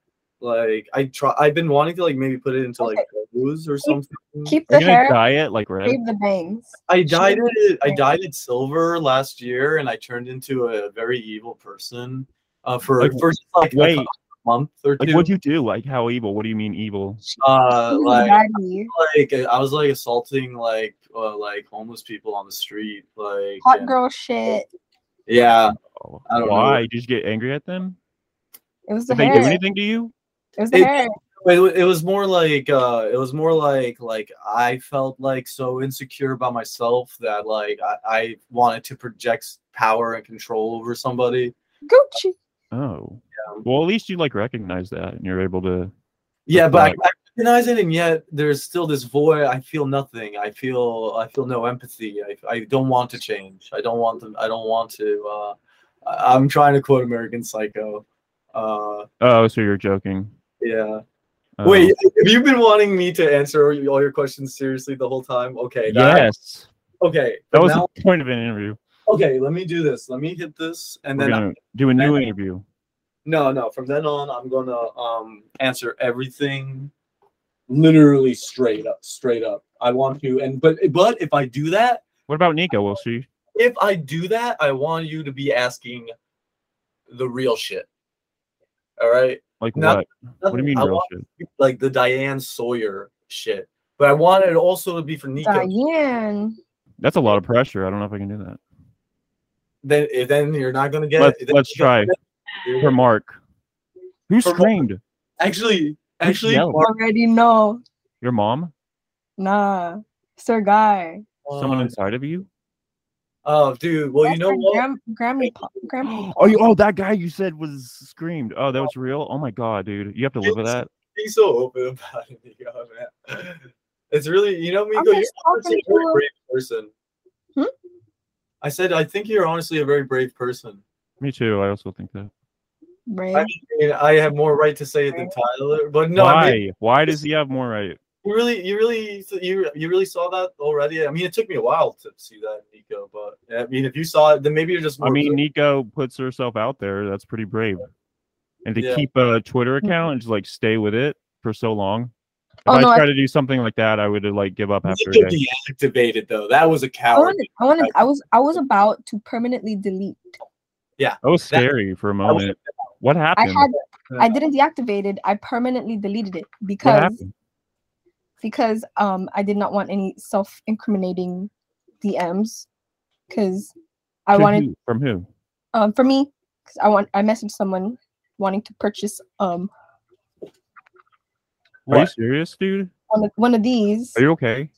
[SPEAKER 3] Like I try. I've been wanting to like maybe put it into like bows or something.
[SPEAKER 2] Keep
[SPEAKER 1] Are you
[SPEAKER 2] the
[SPEAKER 1] going
[SPEAKER 2] hair,
[SPEAKER 1] to dye it like red?
[SPEAKER 2] shave the bangs.
[SPEAKER 3] I dyed
[SPEAKER 2] Shave
[SPEAKER 3] it. I
[SPEAKER 2] hair.
[SPEAKER 3] dyed it silver last year, and I turned into a very evil person. Uh, for
[SPEAKER 1] Like,
[SPEAKER 3] for just, like a
[SPEAKER 1] wait.
[SPEAKER 3] cou- month or two.
[SPEAKER 1] Like, what'd you do? Like, how evil? What do you mean evil?
[SPEAKER 3] uh, like,
[SPEAKER 8] Daddy.
[SPEAKER 3] like uh, I was like assaulting like uh, like homeless people on the street. Like
[SPEAKER 8] Hot
[SPEAKER 3] and-
[SPEAKER 8] girl shit.
[SPEAKER 3] Yeah,
[SPEAKER 1] Oh,
[SPEAKER 3] I don't know.
[SPEAKER 1] Why? Did you just get angry at them?
[SPEAKER 2] It was the
[SPEAKER 1] Did they do
[SPEAKER 2] hair.
[SPEAKER 1] anything to you?
[SPEAKER 2] It was the
[SPEAKER 3] It-
[SPEAKER 2] hair.
[SPEAKER 3] it, wa- it was more like uh, it was more like like I felt like so insecure about myself that like I, I wanted to project power and control over somebody.
[SPEAKER 6] Gucci.
[SPEAKER 1] Oh.
[SPEAKER 3] Yeah.
[SPEAKER 1] Well, at least you like recognize that, and you're able to.
[SPEAKER 3] Yeah, but I,
[SPEAKER 1] Right.
[SPEAKER 3] I recognize it, and yet there's still this void. I feel nothing. I feel I feel no empathy. I, I don't want to change. I don't want them. I don't want to. Uh, I, I'm trying to quote American Psycho. Uh,
[SPEAKER 1] Oh, so you're joking?
[SPEAKER 3] yeah.
[SPEAKER 1] Oh.
[SPEAKER 3] Wait, have you been wanting me to answer all your questions seriously the whole time? Okay. that-
[SPEAKER 1] Yes.
[SPEAKER 3] Okay.
[SPEAKER 1] That
[SPEAKER 3] but
[SPEAKER 1] was
[SPEAKER 3] now-
[SPEAKER 1] the point of an interview.
[SPEAKER 3] okay. Let me do this. Let me hit this, and
[SPEAKER 1] We're
[SPEAKER 3] then
[SPEAKER 1] gonna do a new
[SPEAKER 3] then-
[SPEAKER 1] interview.
[SPEAKER 3] no, no. From then on, I'm gonna um answer everything literally straight up, straight up. I want to, and but but if I do that,
[SPEAKER 1] What about Nico? Will she?
[SPEAKER 3] if I do that, I want you to be asking the real shit. All right.
[SPEAKER 1] Like
[SPEAKER 3] No.
[SPEAKER 1] what? What do you mean
[SPEAKER 3] I
[SPEAKER 1] real
[SPEAKER 3] want
[SPEAKER 1] shit?
[SPEAKER 3] like the Diane Sawyer shit, but I want it also to be for Nico.
[SPEAKER 8] Diane.
[SPEAKER 1] That's a lot of pressure. I don't know if I can do that.
[SPEAKER 3] Then if then you're not gonna get
[SPEAKER 1] let's
[SPEAKER 3] it. then
[SPEAKER 1] let's
[SPEAKER 3] you're
[SPEAKER 1] try
[SPEAKER 3] gonna-
[SPEAKER 1] for Mark. Who
[SPEAKER 3] For Mark.
[SPEAKER 1] screamed?
[SPEAKER 3] Actually, actually,
[SPEAKER 1] yelled?
[SPEAKER 3] Mark,
[SPEAKER 2] Already no.
[SPEAKER 1] Your mom?
[SPEAKER 2] Nah. Sir Guy.
[SPEAKER 1] Someone
[SPEAKER 3] uh,
[SPEAKER 1] inside of you?
[SPEAKER 3] Oh, dude. Well, you
[SPEAKER 2] That's
[SPEAKER 3] know
[SPEAKER 2] her
[SPEAKER 3] what?
[SPEAKER 2] Gram- Grammy pop. Grammy.
[SPEAKER 1] Oh, you, oh, that guy you said was screamed. Oh, that was real. Oh my god, dude, you have to live with
[SPEAKER 3] Yes.
[SPEAKER 1] that.
[SPEAKER 3] Be so open <laughs> about it, Nico, man. It's really, you know, Nico,
[SPEAKER 8] Okay,
[SPEAKER 3] you're honestly a
[SPEAKER 8] talking
[SPEAKER 3] very
[SPEAKER 8] to-
[SPEAKER 3] brave person.
[SPEAKER 2] Hmm?
[SPEAKER 3] I said, I think you're honestly a very brave person.
[SPEAKER 1] Me too. I also think that.
[SPEAKER 2] Right.
[SPEAKER 3] I mean, I have more right to say it than Tyler, but no,
[SPEAKER 1] Why?
[SPEAKER 3] I mean,
[SPEAKER 1] Why does he have more right?
[SPEAKER 3] you really, you really, you you really saw that already. I mean, it took me a while to see that, Nico. But I mean, if you saw it, then maybe you're just.
[SPEAKER 1] I
[SPEAKER 3] more-
[SPEAKER 1] mean, Nico puts herself out there. That's pretty brave. And to
[SPEAKER 3] Yeah.
[SPEAKER 1] keep a Twitter account and just like stay with it for so long. If
[SPEAKER 2] Mm-hmm. Oh,
[SPEAKER 1] I
[SPEAKER 2] no, I-
[SPEAKER 1] tried to do something like that, I would have like give up after a
[SPEAKER 3] Nico
[SPEAKER 1] day.
[SPEAKER 3] deactivated though. That was a
[SPEAKER 2] I
[SPEAKER 3] coward.
[SPEAKER 2] wanted, I wanted, I was, I was about to permanently delete.
[SPEAKER 1] That was scary for a
[SPEAKER 3] That was-
[SPEAKER 1] moment. What
[SPEAKER 2] I
[SPEAKER 1] happened?
[SPEAKER 2] had, I
[SPEAKER 3] Yeah.
[SPEAKER 2] didn't deactivate it. I permanently deleted it
[SPEAKER 1] what
[SPEAKER 2] because,
[SPEAKER 1] happened?
[SPEAKER 2] because, um, I did not want any self-incriminating DMs, because I
[SPEAKER 1] To
[SPEAKER 2] wanted,
[SPEAKER 1] who? from who?
[SPEAKER 2] um, for me, because I want, I messaged someone wanting to purchase, um,
[SPEAKER 1] Are you
[SPEAKER 3] What?
[SPEAKER 1] serious, dude?
[SPEAKER 2] one of, one of these.
[SPEAKER 1] Are you okay?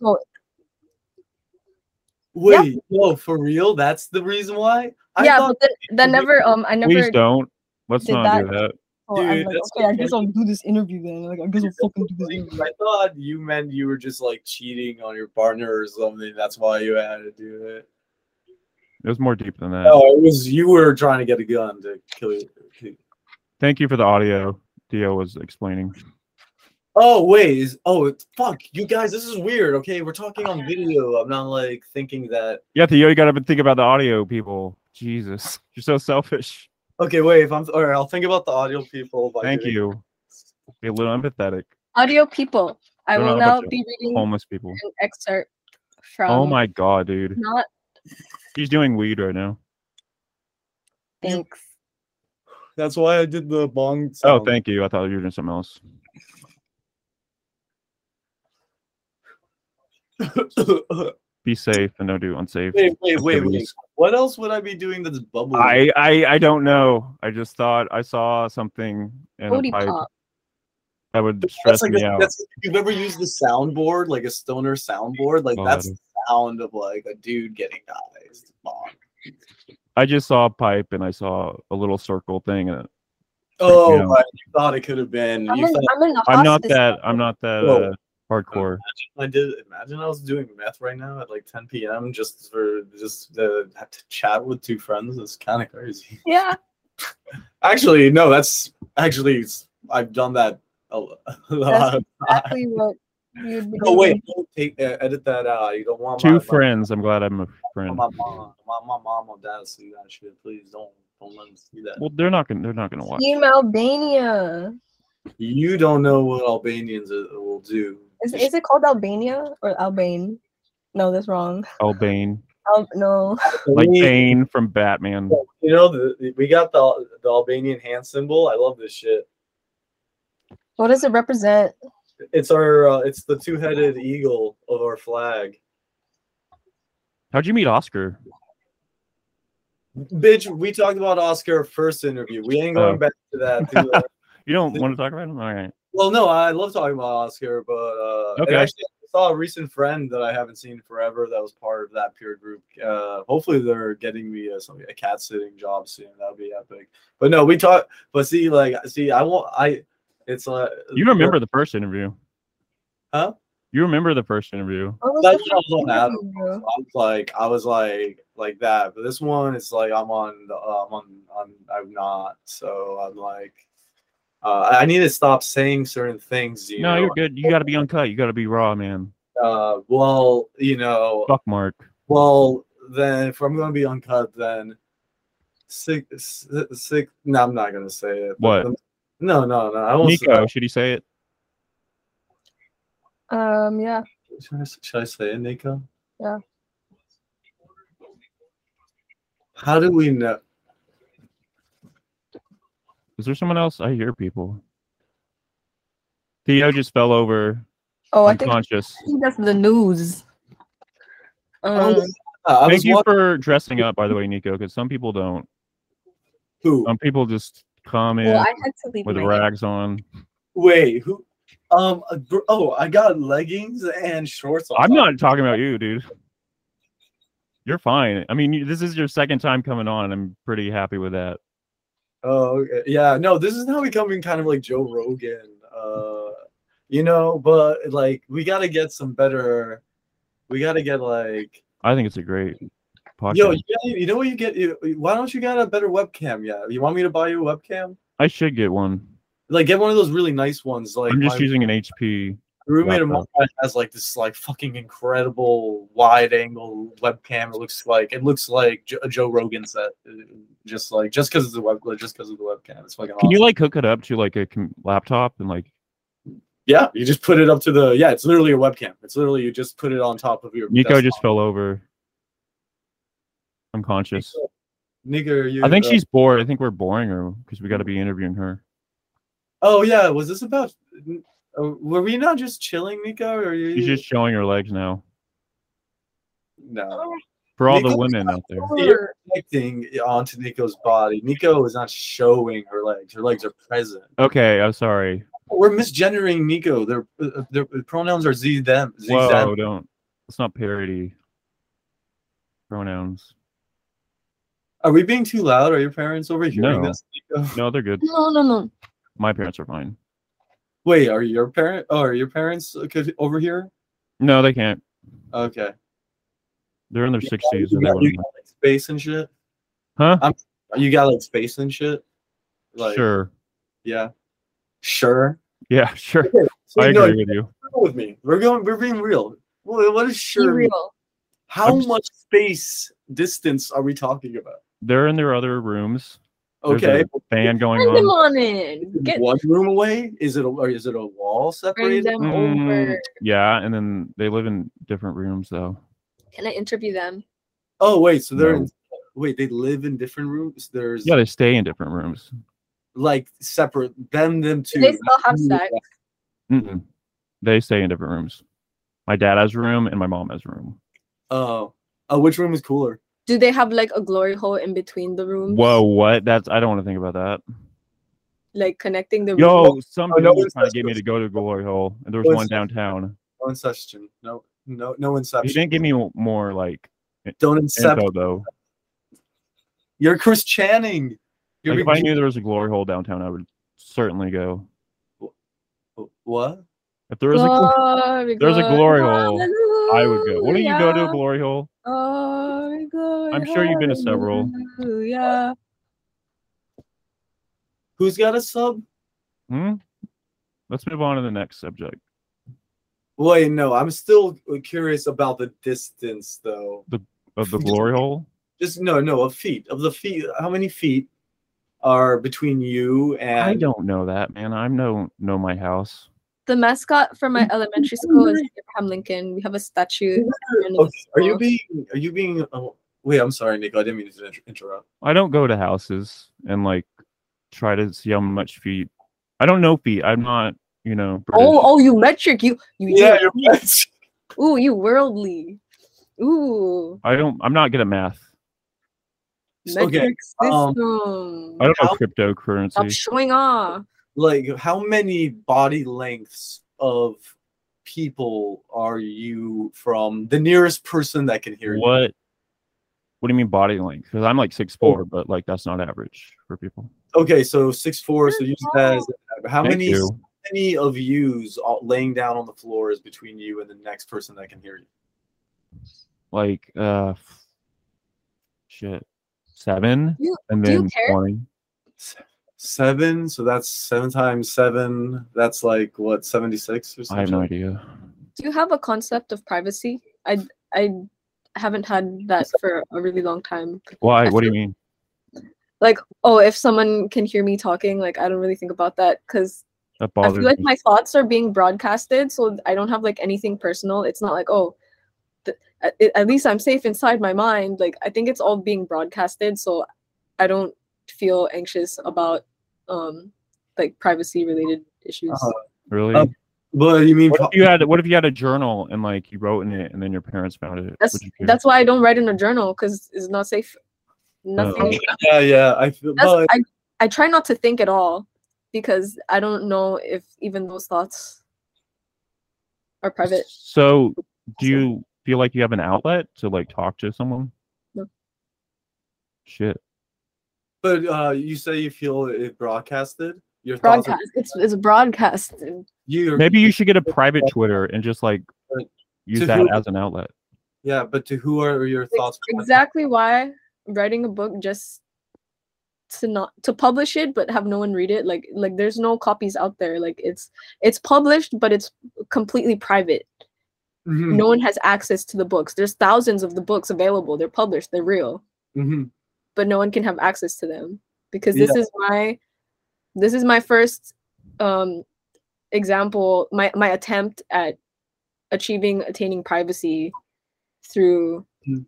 [SPEAKER 3] Wait, no, for real? That's the reason why? I
[SPEAKER 6] yeah,
[SPEAKER 3] thought,
[SPEAKER 6] but then, then never. Um, I never.
[SPEAKER 1] Please don't. Let's
[SPEAKER 2] did
[SPEAKER 1] not do that.
[SPEAKER 2] so I'm
[SPEAKER 3] dude,
[SPEAKER 2] like,
[SPEAKER 3] that's
[SPEAKER 2] okay, I
[SPEAKER 3] okay.
[SPEAKER 2] guess I'll do this interview then. Like, I guess I'll fucking do this interview.
[SPEAKER 3] I thought you meant you were just like cheating on your partner or something. That's why you had to do it.
[SPEAKER 1] It was more deep than that.
[SPEAKER 3] No, it was you were trying to get a gun to kill you.
[SPEAKER 1] Thank you for the audio. Dio was explaining.
[SPEAKER 3] Oh wait, is, oh it's- fuck, you guys, this is weird. Okay, we're talking on video. I'm not like thinking that.
[SPEAKER 1] Yeah, Theo, you gotta think about the audio people. Jesus, <laughs> you're so selfish.
[SPEAKER 3] Okay, wait. If I'm all right, I'll think about the audio people. by
[SPEAKER 1] Thank
[SPEAKER 3] doing-
[SPEAKER 1] you. Be a little empathetic.
[SPEAKER 6] Audio people. I
[SPEAKER 1] They're not
[SPEAKER 6] will
[SPEAKER 1] about
[SPEAKER 6] now
[SPEAKER 1] to-
[SPEAKER 6] be reading
[SPEAKER 1] Homeless people.
[SPEAKER 6] an excerpt from.
[SPEAKER 3] um,
[SPEAKER 1] Oh my god, dude.
[SPEAKER 6] Not
[SPEAKER 1] He's doing weed right now.
[SPEAKER 6] thanks.
[SPEAKER 3] That's why I did the bong.
[SPEAKER 1] Oh,
[SPEAKER 3] sound.
[SPEAKER 1] thank you. I thought you were doing something else.
[SPEAKER 3] <laughs>
[SPEAKER 1] Be safe and don't do unsafe.
[SPEAKER 3] wait, wait, wait, wait.
[SPEAKER 1] activities.
[SPEAKER 3] What else would I be doing that's bubbling?
[SPEAKER 1] I, I I don't know. I just thought I saw something and
[SPEAKER 6] Booty
[SPEAKER 1] I,
[SPEAKER 6] pop.
[SPEAKER 1] that would stress
[SPEAKER 3] That's like
[SPEAKER 1] me
[SPEAKER 3] a,
[SPEAKER 1] out.
[SPEAKER 3] that's if you've ever used the soundboard, like a stoner soundboard, like that's the sound of like a dude getting eyes.
[SPEAKER 1] I just saw a pipe and I saw a little circle thing. Uh, And
[SPEAKER 3] Oh,
[SPEAKER 1] Yeah.
[SPEAKER 3] but you thought it could have been.
[SPEAKER 6] I'm
[SPEAKER 3] You
[SPEAKER 6] in,
[SPEAKER 3] thought
[SPEAKER 6] I'm in the
[SPEAKER 1] I'm not
[SPEAKER 6] hospice.
[SPEAKER 1] that. I'm not that
[SPEAKER 3] Whoa.
[SPEAKER 1] uh, hardcore.
[SPEAKER 3] I did. Imagine I was doing meth right now at like 10 p.m. just for just to have to chat with two friends. It's kind of crazy.
[SPEAKER 6] Yeah.
[SPEAKER 3] Actually, no, that's actually it's- I've done that a, lo- <laughs> a lot.
[SPEAKER 2] That's
[SPEAKER 3] Of,
[SPEAKER 2] exactly what you'd be
[SPEAKER 3] oh
[SPEAKER 2] doing.
[SPEAKER 3] wait, don't take uh, edit that out. You don't want
[SPEAKER 1] Two
[SPEAKER 3] my- my-
[SPEAKER 1] friends. I'm glad I'm a friend.
[SPEAKER 3] My mom, my, my mom or dad see that shit. Please don't don't let them see that.
[SPEAKER 1] Well, they're not gonna. They're not gonna watch.
[SPEAKER 6] Team Albania.
[SPEAKER 3] You don't know what Albanians uh, will do.
[SPEAKER 2] Is, is it called Albania or Albane? No, that's wrong.
[SPEAKER 1] Albane,
[SPEAKER 2] Al- no.
[SPEAKER 1] Oh, like
[SPEAKER 3] We-
[SPEAKER 1] Bane from Batman.
[SPEAKER 3] you know, the, we got the the Albanian hand symbol. I love this shit.
[SPEAKER 6] What does it represent?
[SPEAKER 3] It's our uh, it's the two-headed eagle of our flag.
[SPEAKER 1] How'd you meet Oscar?
[SPEAKER 3] Bitch, we talked about Oscar first interview. We ain't going
[SPEAKER 1] Oh.
[SPEAKER 3] back to that. dude.
[SPEAKER 1] You don't want to talk about him? All right.
[SPEAKER 3] well, no, I love talking about Oscar, but uh, and
[SPEAKER 1] Okay.
[SPEAKER 3] actually, I saw a recent friend that I haven't seen forever that was part of that peer group. Uh, hopefully, they're getting me a, some, a cat sitting job soon. That'd be epic. But no, we talk. But see, like, see, I won't. I. It's uh, like
[SPEAKER 1] You remember the first interview.
[SPEAKER 3] Huh?
[SPEAKER 1] You remember the first interview.
[SPEAKER 6] What was
[SPEAKER 3] That's
[SPEAKER 6] the
[SPEAKER 3] what I was on
[SPEAKER 6] first
[SPEAKER 3] Adam.
[SPEAKER 6] interview?
[SPEAKER 3] I was like I was like like that, but this one is like I'm on the uh, I'm on I'm I'm not. So I'm like uh, I need to stop saying certain things. You
[SPEAKER 1] no,
[SPEAKER 3] know?
[SPEAKER 1] you're good. You got to be uncut. You got to be raw, man.
[SPEAKER 3] Uh, well, you know,
[SPEAKER 1] Fuck Mark.
[SPEAKER 3] well then if I'm gonna be uncut, then sick si- sick. No, I'm not gonna say it. um,
[SPEAKER 1] What?
[SPEAKER 3] No, no, no. I won't. say-
[SPEAKER 1] Nico, should he say it?
[SPEAKER 2] Um, yeah.
[SPEAKER 3] Should I, should I say it, Nico?
[SPEAKER 2] Yeah.
[SPEAKER 3] How do we know?
[SPEAKER 1] Is there someone else? I hear people. Theo just fell over,
[SPEAKER 2] Oh, I think, I
[SPEAKER 1] unconscious.
[SPEAKER 2] think that's the news.
[SPEAKER 6] Um,
[SPEAKER 3] Uh, I
[SPEAKER 1] Thank
[SPEAKER 3] was
[SPEAKER 1] you
[SPEAKER 3] wa-
[SPEAKER 1] for dressing up, by the way, Nico, because some people don't.
[SPEAKER 3] who?
[SPEAKER 1] Some people just come in
[SPEAKER 6] well, I had to leave
[SPEAKER 1] with
[SPEAKER 6] my
[SPEAKER 1] rags on.
[SPEAKER 3] Wait, who? Um, uh, br- oh, I got leggings and shorts on.
[SPEAKER 1] I'm not talking about you, dude. You're fine. I mean, you- this is your second time coming on. I'm pretty happy with that.
[SPEAKER 3] Oh, okay. yeah. No, this is now becoming kind of like Joe Rogan. Uh, you know, but like we gotta get some better. We gotta get like
[SPEAKER 1] I think it's a great podcast.
[SPEAKER 3] yo. You, gotta, you know what you get? You, why don't you got a better webcam? Yeah, you want me to buy you a webcam?
[SPEAKER 1] I should get one.
[SPEAKER 3] Like get one of those really nice ones. Like
[SPEAKER 1] I'm just
[SPEAKER 3] my
[SPEAKER 1] using an HP.
[SPEAKER 3] roommate of mine
[SPEAKER 1] laptop.
[SPEAKER 3] has like this like fucking incredible wide angle webcam. It looks like it looks like Jo- a Joe Rogan set. uh, Just like just because of the web, just because of the webcam, it's fucking.
[SPEAKER 1] Can
[SPEAKER 3] awesome.
[SPEAKER 1] you like hook it up to like a com- laptop and like
[SPEAKER 3] Yeah, you just put it up to the yeah. It's literally a webcam. It's literally you just put it on top of your.
[SPEAKER 1] Nico
[SPEAKER 3] desktop.
[SPEAKER 1] just fell over. I'm conscious.
[SPEAKER 3] Nico, are you.
[SPEAKER 1] I think
[SPEAKER 3] uh,
[SPEAKER 1] she's bored. I think we're boring her because we got to be interviewing her.
[SPEAKER 3] Oh yeah, was this about? uh, Were we not just chilling, Nico? Or are you
[SPEAKER 1] She's just showing her legs now.
[SPEAKER 3] no?
[SPEAKER 1] For all the
[SPEAKER 3] Nico's
[SPEAKER 1] women out there,
[SPEAKER 3] You're projecting onto Nico's body. Nico is not showing her legs. Her legs are present.
[SPEAKER 1] okay. I'm sorry.
[SPEAKER 3] We're misgendering Nico. Their uh, their pronouns are z them. Z
[SPEAKER 1] Whoa,
[SPEAKER 3] them.
[SPEAKER 1] don't. It's not parody. Pronouns.
[SPEAKER 3] Are we being too loud? Are your parents overhearing
[SPEAKER 1] No.
[SPEAKER 3] this? Nico?
[SPEAKER 1] No, they're good.
[SPEAKER 2] No, no, no.
[SPEAKER 1] My parents are fine.
[SPEAKER 3] Wait, are your parent? Oh, are your parents uh, could overhear?
[SPEAKER 1] No, they can't.
[SPEAKER 3] Okay.
[SPEAKER 1] They're in their sixties.
[SPEAKER 3] You got, you got, like, space and shit.
[SPEAKER 1] Huh?
[SPEAKER 3] You got like space and shit. Like,
[SPEAKER 1] Sure.
[SPEAKER 3] Yeah. Sure.
[SPEAKER 1] Yeah, <laughs> sure.
[SPEAKER 3] So,
[SPEAKER 1] I
[SPEAKER 3] no,
[SPEAKER 1] agree with you.
[SPEAKER 3] you're real with me. We're going. We're being real. What, what is
[SPEAKER 2] Be
[SPEAKER 3] sure? mean?
[SPEAKER 2] real.
[SPEAKER 3] How
[SPEAKER 1] I'm just-
[SPEAKER 3] much space distance are we talking about?
[SPEAKER 1] They're in their other rooms. There's
[SPEAKER 3] Okay.
[SPEAKER 1] a fan going
[SPEAKER 2] Send them
[SPEAKER 1] on.
[SPEAKER 2] on in. Get
[SPEAKER 3] One room away? Is it a or is it a wall
[SPEAKER 2] bring
[SPEAKER 3] separated?
[SPEAKER 2] them
[SPEAKER 1] Mm,
[SPEAKER 2] over.
[SPEAKER 1] yeah, and then they live in different rooms though.
[SPEAKER 6] Can I interview them?
[SPEAKER 3] Oh wait, so they're
[SPEAKER 1] No.
[SPEAKER 3] in, wait. They live in different rooms. There's
[SPEAKER 1] Yeah, they stay in different rooms.
[SPEAKER 3] like separate them them two.
[SPEAKER 6] they still have sex?
[SPEAKER 1] Mm-mm. They stay in different rooms. My dad has a room and my mom has a room.
[SPEAKER 3] Oh, oh, which room is cooler?
[SPEAKER 6] Do they have like a glory hole in between the rooms?
[SPEAKER 1] Whoa, what? That's I don't want to think about
[SPEAKER 6] Like connecting the
[SPEAKER 1] that.
[SPEAKER 6] rooms?
[SPEAKER 1] Yo, some
[SPEAKER 3] Oh, no
[SPEAKER 1] people were
[SPEAKER 3] one's
[SPEAKER 1] trying to
[SPEAKER 3] touched
[SPEAKER 1] get me
[SPEAKER 3] those.
[SPEAKER 1] to go to Glory Hole, and there was
[SPEAKER 3] No
[SPEAKER 1] one
[SPEAKER 3] one's touched
[SPEAKER 1] downtown.
[SPEAKER 3] No inception. No, no, no
[SPEAKER 1] He
[SPEAKER 3] inception.
[SPEAKER 1] didn't give me more like
[SPEAKER 3] Don't incept.
[SPEAKER 1] info though.
[SPEAKER 3] You're Chris Channing. You're
[SPEAKER 1] Like, if I
[SPEAKER 3] being-
[SPEAKER 1] knew there was a Glory Hole downtown, I would certainly go.
[SPEAKER 3] what?
[SPEAKER 1] If there was a gl-
[SPEAKER 2] Glory,
[SPEAKER 1] there's a glory hole, I would go.
[SPEAKER 2] hallelujah.
[SPEAKER 1] Wouldn't you go
[SPEAKER 2] Oh,
[SPEAKER 1] to a Glory Hole?
[SPEAKER 2] Glory, glory,
[SPEAKER 1] I'm sure you've been to several.
[SPEAKER 2] hallelujah.
[SPEAKER 3] Who's got a sub?
[SPEAKER 1] Hmm. Let's move on to the next subject.
[SPEAKER 3] Wait, no. I'm still uh, curious about the distance, though.
[SPEAKER 1] Of
[SPEAKER 2] <laughs>
[SPEAKER 1] the Glory Hole,
[SPEAKER 3] Just no, no. Of feet. Of the feet. How many feet are between you and?
[SPEAKER 1] I don't know that man. I don't know my house.
[SPEAKER 6] The mascot for my elementary school is Abraham Lincoln. We have a statue.
[SPEAKER 3] Okay, Are you being? Are you being? Oh, wait, I'm sorry, Nico. I didn't mean to inter- interrupt.
[SPEAKER 1] I don't go to houses and like try to see how much feet. I don't know feet. I'm not you know.
[SPEAKER 2] Oh,
[SPEAKER 1] British.
[SPEAKER 2] oh, you metric, you, you,
[SPEAKER 3] Yeah, you're right. <laughs>
[SPEAKER 2] ooh, you worldly, ooh,
[SPEAKER 1] I don't. I'm not good at math.
[SPEAKER 3] Okay,
[SPEAKER 2] metric
[SPEAKER 3] um,
[SPEAKER 2] system.
[SPEAKER 1] I don't know
[SPEAKER 3] How-
[SPEAKER 2] Stop
[SPEAKER 1] cryptocurrency.
[SPEAKER 2] showing off.
[SPEAKER 3] like how many body lengths of people are you from the nearest person that can hear you?
[SPEAKER 1] What? What do you mean body length? Because I'm like
[SPEAKER 2] Oh.
[SPEAKER 1] six four, but like that's not average for people.
[SPEAKER 3] Okay, so six four. So use that as how
[SPEAKER 1] Thank
[SPEAKER 3] many
[SPEAKER 1] you.
[SPEAKER 3] how many of yous all- laying down on the floor is between you and the next person that can hear you?
[SPEAKER 1] Like uh, f- shit, seven,
[SPEAKER 2] You-
[SPEAKER 1] and
[SPEAKER 2] do you
[SPEAKER 1] then
[SPEAKER 2] care?
[SPEAKER 1] one.
[SPEAKER 3] Seven. So that's seven times seven. That's like what seventy six or
[SPEAKER 1] I have
[SPEAKER 3] something.
[SPEAKER 1] no idea.
[SPEAKER 2] Do you have a concept of privacy? I, I haven't had that for a really long time.
[SPEAKER 1] Why? What do you mean?
[SPEAKER 2] Oh, if someone can hear me talking, like I don't really think about that because
[SPEAKER 1] That
[SPEAKER 2] I
[SPEAKER 1] bothers
[SPEAKER 2] feel like
[SPEAKER 1] me.
[SPEAKER 2] my thoughts are being broadcasted, so I don't have like anything personal. It's not like oh, th- at, at least I'm safe inside my mind. Like I think it's all being broadcasted, so I don't feel anxious about um like privacy related issues.
[SPEAKER 3] Uh-huh.
[SPEAKER 1] really.
[SPEAKER 3] Uh, But you mean
[SPEAKER 1] what if you had? What if you had a journal and like you wrote in it, and then your parents found it?
[SPEAKER 2] That's
[SPEAKER 1] Would you care? Uh,
[SPEAKER 2] that's why I don't write in a journal because it's not safe. Nothing.
[SPEAKER 3] yeah, yeah. I feel.
[SPEAKER 2] That's,
[SPEAKER 3] But
[SPEAKER 2] I I try not to think at all because I don't know if even those thoughts are private.
[SPEAKER 1] So, do
[SPEAKER 2] So-
[SPEAKER 1] you feel like you have an outlet to like talk to someone?
[SPEAKER 2] No.
[SPEAKER 1] Shit.
[SPEAKER 3] but uh, you say you feel it broadcasted. Your thoughts. Are,
[SPEAKER 2] Broadcast. It's it's broadcast.
[SPEAKER 3] you
[SPEAKER 1] Maybe you should get a private Twitter and just like
[SPEAKER 3] Right.
[SPEAKER 1] use
[SPEAKER 3] To
[SPEAKER 1] that
[SPEAKER 3] who-
[SPEAKER 1] as an outlet.
[SPEAKER 3] Yeah, but to who are your thoughts?
[SPEAKER 2] Exactly why writing a book just to not to publish it but have no one read it like like there's no copies out there like it's it's published but it's completely private
[SPEAKER 3] Mhm,
[SPEAKER 2] no one has access to the books there's thousands of the books available they're published they're real
[SPEAKER 3] mhm.
[SPEAKER 2] but no one can have access to them because
[SPEAKER 3] Yeah.
[SPEAKER 2] this is my this is my first um example my my attempt at achieving attaining privacy through
[SPEAKER 3] Mm.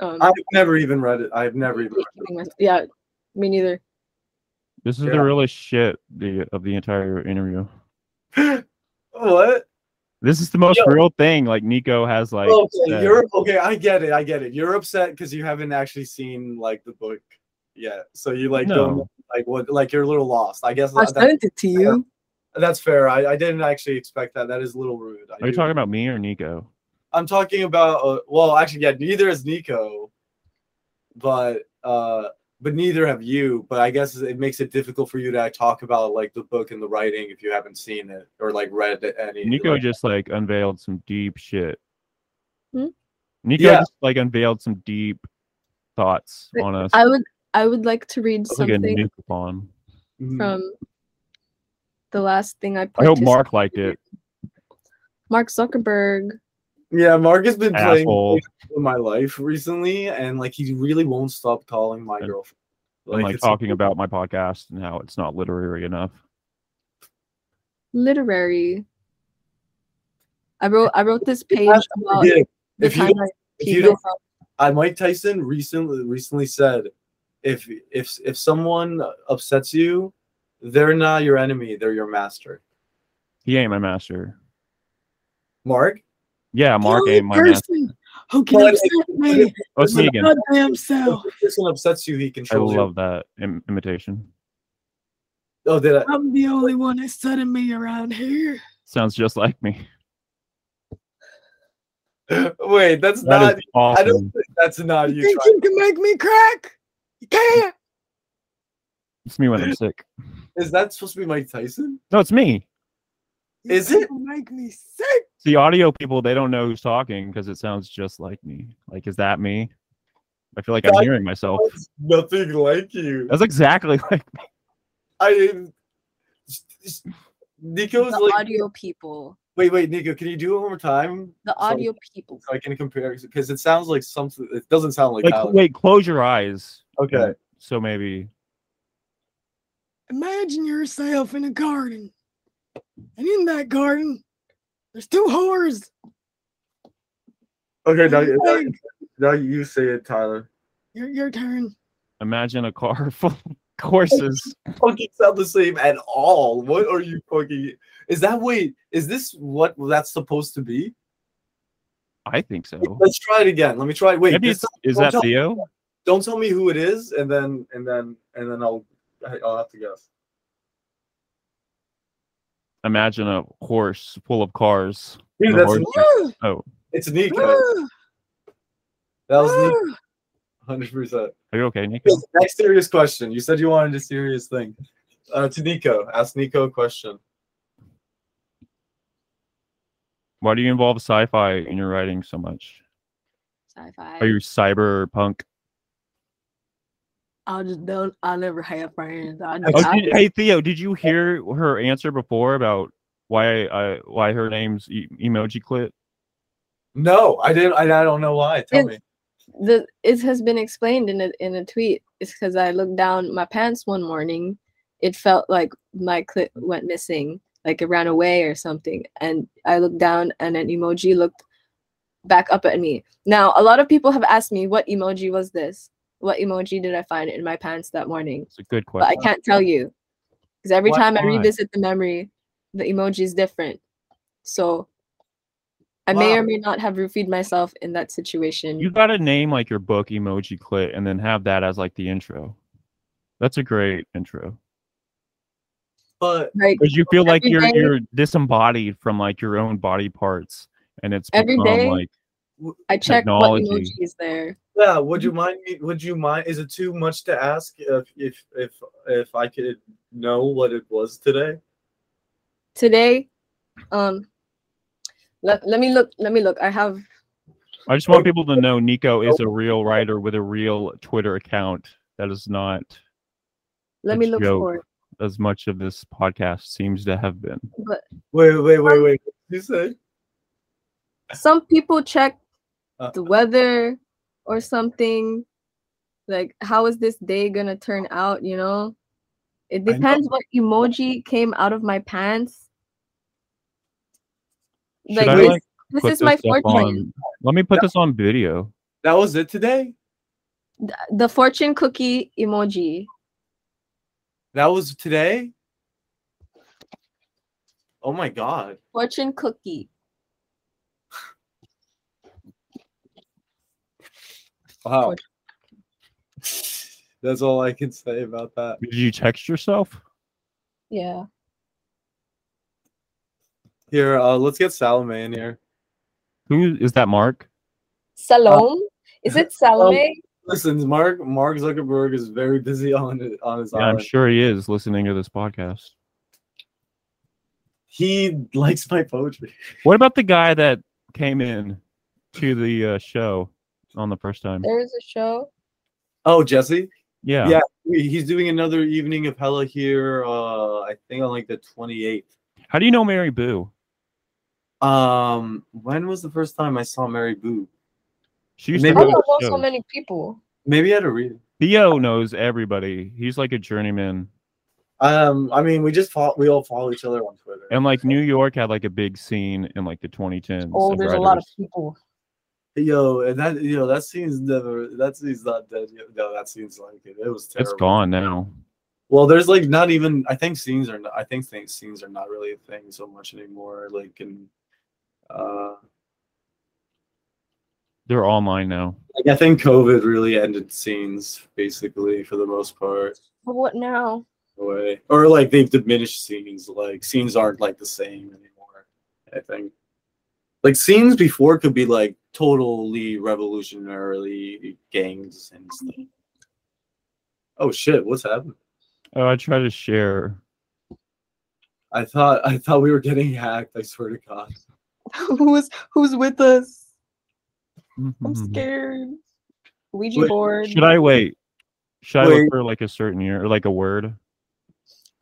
[SPEAKER 2] um
[SPEAKER 3] I've never even read it.
[SPEAKER 2] <laughs>
[SPEAKER 3] I've never even. Read
[SPEAKER 2] gatekeeping mys- yeah me neither
[SPEAKER 1] This is
[SPEAKER 3] Yeah.
[SPEAKER 1] the realest shit the of the entire interview.
[SPEAKER 3] it. what?
[SPEAKER 1] This is the most
[SPEAKER 3] Yo.
[SPEAKER 1] real thing. Like Nico has like uh,
[SPEAKER 3] okay,
[SPEAKER 1] said.
[SPEAKER 3] you're okay. I get it. I get it. You're upset because you haven't actually seen like the book yet, so you like don't
[SPEAKER 1] No.
[SPEAKER 3] know, like what like you're a little lost. I guess
[SPEAKER 2] i
[SPEAKER 3] that,
[SPEAKER 2] sent it to you
[SPEAKER 3] that's fair. I, I didn't actually expect that. That is a little rude. I
[SPEAKER 1] Are you
[SPEAKER 3] do-
[SPEAKER 1] talking about me or Nico?
[SPEAKER 3] I'm talking about. Uh, well, actually, yeah. Neither is Nico, but uh, but neither have you. But I guess it makes it difficult for you to talk about like the book and the writing if you haven't seen it or like read any.
[SPEAKER 1] Nico
[SPEAKER 3] like-
[SPEAKER 1] just like unveiled some deep shit.
[SPEAKER 2] Hmm?
[SPEAKER 1] Nico
[SPEAKER 3] Yeah.
[SPEAKER 1] just like unveiled some deep thoughts
[SPEAKER 2] Like,
[SPEAKER 1] on us.
[SPEAKER 2] i would i would like to read
[SPEAKER 1] like a
[SPEAKER 2] something
[SPEAKER 1] nuke bomb.
[SPEAKER 3] Mhm.
[SPEAKER 2] from the last thing i
[SPEAKER 1] I hope
[SPEAKER 2] particip-
[SPEAKER 1] Mark liked it.
[SPEAKER 2] mark zuckerberg
[SPEAKER 3] Yeah, Mark has been
[SPEAKER 1] Asshole.
[SPEAKER 3] playing in my life recently, and like he really won't stop calling my
[SPEAKER 1] And-
[SPEAKER 3] girlfriend.
[SPEAKER 1] and like
[SPEAKER 3] it's-
[SPEAKER 1] talking about my podcast and how it's not literary enough.
[SPEAKER 2] literary i wrote i wrote this page
[SPEAKER 3] That's
[SPEAKER 2] about
[SPEAKER 3] Yeah,
[SPEAKER 2] the
[SPEAKER 3] if you
[SPEAKER 2] time I
[SPEAKER 3] if
[SPEAKER 2] peed
[SPEAKER 3] you don't,
[SPEAKER 2] myself.
[SPEAKER 3] I Mike Tyson recently recently said, if if if someone upsets you, they're not your enemy; they're your master.
[SPEAKER 1] He ain't my master.
[SPEAKER 3] Mark,
[SPEAKER 1] Yeah, Mark ain't my master.
[SPEAKER 2] who
[SPEAKER 3] can Well, upset me is
[SPEAKER 1] Oh, it's
[SPEAKER 3] my
[SPEAKER 1] Negan.
[SPEAKER 3] if a person upsets you, he
[SPEAKER 1] I
[SPEAKER 3] controls
[SPEAKER 1] love that Im- imitation.
[SPEAKER 3] you. Oh, did I?
[SPEAKER 9] I'm the only one that's sending me around here.
[SPEAKER 1] Sounds just like me.
[SPEAKER 3] <laughs> Wait, that's
[SPEAKER 1] That
[SPEAKER 3] not.
[SPEAKER 1] is
[SPEAKER 3] I don't.
[SPEAKER 1] awesome.
[SPEAKER 3] Think that's not
[SPEAKER 9] You
[SPEAKER 3] you.
[SPEAKER 9] think
[SPEAKER 3] Trying.
[SPEAKER 9] you can make me crack? You can't.
[SPEAKER 1] It's me when I'm sick.
[SPEAKER 3] Is that supposed to be Mike Tyson?
[SPEAKER 1] No, it's me.
[SPEAKER 9] You
[SPEAKER 3] Is it?
[SPEAKER 9] people Make me sick.
[SPEAKER 1] It's the audio people, they don't know who's talking because it sounds just like me. Like, is that me? I feel like I'm
[SPEAKER 3] That-
[SPEAKER 1] hearing myself.
[SPEAKER 3] That's nothing like you.
[SPEAKER 1] That's exactly <laughs> like me.
[SPEAKER 3] I. Nico's
[SPEAKER 2] the
[SPEAKER 3] like,
[SPEAKER 2] audio people
[SPEAKER 3] wait, wait, Nico, can you do it one more time?
[SPEAKER 2] the
[SPEAKER 3] So-
[SPEAKER 2] audio people
[SPEAKER 3] So I can compare because it sounds like something. It doesn't sound like,
[SPEAKER 1] Like,
[SPEAKER 3] Tyler.
[SPEAKER 1] wait, close your eyes.
[SPEAKER 3] uh, Okay.
[SPEAKER 1] So maybe
[SPEAKER 9] Imagine yourself in a garden. And in that garden, there's two whores.
[SPEAKER 3] Okay, now,
[SPEAKER 9] Hey.
[SPEAKER 3] now, now you say it, Tyler.
[SPEAKER 9] Your, your turn.
[SPEAKER 1] imagine a car <laughs> full Courses.
[SPEAKER 3] fucking sound the same at all. What are you fucking? Is that wait? Is this what that's supposed to be?
[SPEAKER 1] I think so.
[SPEAKER 3] Let's try it again. Let me try. it. Wait,
[SPEAKER 1] Maybe
[SPEAKER 3] this
[SPEAKER 1] it's, is
[SPEAKER 3] don't
[SPEAKER 1] that
[SPEAKER 3] tell-
[SPEAKER 1] Theo?
[SPEAKER 3] don't tell me who it is, and then and then and then I'll I- I'll have to guess.
[SPEAKER 1] Imagine a horse full of cars.
[SPEAKER 3] Dude,
[SPEAKER 1] The
[SPEAKER 3] that's
[SPEAKER 1] horse-
[SPEAKER 10] Woo,
[SPEAKER 1] Oh,
[SPEAKER 3] it's Nico.
[SPEAKER 10] woo,
[SPEAKER 3] That was Nico,
[SPEAKER 1] <sighs>
[SPEAKER 10] woo.
[SPEAKER 3] hundred percent.
[SPEAKER 1] are you okay, Nico?
[SPEAKER 3] Next serious question. You said you wanted a serious thing. Uh, to Nico, ask Nico a question.
[SPEAKER 1] Why do you involve sci-fi in your writing so much?
[SPEAKER 2] Sci-fi.
[SPEAKER 1] Are you cyber punk?
[SPEAKER 2] I'll just don't. I'll never have friends. I
[SPEAKER 1] Oh,
[SPEAKER 2] I-
[SPEAKER 1] did- hey Theo, did you hear her answer before about why I why her name's e- emoji clit?
[SPEAKER 3] No, I didn't. I, I don't know why. Tell me.
[SPEAKER 2] the it has been explained in a in a tweet. It's because I looked down my pants one morning. It felt like my clit went missing, like it ran away or something. And I looked down, and an emoji looked back up at me. Now, a lot of people have asked me what emoji was this. What emoji did I find in my pants that morning?
[SPEAKER 1] It's a good
[SPEAKER 2] But I
[SPEAKER 1] question.
[SPEAKER 2] can't tell you because every
[SPEAKER 1] Why-
[SPEAKER 2] time I
[SPEAKER 1] why?
[SPEAKER 2] revisit the memory, the emoji is different. So. I may
[SPEAKER 3] Wow.
[SPEAKER 2] or may not have roofied myself in that situation.
[SPEAKER 1] You gotta name like your book emoji clit and then have that as like the intro. That's a great intro.
[SPEAKER 3] But
[SPEAKER 2] like
[SPEAKER 1] Because you feel like
[SPEAKER 2] Every
[SPEAKER 1] you're
[SPEAKER 2] day-
[SPEAKER 1] you're disembodied from like your own body parts and it's
[SPEAKER 2] Every
[SPEAKER 1] become
[SPEAKER 2] day-
[SPEAKER 1] like
[SPEAKER 2] I checked what
[SPEAKER 1] Technology.
[SPEAKER 2] emoji is there.
[SPEAKER 3] yeah, would you mind? me- Would you mind? Is it too much to ask if if if if I could know what it was today?
[SPEAKER 2] Today, um let, let me look let me look. I have
[SPEAKER 1] I just want people
[SPEAKER 2] <laughs>
[SPEAKER 1] to know Nico
[SPEAKER 2] Oh.
[SPEAKER 1] is a real writer with a real Twitter account that is not
[SPEAKER 2] let me
[SPEAKER 1] It's
[SPEAKER 2] look
[SPEAKER 1] yo.
[SPEAKER 2] for it.
[SPEAKER 1] as much of this podcast seems to have been.
[SPEAKER 2] But
[SPEAKER 3] Wait, wait, wait, wait. What did you say?
[SPEAKER 2] some people check
[SPEAKER 3] Uh.
[SPEAKER 2] the weather or something. Like how is this day gonna turn out, you know? It
[SPEAKER 3] know.
[SPEAKER 2] depends what emoji came out of my pants.
[SPEAKER 1] Should
[SPEAKER 2] Like
[SPEAKER 1] I,
[SPEAKER 2] this,
[SPEAKER 1] like,
[SPEAKER 2] this
[SPEAKER 1] Put
[SPEAKER 2] is my
[SPEAKER 1] this up
[SPEAKER 2] fortune.
[SPEAKER 1] on- Let me put this on video.
[SPEAKER 3] That was it today.
[SPEAKER 2] The fortune cookie emoji.
[SPEAKER 3] That was today. Oh my god.
[SPEAKER 2] Fortune cookie.
[SPEAKER 3] Wow. <laughs>
[SPEAKER 2] Fortune.
[SPEAKER 3] That's all I can say about that.
[SPEAKER 1] Did you text yourself?
[SPEAKER 2] Yeah.
[SPEAKER 3] Here, uh, let's get Salome in here.
[SPEAKER 1] Who is that Mark?
[SPEAKER 6] Salome?
[SPEAKER 1] Um, <laughs>
[SPEAKER 6] Is it Salome?
[SPEAKER 3] Listen, Mark Mark Zuckerberg is very busy on on his
[SPEAKER 1] Yeah, I'm
[SPEAKER 3] island.
[SPEAKER 1] sure he is listening to this podcast.
[SPEAKER 3] He likes my poetry.
[SPEAKER 1] What about the guy that came in to the uh, show on the first time?
[SPEAKER 2] There is a show.
[SPEAKER 3] Oh, Jesse,
[SPEAKER 1] Yeah.
[SPEAKER 3] yeah. He- he's doing another evening of Hella here. Uh, I think on like the 28th.
[SPEAKER 1] How do you know Mary Boo?
[SPEAKER 3] Um, when was the first time I saw Mary Boo?
[SPEAKER 1] She used to
[SPEAKER 3] Maybe-
[SPEAKER 6] I
[SPEAKER 1] go
[SPEAKER 3] There
[SPEAKER 6] don't
[SPEAKER 1] to
[SPEAKER 6] know so
[SPEAKER 1] shows.
[SPEAKER 6] many people.
[SPEAKER 3] Maybe at a read.
[SPEAKER 1] Theo knows everybody. He's like a journeyman.
[SPEAKER 3] Um, I mean, we just follow, we all follow each other on Twitter.
[SPEAKER 1] And like New York had like a big scene in like the 2010s.
[SPEAKER 6] Oh,
[SPEAKER 1] of
[SPEAKER 6] there's a lot of
[SPEAKER 1] writers.
[SPEAKER 6] people.
[SPEAKER 3] Yo, and that you know that scene's never that scene's not dead yet. No, that scene's like it. It was terrible.
[SPEAKER 1] It's gone now.
[SPEAKER 3] Well, there's like not even. I think scenes are. Not, I think things, scenes are not really a thing so much anymore. Like and uh,
[SPEAKER 1] They're online now.
[SPEAKER 3] like, I think COVID really ended scenes basically for the most part.
[SPEAKER 6] But what now?
[SPEAKER 2] <laughs>
[SPEAKER 3] in a Way or like they've diminished scenes. Like scenes aren't like the same anymore. I think. Like scenes before could be like totally revolutionarily gangs and stuff. Oh shit! What's happening?
[SPEAKER 1] Oh, I try to share.
[SPEAKER 3] I thought I thought we were getting hacked. I swear to God.
[SPEAKER 6] who's who's with us? I'm
[SPEAKER 1] Mhm.
[SPEAKER 6] scared. Ouija
[SPEAKER 3] Wait,
[SPEAKER 6] board.
[SPEAKER 1] Should I wait? Should I
[SPEAKER 3] Wait.
[SPEAKER 1] look for like a certain year or like a word? I'm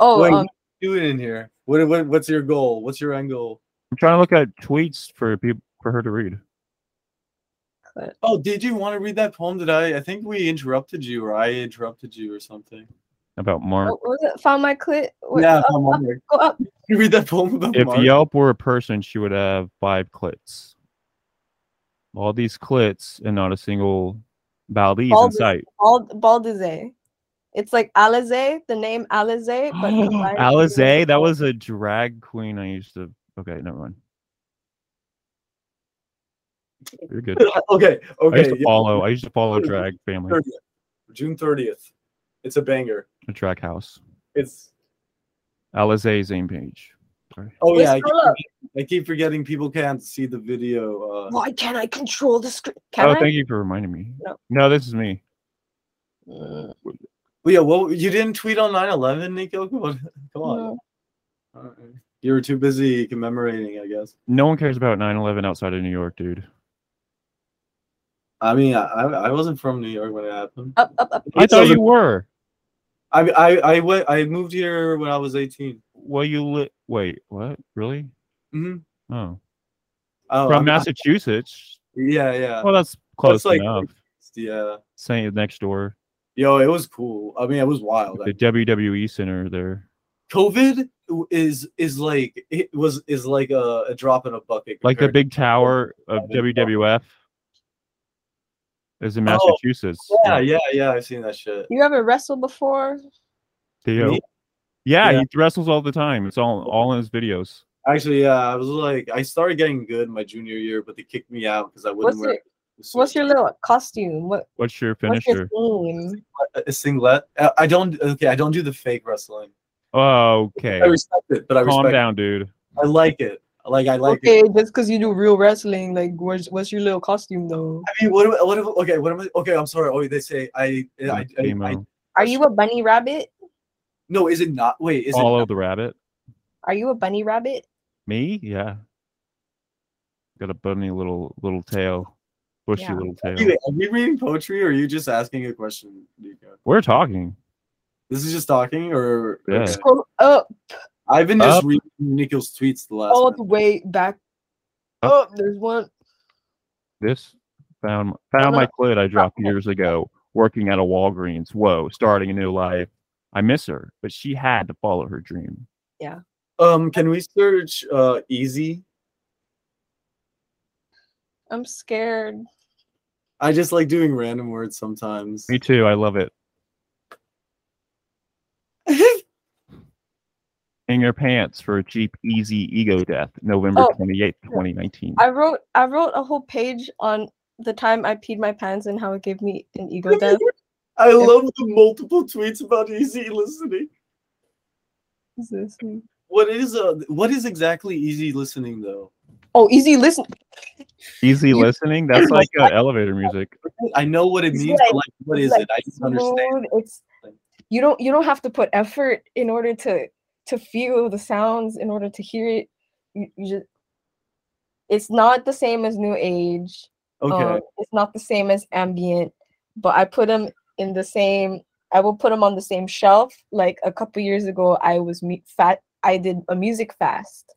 [SPEAKER 6] Oh,
[SPEAKER 3] Wait.
[SPEAKER 6] um,
[SPEAKER 3] doing in here? What, what what's your goal? What's your end goal?
[SPEAKER 1] trying to look at tweets for people for her to read.
[SPEAKER 3] Oh, did you want to read that poem? Did I? I think we interrupted you, or I interrupted you, or something.
[SPEAKER 1] About Mark.
[SPEAKER 2] What was it? Found my clit. Wait,
[SPEAKER 3] yeah,
[SPEAKER 2] up,
[SPEAKER 3] I'm
[SPEAKER 2] up,
[SPEAKER 3] on there.
[SPEAKER 2] go up.
[SPEAKER 3] You read that poem about
[SPEAKER 1] if
[SPEAKER 3] Mark?
[SPEAKER 1] Yelp were a person, she would have five clits. All these clits and not a single Valdez
[SPEAKER 6] All
[SPEAKER 1] in
[SPEAKER 6] the-
[SPEAKER 1] sight.
[SPEAKER 6] Bald Baldize.
[SPEAKER 2] It's like Alize, the name Alize, but
[SPEAKER 1] <gasps>
[SPEAKER 2] combined-
[SPEAKER 1] Alize, that was a drag queen I used to. Okay, never mind. You're good.
[SPEAKER 3] <laughs> okay,
[SPEAKER 1] I used
[SPEAKER 3] okay.
[SPEAKER 1] to
[SPEAKER 3] yeah,
[SPEAKER 1] follow. I used to follow drag family,
[SPEAKER 3] 30th. June 30th. It's a banger.
[SPEAKER 1] a drag house.
[SPEAKER 3] It's
[SPEAKER 1] Alize same page. Sorry.
[SPEAKER 3] oh yeah. I
[SPEAKER 2] Let's pull up.
[SPEAKER 3] keep, I keep forgetting people can't see the video. Uh,
[SPEAKER 11] Why can't I control the screen?
[SPEAKER 2] Can
[SPEAKER 1] oh,
[SPEAKER 2] I?
[SPEAKER 1] thank you for reminding me.
[SPEAKER 2] No.
[SPEAKER 1] this is me.
[SPEAKER 3] well, yeah. Well, you didn't tweet on 9/11, Nico. <laughs> Come on, come on. Alright. You were too busy commemorating, I guess.
[SPEAKER 1] No one cares about 9/11 outside of New York, dude.
[SPEAKER 3] I mean, I, I I wasn't from New York when it happened.
[SPEAKER 2] Up, up, up.
[SPEAKER 1] I
[SPEAKER 3] It
[SPEAKER 1] thought
[SPEAKER 3] doesn't-
[SPEAKER 1] you were.
[SPEAKER 3] I I I went. I moved here when I was 18.
[SPEAKER 1] Well, you li- wait. What? Really?
[SPEAKER 3] hmm
[SPEAKER 1] Oh,
[SPEAKER 3] Oh,
[SPEAKER 1] from
[SPEAKER 3] I'm-
[SPEAKER 1] Massachusetts.
[SPEAKER 3] Yeah, yeah.
[SPEAKER 1] Well, that's close
[SPEAKER 3] like-
[SPEAKER 1] enough.
[SPEAKER 3] Yeah.
[SPEAKER 1] Saying next door,
[SPEAKER 3] Yo, it was cool. I mean, it was wild.
[SPEAKER 1] the WWE Center there,
[SPEAKER 3] COVID is is like it was is like a, a drop in a bucket.
[SPEAKER 1] like the
[SPEAKER 3] compared-
[SPEAKER 1] big tower of
[SPEAKER 3] Yeah, big tower.
[SPEAKER 1] WWF, is in
[SPEAKER 3] Oh,
[SPEAKER 1] Massachusetts.
[SPEAKER 3] Yeah, yeah, yeah. I've seen that shit.
[SPEAKER 2] You ever wrestled before?
[SPEAKER 1] Theo.
[SPEAKER 3] Me?
[SPEAKER 1] Yeah,
[SPEAKER 3] Yeah.
[SPEAKER 1] he wrestles all the time. It's all all in his videos.
[SPEAKER 3] Actually, yeah. I was like, I started getting good my junior year, but they kicked me out because I
[SPEAKER 2] What's
[SPEAKER 3] wouldn't
[SPEAKER 2] your
[SPEAKER 3] wear.
[SPEAKER 2] What's your little costume? What
[SPEAKER 1] What's your
[SPEAKER 2] What's
[SPEAKER 1] finisher?
[SPEAKER 2] your theme?
[SPEAKER 3] a singlet? I I don't. Okay, I don't do the fake wrestling.
[SPEAKER 1] Oh, okay.
[SPEAKER 3] I respect it, but I
[SPEAKER 1] Calm
[SPEAKER 3] respect.
[SPEAKER 1] down, dude.
[SPEAKER 3] I like it. Like I like it.
[SPEAKER 12] okay, just because you do real wrestling, like, what's what's your little costume though?
[SPEAKER 3] I mean, what? am- What? am- Okay, what am I? Okay, I'm sorry. Oh, they say I. I, I, I-
[SPEAKER 1] Emo.
[SPEAKER 2] Are you a bunny rabbit?
[SPEAKER 3] no, is it not? Wait, is
[SPEAKER 1] Follow
[SPEAKER 3] it?
[SPEAKER 1] the rabbit.
[SPEAKER 2] Are you a bunny rabbit?
[SPEAKER 1] Me? Yeah. Got a bunny little little tail, bushy
[SPEAKER 2] Yeah.
[SPEAKER 1] little tail.
[SPEAKER 3] Anyway, are you reading poetry, or are you just asking a question, Nico?
[SPEAKER 1] We're talking.
[SPEAKER 3] This is just talking, or
[SPEAKER 1] Yeah. Uh,
[SPEAKER 3] okay.
[SPEAKER 2] Scroll up
[SPEAKER 3] I've been just
[SPEAKER 1] Up.
[SPEAKER 3] reading Nico's tweets the last.
[SPEAKER 12] All
[SPEAKER 3] night.
[SPEAKER 12] the way back. Oh,
[SPEAKER 1] Up.
[SPEAKER 12] there's one.
[SPEAKER 1] This found found my clit I dropped years ago working at a Walgreens. Whoa, starting a new life. I miss her, but she had to follow her dream.
[SPEAKER 3] Um, can we search uh easy?
[SPEAKER 2] I'm scared.
[SPEAKER 3] I just like doing random words sometimes.
[SPEAKER 1] Me too. I
[SPEAKER 2] <laughs>
[SPEAKER 1] love it. In your pants for a cheap, easy ego death. November
[SPEAKER 2] Oh.
[SPEAKER 1] twenty eighth, twenty nineteen.
[SPEAKER 2] I wrote I wrote a whole page on the time I peed my pants and how it gave me an ego death.
[SPEAKER 3] <laughs> I love the multiple tweets about easy listening.
[SPEAKER 2] Is this me?
[SPEAKER 3] What is uh what is exactly easy listening though?
[SPEAKER 12] Oh, easy listen.
[SPEAKER 1] Easy listening. That's like uh, elevator music.
[SPEAKER 3] I know what it
[SPEAKER 2] It's
[SPEAKER 3] means, but
[SPEAKER 2] like-
[SPEAKER 3] like what is
[SPEAKER 2] like
[SPEAKER 3] it? I just understand.
[SPEAKER 2] Smooth, It's you don't you don't have to put effort in order to to feel the sounds in order to hear it. You, you just it's not the same as new age.
[SPEAKER 3] Okay.
[SPEAKER 2] Um, it's not the same as ambient, but I put them in the same. I will put them on the same shelf. Like a couple years ago, I was mu- fat. I did a music fast,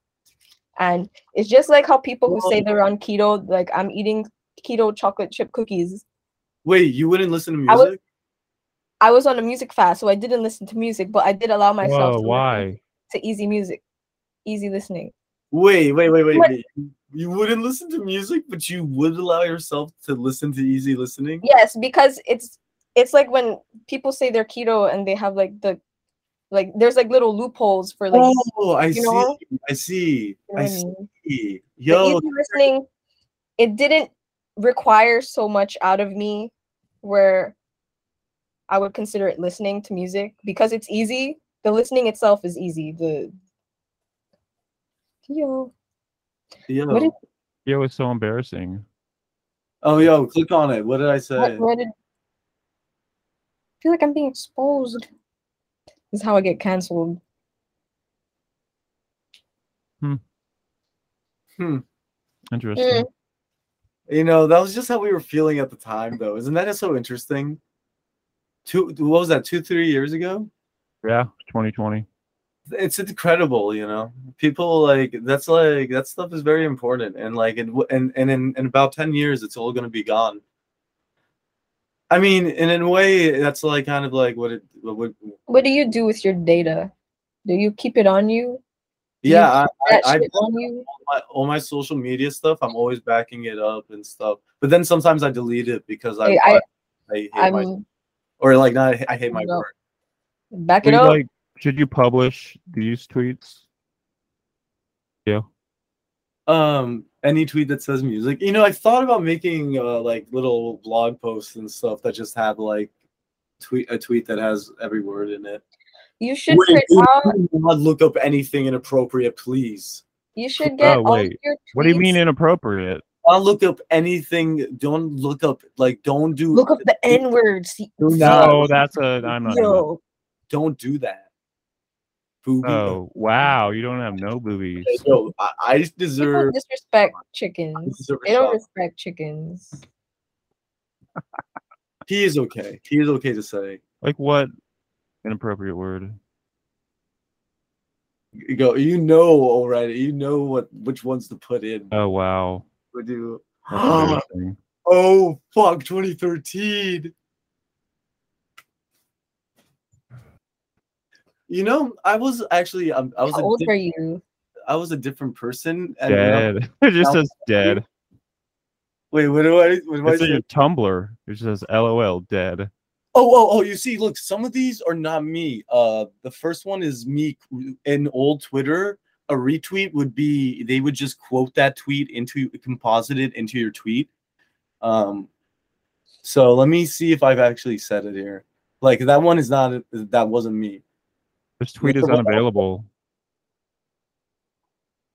[SPEAKER 2] and it's just like how people who say they're on keto, like I'm eating keto chocolate chip cookies.
[SPEAKER 3] Wait, you wouldn't listen to
[SPEAKER 2] I would-
[SPEAKER 3] music?
[SPEAKER 2] I was on a music fast, so I didn't listen to music, but I did allow myself
[SPEAKER 1] Whoa,
[SPEAKER 2] to,
[SPEAKER 1] why?
[SPEAKER 2] listen to easy music, easy listening.
[SPEAKER 3] Wait, wait, wait, wait,
[SPEAKER 2] What?
[SPEAKER 3] wait. You wouldn't listen to music, but you would allow yourself to listen to easy listening?
[SPEAKER 2] Yes, because it's it's like when people say they're keto and they have like the like there's like little loopholes for like
[SPEAKER 3] oh, I see.
[SPEAKER 2] know?
[SPEAKER 3] I see.
[SPEAKER 2] you know what
[SPEAKER 3] I
[SPEAKER 2] I mean?
[SPEAKER 3] see.
[SPEAKER 2] The
[SPEAKER 3] Yo,
[SPEAKER 2] easy listening, it didn't require so much out of me where I would consider it listening to music because it's easy. The listening itself is easy. The yo,
[SPEAKER 3] yo.
[SPEAKER 2] what did,
[SPEAKER 1] It was so embarrassing.
[SPEAKER 3] Oh, yo, click on it. What did I say?
[SPEAKER 2] what, where did I feel like I'm being exposed. This is how I get canceled.
[SPEAKER 1] Interesting.
[SPEAKER 3] Mm. You know, that was just how we were feeling at the time, though. Isn't that just so interesting? Two, what was that? Two, three years ago.
[SPEAKER 1] Yeah, 2020.
[SPEAKER 3] It's incredible, you know. People like that's like that stuff is very important, and like in and and in, in about ten years, it's all gonna be gone. I mean, and in a way, that's like kind of like what it would.
[SPEAKER 2] What do you do with your data? Do you keep it on you? You
[SPEAKER 3] Yeah, I, I,
[SPEAKER 2] That
[SPEAKER 3] I
[SPEAKER 2] shit on you?
[SPEAKER 3] my, all my social media stuff. I'm always backing it up and stuff, but then sometimes I delete it because I
[SPEAKER 2] Hey,
[SPEAKER 3] I,
[SPEAKER 2] I-
[SPEAKER 3] I hate my
[SPEAKER 2] I'm
[SPEAKER 3] or like not I hate my
[SPEAKER 2] No.
[SPEAKER 3] work.
[SPEAKER 2] Back
[SPEAKER 1] We,
[SPEAKER 2] it up.
[SPEAKER 1] like, should you publish these tweets?
[SPEAKER 3] um any tweet that says music you know i thought about making uh, like little blog posts and stuff that just have like tweet a tweet that has every word in it
[SPEAKER 6] You should
[SPEAKER 3] Wait,
[SPEAKER 6] print
[SPEAKER 3] do
[SPEAKER 6] out.
[SPEAKER 3] not look up anything inappropriate please
[SPEAKER 6] You should get
[SPEAKER 1] Oh,
[SPEAKER 6] all of
[SPEAKER 1] wait.
[SPEAKER 6] your. Tweets.
[SPEAKER 1] What do you mean inappropriate?
[SPEAKER 3] don't look up anything don't look up like don't do
[SPEAKER 6] Look up the N words.
[SPEAKER 3] do not-
[SPEAKER 1] No, that's a. I'm not. doing that.
[SPEAKER 6] Yo,
[SPEAKER 3] don't do that Booby.
[SPEAKER 1] Oh wow, you don't have no boobies.
[SPEAKER 3] Hey, yo, I, I
[SPEAKER 6] people
[SPEAKER 3] deserve,
[SPEAKER 6] disrespect
[SPEAKER 3] I
[SPEAKER 6] chickens.
[SPEAKER 3] deserve a
[SPEAKER 6] They don't
[SPEAKER 3] shot.
[SPEAKER 6] respect chickens.
[SPEAKER 3] he is okay he is okay to say
[SPEAKER 1] Like what? Inappropriate word.
[SPEAKER 3] you go you know already you know what which ones to put in
[SPEAKER 1] Oh wow.
[SPEAKER 3] would you
[SPEAKER 1] That's
[SPEAKER 3] <gasps>
[SPEAKER 1] embarrassing.
[SPEAKER 3] Oh fuck, 2013. You know, I was actually um, I was
[SPEAKER 6] How
[SPEAKER 3] a
[SPEAKER 6] old
[SPEAKER 3] di-
[SPEAKER 6] are you?
[SPEAKER 3] I was a different person. And when I-
[SPEAKER 1] dead. <laughs> it just says
[SPEAKER 3] <laughs>
[SPEAKER 1] dead.
[SPEAKER 3] wait, what do I what do I
[SPEAKER 1] It's in
[SPEAKER 3] say?
[SPEAKER 1] your Tumblr. It just says LOL dead.
[SPEAKER 3] Oh, oh, oh, you see, look, some of these are not me. Uh the first one is me in old Twitter. A retweet would be they would just quote that tweet into composite it into your tweet. Um so let me see if I've actually said it here. Like that one is not that wasn't me.
[SPEAKER 1] This tweet is
[SPEAKER 3] the one-
[SPEAKER 1] unavailable.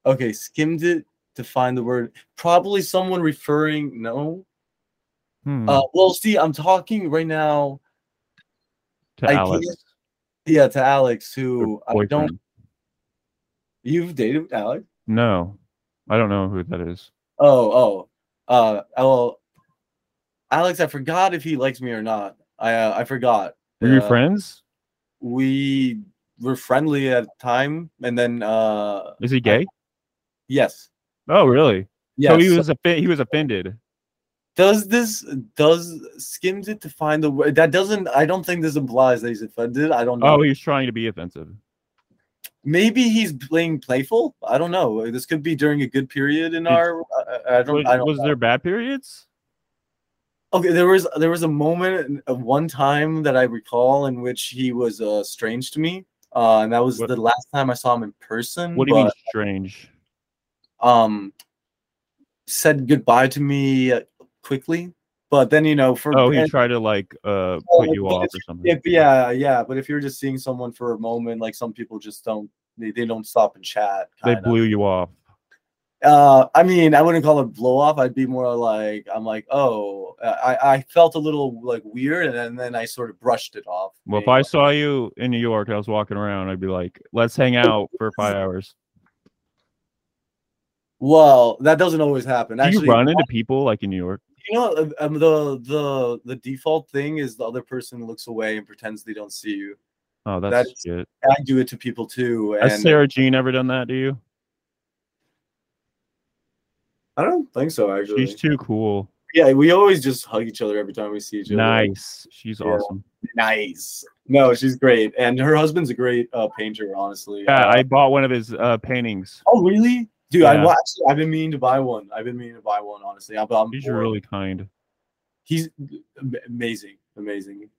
[SPEAKER 3] Okay, skimmed it to find the word. Probably someone referring. No.
[SPEAKER 1] Hmm,
[SPEAKER 3] Uh, well, see, I'm talking right now.
[SPEAKER 1] to
[SPEAKER 3] I
[SPEAKER 1] Alex.
[SPEAKER 3] can't- Yeah, to Alex, who
[SPEAKER 1] your
[SPEAKER 3] I don't.
[SPEAKER 1] boyfriend.
[SPEAKER 3] You've dated with Alex?
[SPEAKER 1] No, I don't know who that is.
[SPEAKER 3] Oh, oh. Uh, well, Alex, I forgot if he likes me or not. I uh, I forgot.
[SPEAKER 1] Were you
[SPEAKER 3] Uh,
[SPEAKER 1] friends?
[SPEAKER 3] We were friendly at the time, and then uh,
[SPEAKER 1] Is he gay?
[SPEAKER 3] yes,
[SPEAKER 1] Oh really?
[SPEAKER 3] yes.
[SPEAKER 1] So he was offe- he was offended.
[SPEAKER 3] does this does skims it to find the word that doesn't? I don't think this implies that he's offended. I don't know.
[SPEAKER 1] Oh, he was trying to be offensive.
[SPEAKER 3] maybe he's playing playful. I don't know. This could be during a good period in
[SPEAKER 1] Did-
[SPEAKER 3] our. I, I
[SPEAKER 1] Was,
[SPEAKER 3] don't. I don't.
[SPEAKER 1] was there bad periods?
[SPEAKER 3] okay, there was there was a moment of one time that I recall in which he was uh, strange to me, uh, and that was
[SPEAKER 1] What-
[SPEAKER 3] the last time I saw him in person.
[SPEAKER 1] What do you mean
[SPEAKER 3] but,
[SPEAKER 1] strange?
[SPEAKER 3] Um, said goodbye to me uh, quickly, but then you know for
[SPEAKER 1] Oh, he
[SPEAKER 3] and-
[SPEAKER 1] tried to like uh
[SPEAKER 3] Oh,
[SPEAKER 1] put you
[SPEAKER 3] but
[SPEAKER 1] off
[SPEAKER 3] it's-
[SPEAKER 1] or something.
[SPEAKER 3] if, yeah yeah. But if you're just seeing someone for a moment, like some people just don't they, they don't stop and chat.
[SPEAKER 1] They
[SPEAKER 3] kinda.
[SPEAKER 1] blew you off.
[SPEAKER 3] Uh, I mean, I wouldn't call it blow off. I'd be more like, I'm like, oh, I, I felt a little like weird, and then, then I sort of brushed it off.
[SPEAKER 1] Well, if
[SPEAKER 3] being
[SPEAKER 1] I
[SPEAKER 3] like-
[SPEAKER 1] saw you in New York, I was walking around, I'd be like, let's hang out for
[SPEAKER 3] <laughs>
[SPEAKER 1] five hours.
[SPEAKER 3] well, that doesn't always happen.
[SPEAKER 1] Do
[SPEAKER 3] Actually,
[SPEAKER 1] you run into people like in New York?
[SPEAKER 3] you know, uh, um, the the the default thing is the other person looks away and pretends they don't see you.
[SPEAKER 1] Oh, that's
[SPEAKER 3] That's-
[SPEAKER 1] shit.
[SPEAKER 3] And I do it to people too, and
[SPEAKER 1] Has Sarah Jean ever done that to you?
[SPEAKER 3] I don't think so. Actually,
[SPEAKER 1] She's too cool.
[SPEAKER 3] yeah, we always just hug each other every time we see each other.
[SPEAKER 1] Nice. She's
[SPEAKER 3] Yeah.
[SPEAKER 1] awesome.
[SPEAKER 3] nice. No, she's great, and her husband's a great uh, painter. Honestly,
[SPEAKER 1] Yeah,
[SPEAKER 3] Uh,
[SPEAKER 1] I bought one of his uh, paintings.
[SPEAKER 3] Oh really, dude? I
[SPEAKER 1] Yeah.
[SPEAKER 3] wa- actually, I've been meaning to buy one. I've been meaning to buy one. Honestly, I'm, I'm
[SPEAKER 1] He's
[SPEAKER 3] bored.
[SPEAKER 1] really kind.
[SPEAKER 3] he's am- amazing, amazing.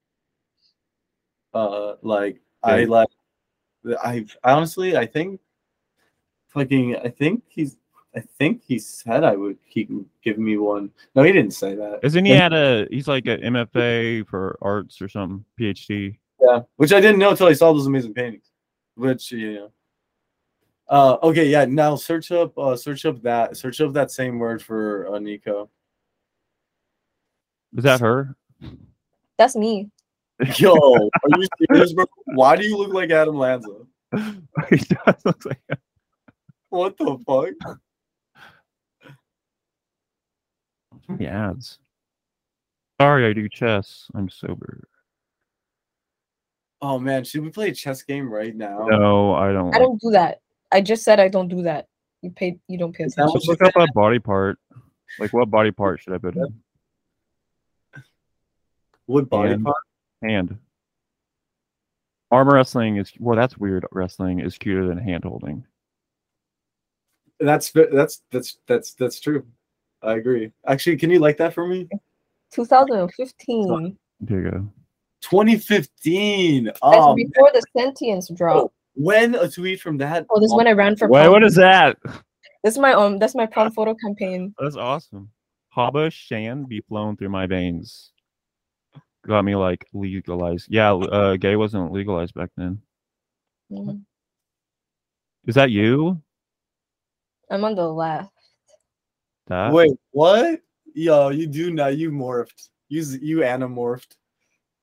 [SPEAKER 3] Uh, like I
[SPEAKER 1] Yeah.
[SPEAKER 3] like, I honestly, I think, fucking, I think he's, I think he said I would. He can give me one. No, he didn't say that.
[SPEAKER 1] Isn't he at a? He's like an MFA for arts or something, PhD.
[SPEAKER 3] Yeah, which I didn't know until I saw those amazing paintings. Which you know. Uh, okay, yeah. Now search up, uh, search up that, search up that same word for uh, Nico.
[SPEAKER 1] Is that her?
[SPEAKER 6] That's me.
[SPEAKER 3] Yo, are you serious, bro? Why do you look like Adam Lanza?
[SPEAKER 1] <laughs> he does look like.
[SPEAKER 3] What the fuck?
[SPEAKER 1] The ads. Sorry, I do chess. I'm sober.
[SPEAKER 3] Oh man, should we play a chess game right now?
[SPEAKER 1] No, I don't.
[SPEAKER 6] I
[SPEAKER 1] Like
[SPEAKER 6] don't do that. I just said I don't do that. You paid. You don't pay
[SPEAKER 3] Is that
[SPEAKER 6] attention.
[SPEAKER 3] what
[SPEAKER 1] Just look up a body part. Like what body part should I put in?
[SPEAKER 3] What body
[SPEAKER 1] And-
[SPEAKER 3] part?
[SPEAKER 1] Hand. Arm wrestling is well. That's weird. Wrestling is cuter than hand holding.
[SPEAKER 3] That's that's that's that's that's true. I agree. Actually, can you like that for me?
[SPEAKER 6] 2015.
[SPEAKER 1] There you go.
[SPEAKER 3] 2015.
[SPEAKER 2] That's
[SPEAKER 3] Oh, man.
[SPEAKER 2] before the sentience drop.
[SPEAKER 3] oh, when a tweet from that?
[SPEAKER 2] Oh, this is when I ran for
[SPEAKER 1] Wait,
[SPEAKER 2] prom.
[SPEAKER 1] what is that?
[SPEAKER 2] This is my um. That's my prom photo campaign.
[SPEAKER 1] That's awesome. Haba Shan be flowing through my veins. Got me like legalized. Yeah, uh, gay wasn't legalized back then. Uh-huh.
[SPEAKER 2] Mhm.
[SPEAKER 1] Is that you?
[SPEAKER 2] I'm on the left.
[SPEAKER 1] That?
[SPEAKER 3] Wait, what? Yo, you do now. You morphed. You z- you anamorphed.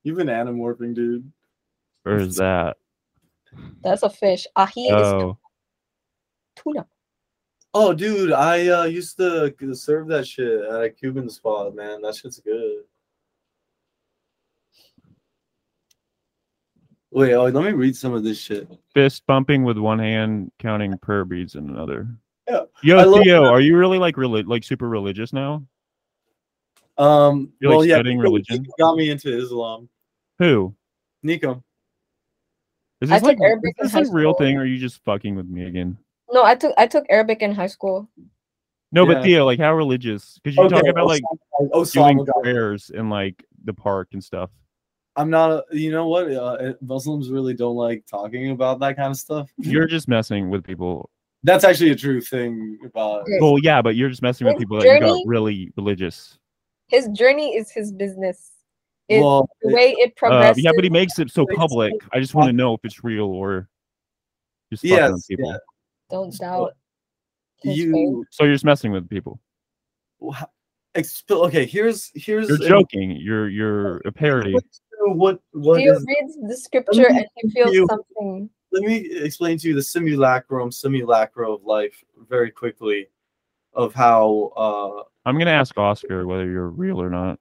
[SPEAKER 3] You've been anamorphing, dude.
[SPEAKER 1] Or is that?
[SPEAKER 2] That's a fish. Ahi is
[SPEAKER 1] Oh,
[SPEAKER 2] tuna.
[SPEAKER 3] Oh, dude, I uh, used to c- serve that shit at a Cuban spot, man. That shit's good. Wait, oh, let me read some of this shit.
[SPEAKER 1] fist bumping with one hand, counting prayer beads in another.
[SPEAKER 3] Yeah, I
[SPEAKER 1] Yo,
[SPEAKER 3] love
[SPEAKER 1] Theo, are you really like reli- like super religious now?
[SPEAKER 3] Um,
[SPEAKER 1] You're, like,
[SPEAKER 3] well, yeah,
[SPEAKER 1] studying
[SPEAKER 3] Nico
[SPEAKER 1] religion?
[SPEAKER 3] got me into Islam.
[SPEAKER 1] Who?
[SPEAKER 3] Nico,
[SPEAKER 1] Is
[SPEAKER 2] I
[SPEAKER 1] this like
[SPEAKER 2] took Arabic in
[SPEAKER 1] is
[SPEAKER 2] high
[SPEAKER 1] this a real
[SPEAKER 2] school.
[SPEAKER 1] thing, or are you just fucking with me again?
[SPEAKER 2] No, I took I took Arabic in high school.
[SPEAKER 1] No, but
[SPEAKER 3] Yeah.
[SPEAKER 1] Theo, like, how religious? Because you talk
[SPEAKER 3] Okay,
[SPEAKER 1] about like
[SPEAKER 3] Osama- Osama
[SPEAKER 1] doing
[SPEAKER 3] got
[SPEAKER 1] prayers in like the park and
[SPEAKER 3] <laughs>
[SPEAKER 1] stuff.
[SPEAKER 3] I'm not. A, you know what? Uh, uh, Muslims really don't like talking about that kind of stuff.
[SPEAKER 1] You're just messing with people.
[SPEAKER 3] That's actually a true thing about.
[SPEAKER 2] Yeah.
[SPEAKER 1] Well, yeah, but you're just messing with
[SPEAKER 2] His
[SPEAKER 1] people that you got
[SPEAKER 2] journey-
[SPEAKER 1] really religious.
[SPEAKER 2] His journey is his business. It,
[SPEAKER 3] Well,
[SPEAKER 2] the way it
[SPEAKER 1] Uh,
[SPEAKER 2] progresses.
[SPEAKER 1] yeah, but he makes it so
[SPEAKER 2] It's-
[SPEAKER 1] public. I just want to know if it's real or just fucking
[SPEAKER 3] Yes,
[SPEAKER 1] with people.
[SPEAKER 3] yeah.
[SPEAKER 2] don't doubt. His
[SPEAKER 3] you
[SPEAKER 1] So you're just messing with people.
[SPEAKER 3] wha- exp- okay. Here's here's
[SPEAKER 1] You're
[SPEAKER 3] an-
[SPEAKER 1] joking. You're you're a parody.
[SPEAKER 3] what
[SPEAKER 2] faith.
[SPEAKER 3] what
[SPEAKER 2] Theo
[SPEAKER 3] is.
[SPEAKER 2] reads the scripture and he feels
[SPEAKER 3] you-
[SPEAKER 2] something.
[SPEAKER 3] Let me explain to you the simulacrum, simulacra of life very quickly, of how. uh
[SPEAKER 1] I'm gonna ask Oscar whether you're real or not.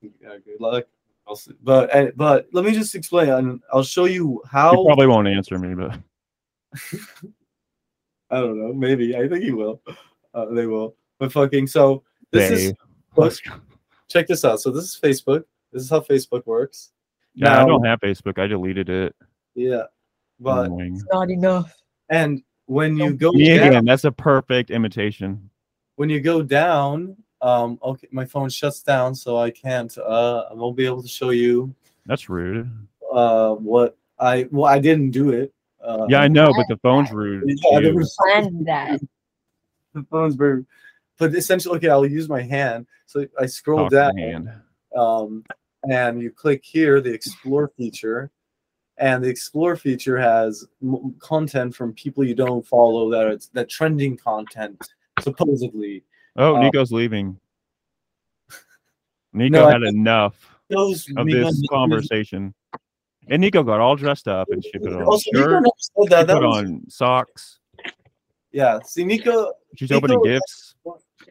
[SPEAKER 3] yeah, Good luck. uh, I'll see. But uh, but let me just explain. and I'll show you how.
[SPEAKER 1] He probably won't answer me, but
[SPEAKER 3] I don't know. Maybe I think he will. Uh, they will. But fucking so <laughs> this
[SPEAKER 1] they.
[SPEAKER 3] is check this out. So this is Facebook. This is how Facebook works.
[SPEAKER 1] yeah, I
[SPEAKER 3] now-
[SPEAKER 1] don't have Facebook. I deleted it.
[SPEAKER 3] Yeah. But
[SPEAKER 1] Annoying.
[SPEAKER 2] Not enough.
[SPEAKER 3] and when you go
[SPEAKER 1] Me
[SPEAKER 3] down,
[SPEAKER 1] again. That's a perfect imitation.
[SPEAKER 3] when you go down, um okay, my phone shuts down, so I can't uh I won't be able to show you
[SPEAKER 1] That's rude.
[SPEAKER 3] uh what I well I didn't do it. Uh,
[SPEAKER 1] Yeah, I know, but the phone's rude. to
[SPEAKER 3] <laughs> yeah, there
[SPEAKER 1] you.
[SPEAKER 3] was-
[SPEAKER 2] Plan that.
[SPEAKER 3] the phone's very but essentially okay, I'll use my hand. So I scroll
[SPEAKER 1] Talk to
[SPEAKER 3] down.
[SPEAKER 1] the hand.
[SPEAKER 3] um, and you click here the explore feature and the explore feature has m- content from people you don't follow that it's that trending content supposedly
[SPEAKER 1] Oh,
[SPEAKER 3] Uh,
[SPEAKER 1] Nico's
[SPEAKER 3] <laughs>
[SPEAKER 1] leaving. Nico
[SPEAKER 3] I
[SPEAKER 1] had enough
[SPEAKER 3] those
[SPEAKER 1] of this conversation. And Nico got all dressed up and she put on a
[SPEAKER 3] also, Nico
[SPEAKER 1] shirt.
[SPEAKER 3] never said
[SPEAKER 1] She
[SPEAKER 3] that. That
[SPEAKER 1] put
[SPEAKER 3] was,
[SPEAKER 1] on socks.
[SPEAKER 3] yeah see nico
[SPEAKER 1] She's
[SPEAKER 3] Nico-
[SPEAKER 1] opening gifts.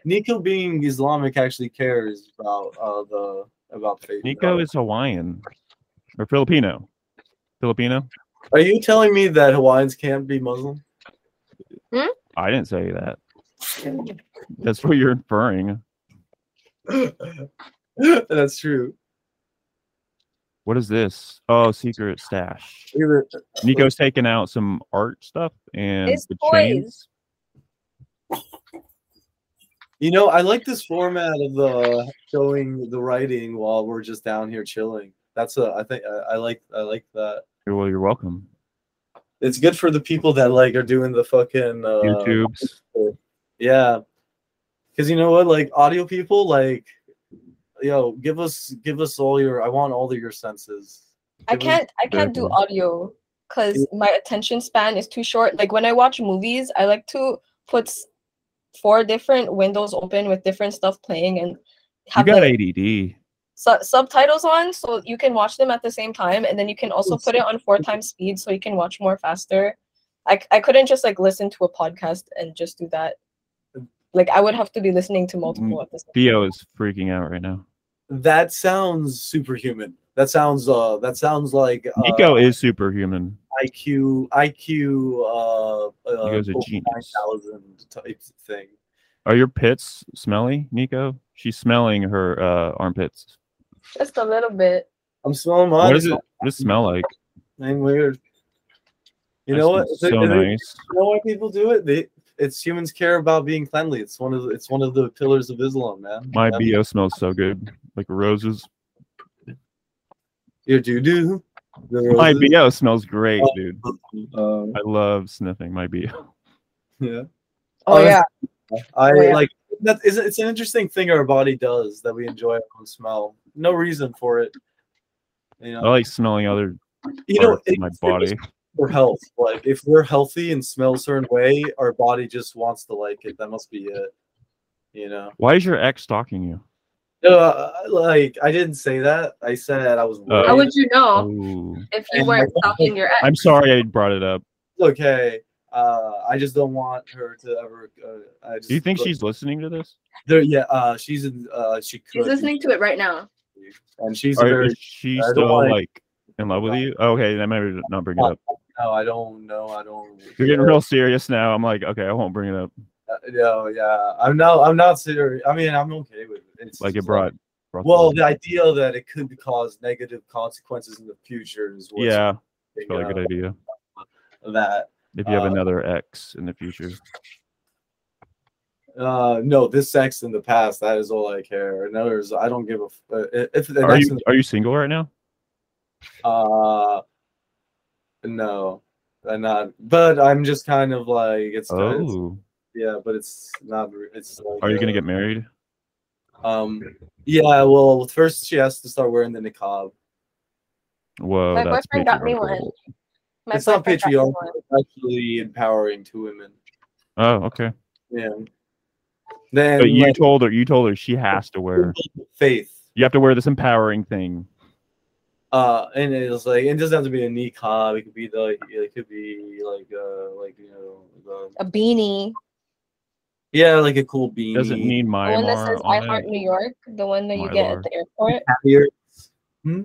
[SPEAKER 3] nico being islamic actually cares about uh the about faith
[SPEAKER 1] Nico is Hawaiian or Filipino. Filipino?
[SPEAKER 3] are you telling me that hawaiians can't be
[SPEAKER 2] <laughs>
[SPEAKER 3] muslim
[SPEAKER 1] I didn't say that.
[SPEAKER 7] <laughs>
[SPEAKER 1] That's what you're inferring.
[SPEAKER 3] that's true
[SPEAKER 1] What is this? Oh, secret stash.
[SPEAKER 3] Either-
[SPEAKER 1] Nico's taking out some art stuff and
[SPEAKER 2] It's
[SPEAKER 1] the
[SPEAKER 2] toys.
[SPEAKER 1] chains.
[SPEAKER 3] You know, I like this format of the showing the writing while we're just down here chilling. That's a I think I, I like I like that.
[SPEAKER 1] Well, you're welcome.
[SPEAKER 3] It's good for the people that like are doing the fucking uh,
[SPEAKER 1] YouTube's.
[SPEAKER 3] Yeah, because you know what, like audio people, like yo, give us give us all your. I want all of your senses.
[SPEAKER 2] I
[SPEAKER 3] Give us-
[SPEAKER 2] can't I can't do
[SPEAKER 1] Exactly.
[SPEAKER 2] audio because my attention span is too short. Like when I watch movies, I like to put s- four different windows open with different stuff playing and
[SPEAKER 1] You
[SPEAKER 2] have
[SPEAKER 1] got
[SPEAKER 2] like,
[SPEAKER 1] ADD.
[SPEAKER 2] su- subtitles on so you can watch them at the same time and then you can also put it on four times speed so you can watch more faster I, c- I couldn't just like listen to a podcast and just do that like i would have to be listening to
[SPEAKER 1] Mm,
[SPEAKER 2] multiple at the same
[SPEAKER 1] Theo is freaking out right now.
[SPEAKER 3] That sounds superhuman. That sounds uh. That sounds like uh,
[SPEAKER 1] Nico is superhuman.
[SPEAKER 3] IQ IQ uh, uh
[SPEAKER 1] Nico's a
[SPEAKER 3] nine
[SPEAKER 1] genius.
[SPEAKER 3] thousand type thing.
[SPEAKER 1] Are your pits smelly, Nico? She's smelling her uh, armpits.
[SPEAKER 2] just a little bit
[SPEAKER 3] I'm smelling mine.
[SPEAKER 1] What does it? What does it smell like?
[SPEAKER 3] Ain't weird. You
[SPEAKER 1] That
[SPEAKER 3] know what?
[SPEAKER 1] smells
[SPEAKER 3] Is it-
[SPEAKER 1] So
[SPEAKER 3] is it-
[SPEAKER 1] nice.
[SPEAKER 3] You know why people do it? They, it's humans care about being cleanly. It's one of the, it's one of the pillars of Islam, man.
[SPEAKER 1] My
[SPEAKER 3] That-
[SPEAKER 1] bo smells so good, like roses.
[SPEAKER 3] Your doo doo.
[SPEAKER 1] My BO smells great,
[SPEAKER 3] Oh.
[SPEAKER 1] dude.
[SPEAKER 3] Um,
[SPEAKER 1] I love sniffing my BO.
[SPEAKER 3] yeah.
[SPEAKER 13] Oh,
[SPEAKER 3] Oh,
[SPEAKER 13] yeah.
[SPEAKER 3] I
[SPEAKER 13] Oh, yeah.
[SPEAKER 3] like that. Is it's an interesting thing our body does that we enjoy our own smell. No reason for it. You know,
[SPEAKER 1] I like smelling other
[SPEAKER 3] you know,
[SPEAKER 1] parts of Oh, my
[SPEAKER 3] it's- it's
[SPEAKER 1] body.
[SPEAKER 3] for health. Like if we're healthy and smell a certain way, our body just wants to like it. That must be it. You know,
[SPEAKER 1] Why is your ex stalking you?
[SPEAKER 3] uh, like I didn't say that. I said I was.
[SPEAKER 1] Uh,
[SPEAKER 2] How
[SPEAKER 3] worried.
[SPEAKER 2] would you know
[SPEAKER 1] Oh,
[SPEAKER 2] if you weren't stalking your ex?
[SPEAKER 1] I'm sorry I brought it up.
[SPEAKER 3] okay. Uh, I just don't want her to ever. Uh, I just,
[SPEAKER 1] Do you think
[SPEAKER 3] look,
[SPEAKER 1] she's listening to this?
[SPEAKER 3] There, yeah. Uh, she's in. Uh, she could.
[SPEAKER 2] She's listening to it right now.
[SPEAKER 3] and she's a
[SPEAKER 1] Or
[SPEAKER 3] very.
[SPEAKER 1] is she
[SPEAKER 3] I don't
[SPEAKER 1] still
[SPEAKER 3] wanna-
[SPEAKER 1] like in love with you? Okay, then maybe not bring it up.
[SPEAKER 3] No, I don't know. I don't.
[SPEAKER 1] You're getting real serious now. I'm like, okay, I won't bring it up.
[SPEAKER 3] Uh, no, yeah. I'm not. I'm not serious. I mean, I'm okay with it. It's
[SPEAKER 1] Like it
[SPEAKER 3] just
[SPEAKER 1] brought. brought
[SPEAKER 3] Well,
[SPEAKER 1] the-
[SPEAKER 3] the idea that it could cause negative consequences in the future is what's
[SPEAKER 1] yeah, it's
[SPEAKER 3] getting
[SPEAKER 1] probably a
[SPEAKER 3] out
[SPEAKER 1] good idea.
[SPEAKER 3] of that.
[SPEAKER 1] If you have
[SPEAKER 3] uh,
[SPEAKER 1] another ex in the future,
[SPEAKER 3] Uh, no, this sex in the past, that is all I care. In others, I don't give a. f- Uh, if the
[SPEAKER 1] are
[SPEAKER 3] next
[SPEAKER 1] you are you single right now?
[SPEAKER 3] uh, no, I'm not. But I'm just kind of like it's. Kind of,
[SPEAKER 1] Oh,
[SPEAKER 3] yeah, but it's not. re- It's. Like,
[SPEAKER 1] are you gonna
[SPEAKER 3] uh,
[SPEAKER 1] get married?
[SPEAKER 3] Um. Yeah. Well, first she has to start wearing the niqab.
[SPEAKER 1] Whoa,
[SPEAKER 2] My
[SPEAKER 1] that's
[SPEAKER 2] boyfriend got me
[SPEAKER 1] patriarchal.
[SPEAKER 2] My
[SPEAKER 3] it's not
[SPEAKER 2] boyfriend got me
[SPEAKER 3] patriarchal.
[SPEAKER 2] one.
[SPEAKER 3] It's actually empowering to women.
[SPEAKER 1] Oh, okay.
[SPEAKER 3] Yeah. Then
[SPEAKER 1] But you
[SPEAKER 3] like,
[SPEAKER 1] told her. You told her she has to
[SPEAKER 3] <laughs>
[SPEAKER 1] wear.
[SPEAKER 3] faith.
[SPEAKER 1] You have to wear this empowering thing.
[SPEAKER 3] Uh, and it was like it doesn't have to be a niqab. It could be like it could be like uh like you know the,
[SPEAKER 2] A beanie.
[SPEAKER 3] yeah like a cool beanie.
[SPEAKER 1] Doesn't need my
[SPEAKER 2] The one that
[SPEAKER 1] Mar
[SPEAKER 2] says I
[SPEAKER 1] on
[SPEAKER 2] Heart
[SPEAKER 1] it.
[SPEAKER 2] New York, the one that you
[SPEAKER 1] My
[SPEAKER 2] get
[SPEAKER 1] lord.
[SPEAKER 2] at the airport.
[SPEAKER 3] happier. Hmm?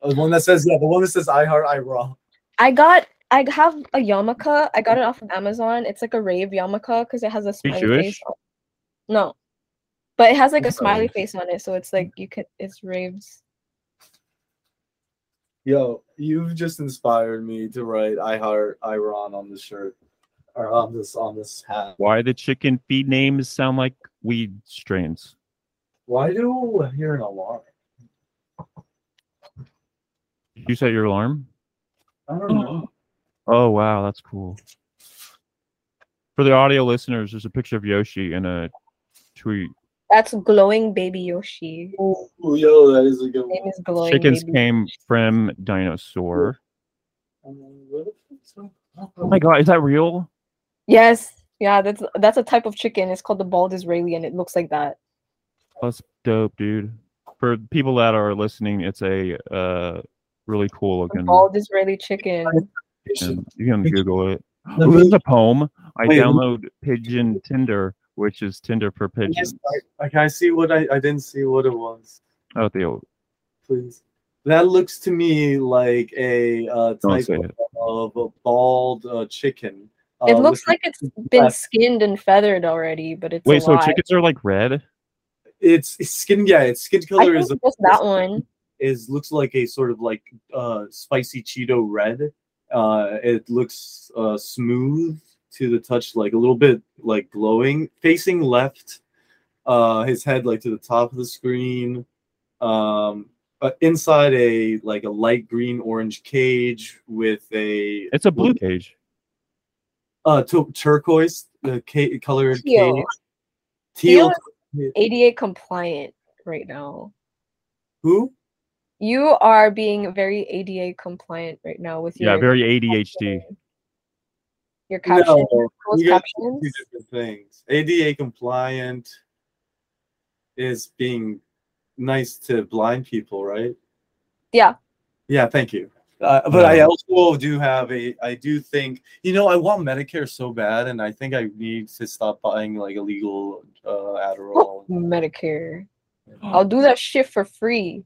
[SPEAKER 3] Oh, The one that says yeah, the one that says I heart I raw.
[SPEAKER 2] I got I have a yarmulke. I got it off of Amazon. It's like a rave yarmulke because it has a smiley
[SPEAKER 1] Jewish?
[SPEAKER 2] face. On. No, but it has like
[SPEAKER 1] Oh.
[SPEAKER 2] a smiley face on it, so it's like you could. It's raves.
[SPEAKER 3] Yo, you've just inspired me to write I heart Iran on the shirt or on this on this hat.
[SPEAKER 1] Why the chicken feed names sound like weed strains?
[SPEAKER 3] Why do I hear an alarm?
[SPEAKER 1] Did you set your alarm?
[SPEAKER 3] I don't know.
[SPEAKER 1] Oh wow, that's cool. For the audio listeners, there's a picture of Yoshi in a tweet.
[SPEAKER 2] That's glowing baby Yoshi.
[SPEAKER 3] Ooh, yo, that is a good
[SPEAKER 2] His name is glowing.
[SPEAKER 1] Chickens
[SPEAKER 2] baby.
[SPEAKER 1] came from dinosaur.
[SPEAKER 3] one.
[SPEAKER 1] Oh my god, is that real?
[SPEAKER 2] Yes, yeah. That's that's a type of chicken. It's called the bald Israeli, and it looks like that.
[SPEAKER 1] That's dope, dude. For people that are listening, it's a uh really cool
[SPEAKER 2] The
[SPEAKER 1] looking.
[SPEAKER 2] bald Israeli chicken.
[SPEAKER 1] and You can Google it. Ooh, this is a poem. I
[SPEAKER 3] Wait, who-
[SPEAKER 1] download Pigeon Tinder, which is Tinder for pigeons.
[SPEAKER 3] Like I see what I, I didn't see what it was.
[SPEAKER 1] Oh, Theo,
[SPEAKER 3] Please. That looks to me like a uh,
[SPEAKER 1] Don't
[SPEAKER 3] type
[SPEAKER 1] say it.
[SPEAKER 3] of a bald uh, chicken. Uh,
[SPEAKER 2] It looks
[SPEAKER 3] with-
[SPEAKER 2] like it's been
[SPEAKER 3] black.
[SPEAKER 2] skinned and feathered already, but it's
[SPEAKER 1] Wait, so
[SPEAKER 2] alive.
[SPEAKER 1] chickens are like red?
[SPEAKER 3] it's, it's skin. Yeah, its skin
[SPEAKER 2] I
[SPEAKER 3] color
[SPEAKER 2] think
[SPEAKER 3] is
[SPEAKER 2] just that one.
[SPEAKER 3] is looks like a sort of like uh, spicy Cheeto red. Uh, it looks uh, smooth to the touch, like a little bit like glowing. Facing left, uh, his head like to the top of the screen. Um, uh, inside a like a light green orange cage with a
[SPEAKER 1] It's a blue cage.
[SPEAKER 3] uh, tu- turquoise uh, ca- colored
[SPEAKER 2] Teal.
[SPEAKER 3] cage.
[SPEAKER 2] Teal
[SPEAKER 3] Teal.
[SPEAKER 2] ADA compliant right now.
[SPEAKER 3] Who?
[SPEAKER 2] You are being very ADA compliant right now with
[SPEAKER 1] Yeah,
[SPEAKER 2] your
[SPEAKER 1] very ADHD.
[SPEAKER 2] your captions, your closed
[SPEAKER 3] you guys-
[SPEAKER 2] captions.
[SPEAKER 3] two different things. ADA compliant is being nice to blind people, right?
[SPEAKER 2] Yeah.
[SPEAKER 3] Yeah, thank you. Uh, but I also do have a, I do think, you know, I want Medicare so bad, and I think I need to stop buying like illegal uh, Adderall.
[SPEAKER 2] Medicare. I'll do that shit for free.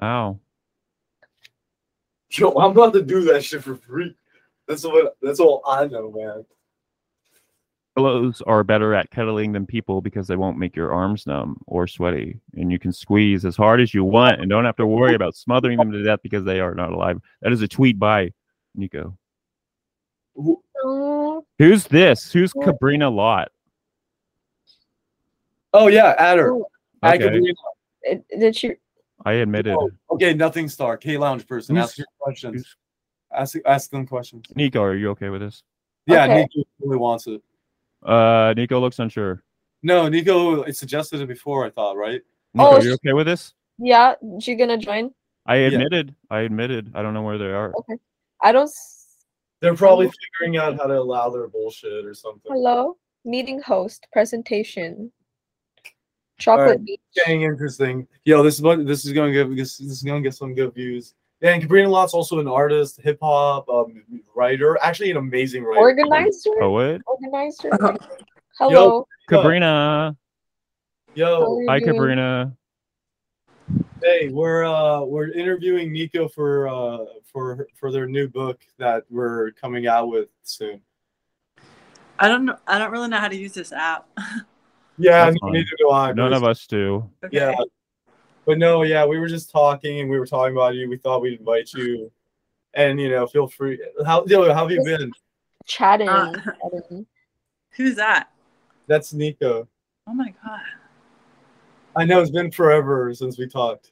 [SPEAKER 1] Wow.
[SPEAKER 3] <laughs> Yo, I'm about to do that shit for free. That's what. That's all I know, man.
[SPEAKER 1] Pillows are better at cuddling than people because they won't make your arms numb or sweaty, and you can squeeze as hard as you want and don't have to worry about smothering them to death because they are not alive. That is a tweet by Nico.
[SPEAKER 3] Who-
[SPEAKER 2] Oh,
[SPEAKER 1] Who's this? Who's
[SPEAKER 6] Oh.
[SPEAKER 1] Cabrina Lot?
[SPEAKER 3] Oh yeah, Adder.
[SPEAKER 2] Ooh.
[SPEAKER 1] Okay.
[SPEAKER 3] Agabino.
[SPEAKER 6] It, did she?
[SPEAKER 1] I admitted.
[SPEAKER 3] Oh, okay, nothing star. K lounge person,
[SPEAKER 1] Who's-
[SPEAKER 3] ask your questions.
[SPEAKER 1] who's-
[SPEAKER 3] Ask ask them questions.
[SPEAKER 1] Nico, are you okay with this?
[SPEAKER 3] Yeah,
[SPEAKER 6] Okay.
[SPEAKER 3] Nico really wants it.
[SPEAKER 1] Uh, Nico looks unsure.
[SPEAKER 3] No, Nico it suggested it before, I thought, right?
[SPEAKER 1] Nico,
[SPEAKER 6] Oh,
[SPEAKER 1] are you
[SPEAKER 6] sh-
[SPEAKER 1] okay with this?
[SPEAKER 6] Yeah, she gonna join?
[SPEAKER 1] I
[SPEAKER 3] Yeah.
[SPEAKER 1] admitted. I admitted. I don't know where they are.
[SPEAKER 6] I don't. s-
[SPEAKER 3] They're
[SPEAKER 6] probably
[SPEAKER 3] figuring out how to allow their bullshit or something.
[SPEAKER 6] Hello, meeting host presentation. Chocolate beach.
[SPEAKER 3] Dang, interesting. Yo, this is what this is gonna give this, this is gonna get some good views. And Cabrina Lot's also an artist, hip hop um, writer, actually an amazing writer.
[SPEAKER 6] organizer.
[SPEAKER 1] Poet.
[SPEAKER 6] Organizer. Hello.
[SPEAKER 1] Cabrina.
[SPEAKER 6] how
[SPEAKER 3] Yo,
[SPEAKER 6] are you
[SPEAKER 1] Hi,
[SPEAKER 6] doing?
[SPEAKER 1] Cabrina.
[SPEAKER 3] Hey, we're uh we're interviewing Nico for uh for for their new book that we're coming out with soon.
[SPEAKER 14] I don't know. I don't really know how to use this app.
[SPEAKER 3] Yeah,
[SPEAKER 1] That's fine.
[SPEAKER 3] neither do I.
[SPEAKER 1] None
[SPEAKER 3] but-
[SPEAKER 1] of us do.
[SPEAKER 14] Okay.
[SPEAKER 3] Yeah, but no, yeah, we were just talking and we were talking about you. We thought we'd invite you, and you know, feel free. How yo, how have you been?
[SPEAKER 6] Chatting.
[SPEAKER 14] Uh,
[SPEAKER 6] chatting.
[SPEAKER 14] Who's that?
[SPEAKER 3] That's Nico.
[SPEAKER 14] Oh my god.
[SPEAKER 3] I know it's been forever since we talked.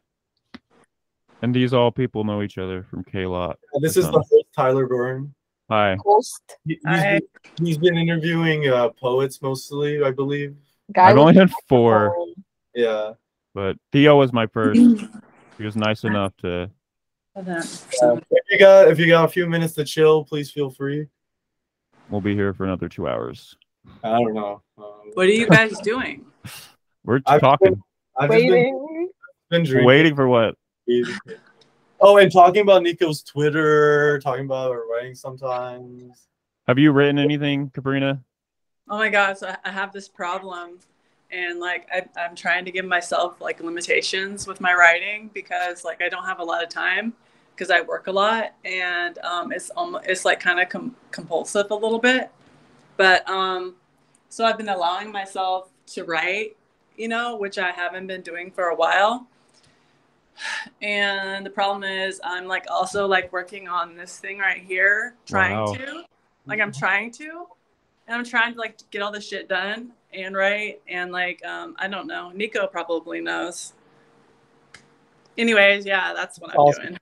[SPEAKER 1] And these all people know each other from K Lot.
[SPEAKER 3] And This is the host, Tyler Byrne.
[SPEAKER 1] Hi.
[SPEAKER 6] Host
[SPEAKER 3] He, has
[SPEAKER 14] Hi.
[SPEAKER 3] been, he's been interviewing uh, poets mostly, I believe.
[SPEAKER 6] guy.
[SPEAKER 1] I've
[SPEAKER 6] with
[SPEAKER 1] only had four,
[SPEAKER 6] microphone.
[SPEAKER 3] Yeah.
[SPEAKER 1] but Theo was
[SPEAKER 4] <clears throat>
[SPEAKER 1] my first.
[SPEAKER 6] Mm-hmm.
[SPEAKER 1] He was nice enough to.
[SPEAKER 14] Hold on.
[SPEAKER 3] Um, if you got if you got a few minutes to chill, please feel free.
[SPEAKER 1] We'll be here for another two hours.
[SPEAKER 3] I don't know. Um,
[SPEAKER 14] What are you guys doing?
[SPEAKER 1] We're
[SPEAKER 3] I've
[SPEAKER 1] talking,
[SPEAKER 3] been- I've just been,
[SPEAKER 6] Waiting.
[SPEAKER 3] been drinking.
[SPEAKER 1] waiting for what?
[SPEAKER 3] Oh, and talking about Nico's Twitter, talking about her writing sometimes.
[SPEAKER 1] Have you written anything, Cabrina?
[SPEAKER 14] Oh my gosh, I, I have this problem, and like I, I'm trying to give myself like limitations with my writing because like I don't have a lot of time because I work a lot, and um, it's almost it's like kind of com- compulsive a little bit, but um, so I've been allowing myself to write, you know, which I haven't been doing for a while. And the problem is, I'm like also like working on this thing right here, trying
[SPEAKER 1] Wow.
[SPEAKER 14] to, like I'm trying to, and I'm trying to like get all this shit done and right and like um I don't know. Nico probably knows. Anyways, yeah, that's what I'm
[SPEAKER 3] Awesome.
[SPEAKER 14] doing.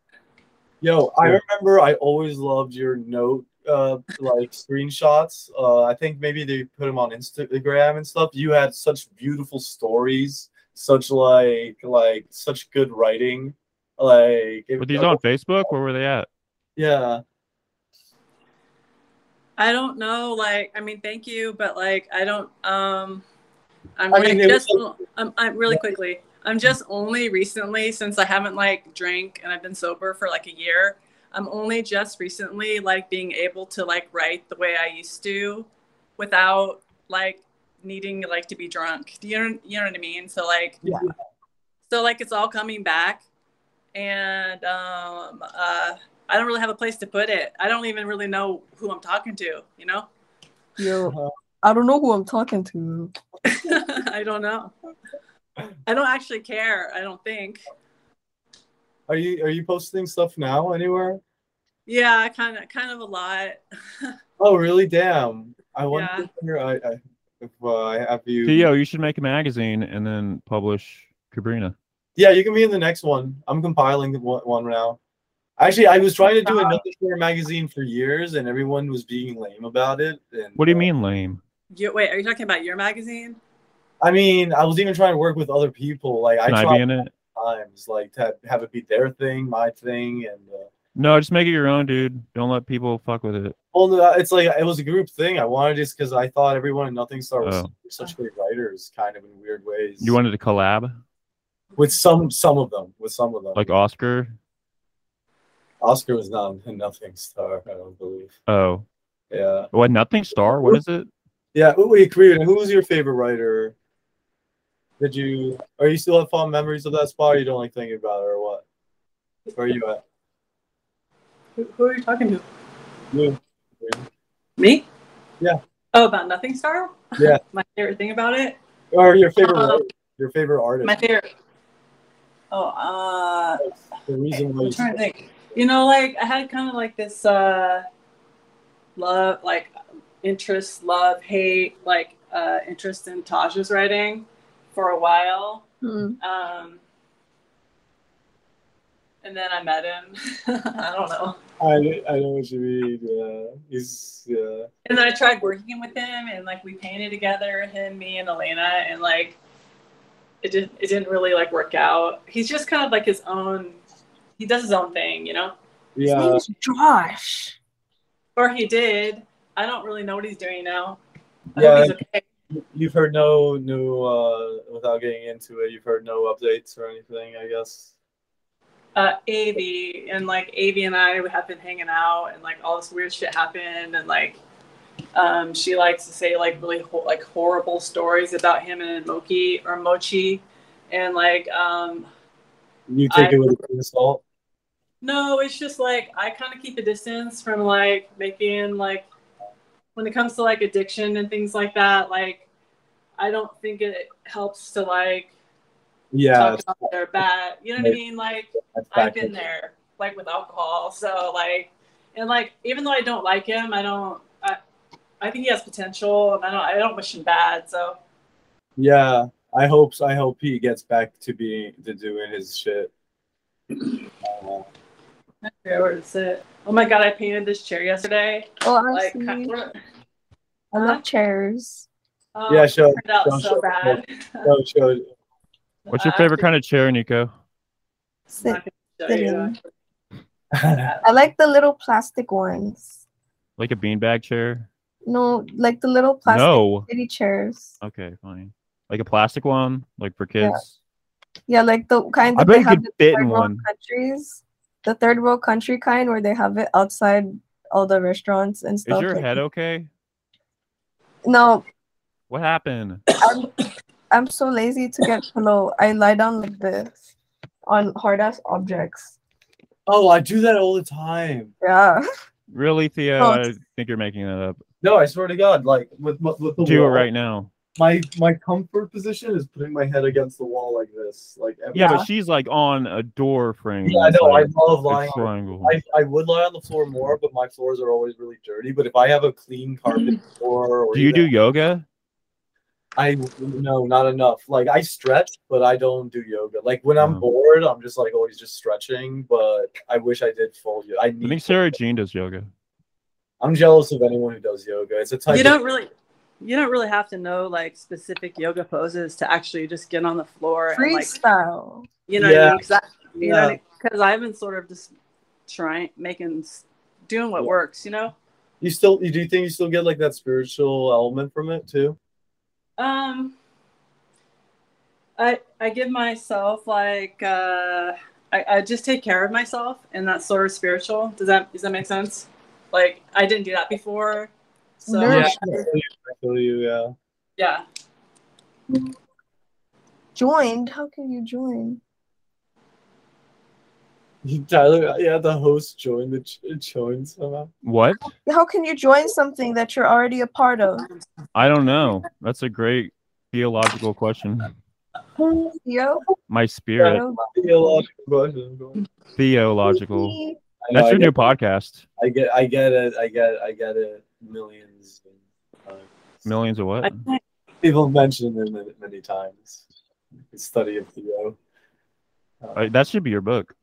[SPEAKER 3] Yo, I remember I always loved your note uh like screenshots. Uh I think maybe they put them on Instagram and stuff. You had such beautiful stories, such like like such good writing. Like it-
[SPEAKER 1] Were these on Facebook? Where were they at?
[SPEAKER 3] Yeah.
[SPEAKER 14] I don't know, like I mean, thank you, but like I don't. um I'm
[SPEAKER 3] I
[SPEAKER 14] really
[SPEAKER 3] mean, it was-
[SPEAKER 14] just. I'm, I'm really quickly. I'm just only recently since I haven't like drank and I've been sober for like a year. I'm only just recently like being able to like write the way I used to, without like needing like to be drunk. Do you know, you know what I mean? So like,
[SPEAKER 3] Yeah.
[SPEAKER 14] So like it's all coming back, and um, uh, I don't really have a place to put it. I don't even really know who I'm talking to. You know, <laughs>
[SPEAKER 1] Uh-huh.
[SPEAKER 2] Yo, I don't know who I'm talking to.
[SPEAKER 14] I don't know. I don't actually care. I don't think.
[SPEAKER 3] Are you are you posting stuff now anywhere?
[SPEAKER 14] Yeah, kind of, kind of a lot.
[SPEAKER 3] Oh really? Damn. I wonder
[SPEAKER 14] Yeah.
[SPEAKER 3] I, I if uh, I have you
[SPEAKER 1] Theo, you should make a magazine and then publish Cabrina.
[SPEAKER 3] Yeah, you can be in the next one. I'm compiling one, one now. Actually, I was trying to do another short magazine for years, and everyone was being lame about it. And
[SPEAKER 1] What do you mean lame?
[SPEAKER 14] You, wait, are you talking about your magazine?
[SPEAKER 3] I mean, I was even trying to work with other people. Like
[SPEAKER 1] Can
[SPEAKER 3] I
[SPEAKER 1] I,
[SPEAKER 3] tried
[SPEAKER 1] be in it?
[SPEAKER 3] times, like to have, have it be their thing, my thing, and uh,
[SPEAKER 1] No, just make it your own, dude. Don't let people fuck with it.
[SPEAKER 3] well, no, it's like it was a group thing. I wanted this because I thought everyone in Nothing Star was
[SPEAKER 1] Oh.
[SPEAKER 3] such great writers, kind of in weird ways.
[SPEAKER 1] You wanted to collab
[SPEAKER 3] with some some of them, with some of them.
[SPEAKER 1] like Oscar?
[SPEAKER 3] Oscar was not in Nothing Star, I don't believe.
[SPEAKER 1] Oh,
[SPEAKER 3] Yeah,
[SPEAKER 1] what? Nothing star? What is it?
[SPEAKER 3] yeah. Ooh, wait, Karina, who was your favorite writer? Did you are you still have fond memories of that spot? Or you don't like thinking about it, or what? Where are you at?
[SPEAKER 14] Who, who are you talking to?
[SPEAKER 3] You.
[SPEAKER 14] Me?
[SPEAKER 3] Yeah.
[SPEAKER 14] Oh, about Nothing Star?
[SPEAKER 3] Yeah.
[SPEAKER 14] <laughs> My favorite thing about it?
[SPEAKER 3] Or your favorite
[SPEAKER 14] Uh,
[SPEAKER 3] writer, your favorite artist?
[SPEAKER 14] My favorite. Oh,
[SPEAKER 3] the
[SPEAKER 14] uh,
[SPEAKER 3] reason why
[SPEAKER 14] I'm
[SPEAKER 3] you
[SPEAKER 14] trying to think. You know, like I had kind of like this uh, love, like interest, love, hate, like uh, interest in Tasha's writing for a while.
[SPEAKER 2] Hmm.
[SPEAKER 14] Um, and then I met him. <laughs> I don't know.
[SPEAKER 3] I, I know what you mean. Yeah, he's yeah.
[SPEAKER 14] And then I tried working with him, and like we painted together, him, me, and Elena, and like it didn't it didn't really like work out. He's just kind of like his own. He does his own thing, you know.
[SPEAKER 3] Yeah.
[SPEAKER 10] His name's Josh.
[SPEAKER 14] Or he did. I don't really know what he's doing now. I
[SPEAKER 3] Yeah.
[SPEAKER 14] hope he's okay.
[SPEAKER 3] You've heard no new uh without getting into it, you've heard no updates or anything, I guess.
[SPEAKER 14] uh, Avi and like Avi and I we have been hanging out and like all this weird shit happened and like um, she likes to say like really ho- like horrible stories about him and Moki or Mochi and like um,
[SPEAKER 3] You take
[SPEAKER 14] I-
[SPEAKER 3] it with a grain of salt.
[SPEAKER 14] no it's just like I kind of keep a distance from like making like when it comes to like addiction and things like that like I don't think it helps to like
[SPEAKER 3] Yeah,
[SPEAKER 14] talk about their bad you know what I mean like
[SPEAKER 3] that's
[SPEAKER 14] I've
[SPEAKER 3] back.
[SPEAKER 14] been there, like with alcohol. So like, and like, even though I don't like him, I don't. I, I think he has potential, and I don't. I don't wish him bad. So
[SPEAKER 3] Yeah, I hope I hope he gets back to being to doing his shit. Uh,
[SPEAKER 14] yeah, where is it? Oh my god, I painted this chair yesterday.
[SPEAKER 6] Oh, I
[SPEAKER 14] Like,
[SPEAKER 6] see.
[SPEAKER 14] kind of,
[SPEAKER 6] I love chairs.
[SPEAKER 14] oh,
[SPEAKER 3] yeah, show,
[SPEAKER 14] it turned out
[SPEAKER 3] show,
[SPEAKER 14] so
[SPEAKER 3] show,
[SPEAKER 14] bad.
[SPEAKER 3] show, show.
[SPEAKER 1] What's
[SPEAKER 14] Uh,
[SPEAKER 1] your favorite kind of chair, Nico?
[SPEAKER 14] I'm
[SPEAKER 7] Sit.
[SPEAKER 14] not gonna show you.
[SPEAKER 7] I like the little plastic ones.
[SPEAKER 1] Like a beanbag chair?
[SPEAKER 7] No, like the little plastic
[SPEAKER 1] No.
[SPEAKER 7] city chairs.
[SPEAKER 1] Okay, fine. Like a plastic one, like for kids.
[SPEAKER 7] Yeah, like the kind
[SPEAKER 1] I
[SPEAKER 7] that
[SPEAKER 1] bet
[SPEAKER 7] they
[SPEAKER 1] you
[SPEAKER 7] have
[SPEAKER 1] could
[SPEAKER 7] in
[SPEAKER 1] fit
[SPEAKER 7] third
[SPEAKER 1] in
[SPEAKER 7] world
[SPEAKER 1] one.
[SPEAKER 7] countries. The third world country kind where they have it outside all the restaurants and stuff.
[SPEAKER 1] Is your
[SPEAKER 7] like-
[SPEAKER 1] head okay?
[SPEAKER 7] No,
[SPEAKER 1] What happened?
[SPEAKER 7] I'm so lazy to
[SPEAKER 1] <laughs>
[SPEAKER 7] get pillow. I lie down like this on hard ass objects.
[SPEAKER 3] <laughs> Oh, I do that all the time.
[SPEAKER 7] Yeah.
[SPEAKER 1] Really, Theo?
[SPEAKER 7] Oh,
[SPEAKER 1] I
[SPEAKER 7] it's-
[SPEAKER 1] think you're making that up.
[SPEAKER 3] No, I swear to God, like with my- with the
[SPEAKER 1] Do it
[SPEAKER 3] wall,
[SPEAKER 1] right now.
[SPEAKER 3] My my comfort position is putting my head against the wall like this, like every
[SPEAKER 1] Yeah, but she's like on a door frame.
[SPEAKER 3] Yeah, I
[SPEAKER 1] that's,
[SPEAKER 3] know. I
[SPEAKER 1] like,
[SPEAKER 3] love
[SPEAKER 1] a
[SPEAKER 3] lying. on-
[SPEAKER 1] triangle.
[SPEAKER 3] I, I would lie on the floor more, but my floors are always really dirty. But if I have a clean carpet
[SPEAKER 14] Mm-hmm.
[SPEAKER 3] floor, or
[SPEAKER 1] Do you
[SPEAKER 3] even-
[SPEAKER 1] do yoga?
[SPEAKER 3] I no, not enough. Like I stretch, but I don't do yoga. Like when I'm
[SPEAKER 1] Oh.
[SPEAKER 3] bored, I'm just like always just stretching. But I wish I did full yoga. I
[SPEAKER 1] I
[SPEAKER 3] need.
[SPEAKER 1] think Sarah Jean does yoga.
[SPEAKER 3] I'm jealous of anyone who does yoga. It's a type.
[SPEAKER 14] You
[SPEAKER 3] of-
[SPEAKER 14] don't really. You don't really have to know like specific yoga poses to actually just get on the floor and like
[SPEAKER 7] Freestyle.
[SPEAKER 14] you know
[SPEAKER 3] Yeah.
[SPEAKER 14] what I mean? 'Cause I- you know
[SPEAKER 3] Yeah.
[SPEAKER 14] what I mean? because i've been sort of just trying making s- doing what
[SPEAKER 3] Yeah.
[SPEAKER 14] works you know
[SPEAKER 3] You still you do you think you still get like that spiritual element from it too?
[SPEAKER 14] um i i give myself like uh I, I just take care of myself and that's sort of spiritual does that does that make sense like i didn't do that before so
[SPEAKER 7] Nourishment.
[SPEAKER 3] I feel you. Yeah.
[SPEAKER 14] yeah
[SPEAKER 7] Joined. How can you join?
[SPEAKER 3] Tyler, yeah, <laughs> the host joined the ch- joined somehow.
[SPEAKER 1] What?
[SPEAKER 7] How can you join something that you're already a part of?
[SPEAKER 1] I don't know. That's a great theological question.
[SPEAKER 3] Um,
[SPEAKER 7] Yo,
[SPEAKER 1] My spirit
[SPEAKER 7] yo,
[SPEAKER 3] Theological question.
[SPEAKER 1] theological.
[SPEAKER 7] me.
[SPEAKER 3] I know,
[SPEAKER 1] That's
[SPEAKER 3] I
[SPEAKER 1] your
[SPEAKER 3] get-
[SPEAKER 1] new podcast.
[SPEAKER 3] I get, I get it, I get, I get it. Millions. Of times.
[SPEAKER 1] Millions of what?
[SPEAKER 14] I think-
[SPEAKER 3] People mentioned it many, many times. The study of Theo. Uh,
[SPEAKER 1] Uh, That should be your book.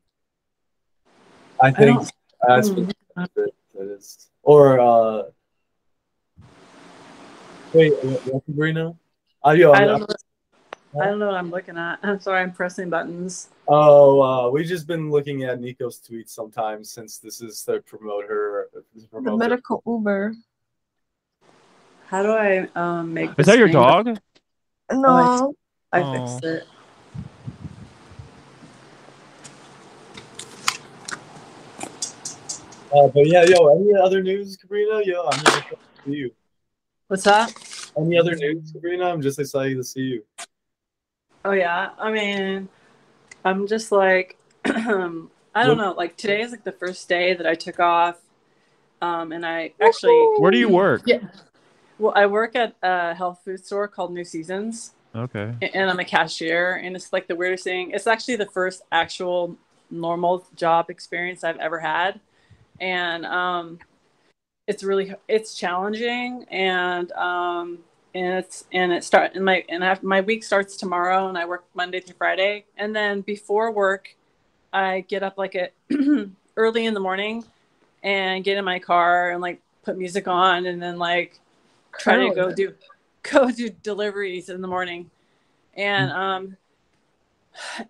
[SPEAKER 3] I think
[SPEAKER 14] don't- Hmm.
[SPEAKER 3] that's what that's it. that is. Or uh, wait, what, what, Sabrina? Uh, yo,
[SPEAKER 14] I
[SPEAKER 3] I'm-
[SPEAKER 14] don't know. I don't know what I'm looking at. I'm sorry, I'm pressing buttons.
[SPEAKER 3] Oh, uh, we've just been looking at Nico's tweets sometimes since this is to promote her. to
[SPEAKER 7] The
[SPEAKER 3] promote her.
[SPEAKER 7] medical Uber.
[SPEAKER 14] How do I um, make?
[SPEAKER 1] Is
[SPEAKER 14] this
[SPEAKER 1] that your
[SPEAKER 14] thing-
[SPEAKER 1] dog?
[SPEAKER 7] No,
[SPEAKER 14] I
[SPEAKER 1] Aw.
[SPEAKER 14] fixed it.
[SPEAKER 3] Uh, but yeah, yo, any other news, Sabrina? Yo, I'm just excited to see you.
[SPEAKER 14] What's that?
[SPEAKER 3] Any other news, Sabrina? I'm just excited to see you.
[SPEAKER 14] Oh yeah. I mean, I'm just like <clears throat> I don't know. Like today is like the first day that I took off. Um and I actually
[SPEAKER 1] Where do you work?
[SPEAKER 14] Yeah. well I work at a health food store called New Seasons
[SPEAKER 1] Okay.
[SPEAKER 14] a- and I'm a cashier and it's like the weirdest thing. It's actually the first actual normal job experience I've ever had. And um it's really it's challenging and um and it's and it start and my and I have, my week starts tomorrow and I work Monday through Friday and then before work I get up like at <clears throat> early in the morning and get in my car and like put music on and then like try to go
[SPEAKER 4] Cool.
[SPEAKER 14] do <laughs> go do deliveries in the morning. And um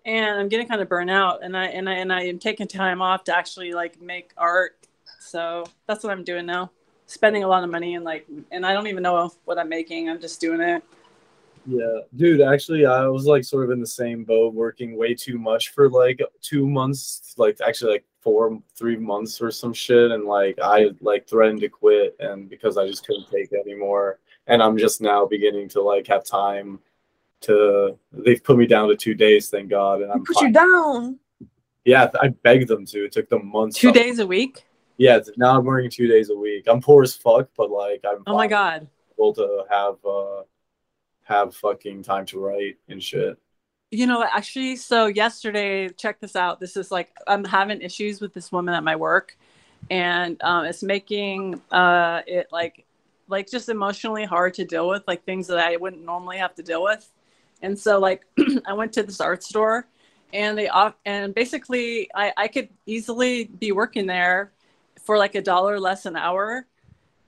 [SPEAKER 14] and I'm getting kind of burnt out and I and I and I am taking time off to actually like make art. So that's what I'm doing now. Spending a lot of money and like and I don't even know what I'm making. I'm just doing it.
[SPEAKER 3] Yeah, dude. Actually, I was like sort of in the same boat, working way too much for like two months, like actually like four, three months or some shit, and like I like threatened to quit, and because I just couldn't take it anymore, and I'm just now beginning to like have time to. They've put me down to two days, thank God, and I'm.
[SPEAKER 7] Put
[SPEAKER 3] fine.
[SPEAKER 7] you down.
[SPEAKER 3] Yeah, I begged them to. It took them months.
[SPEAKER 14] Two days a week?
[SPEAKER 3] Yeah, now I'm working two days a week. I'm poor as fuck, but like I'm.
[SPEAKER 14] Oh
[SPEAKER 3] finally
[SPEAKER 14] my god.
[SPEAKER 3] Able to have uh, have fucking time to write and shit.
[SPEAKER 14] You know, actually, so yesterday, check this out. This is like I'm having issues with this woman at my work, and um, it's making uh, it like like just emotionally hard to deal with, like things that I wouldn't normally have to deal with. And so, like, <clears throat> I went to this art store, and they off and basically, I I could easily be working there for like a dollar less an hour,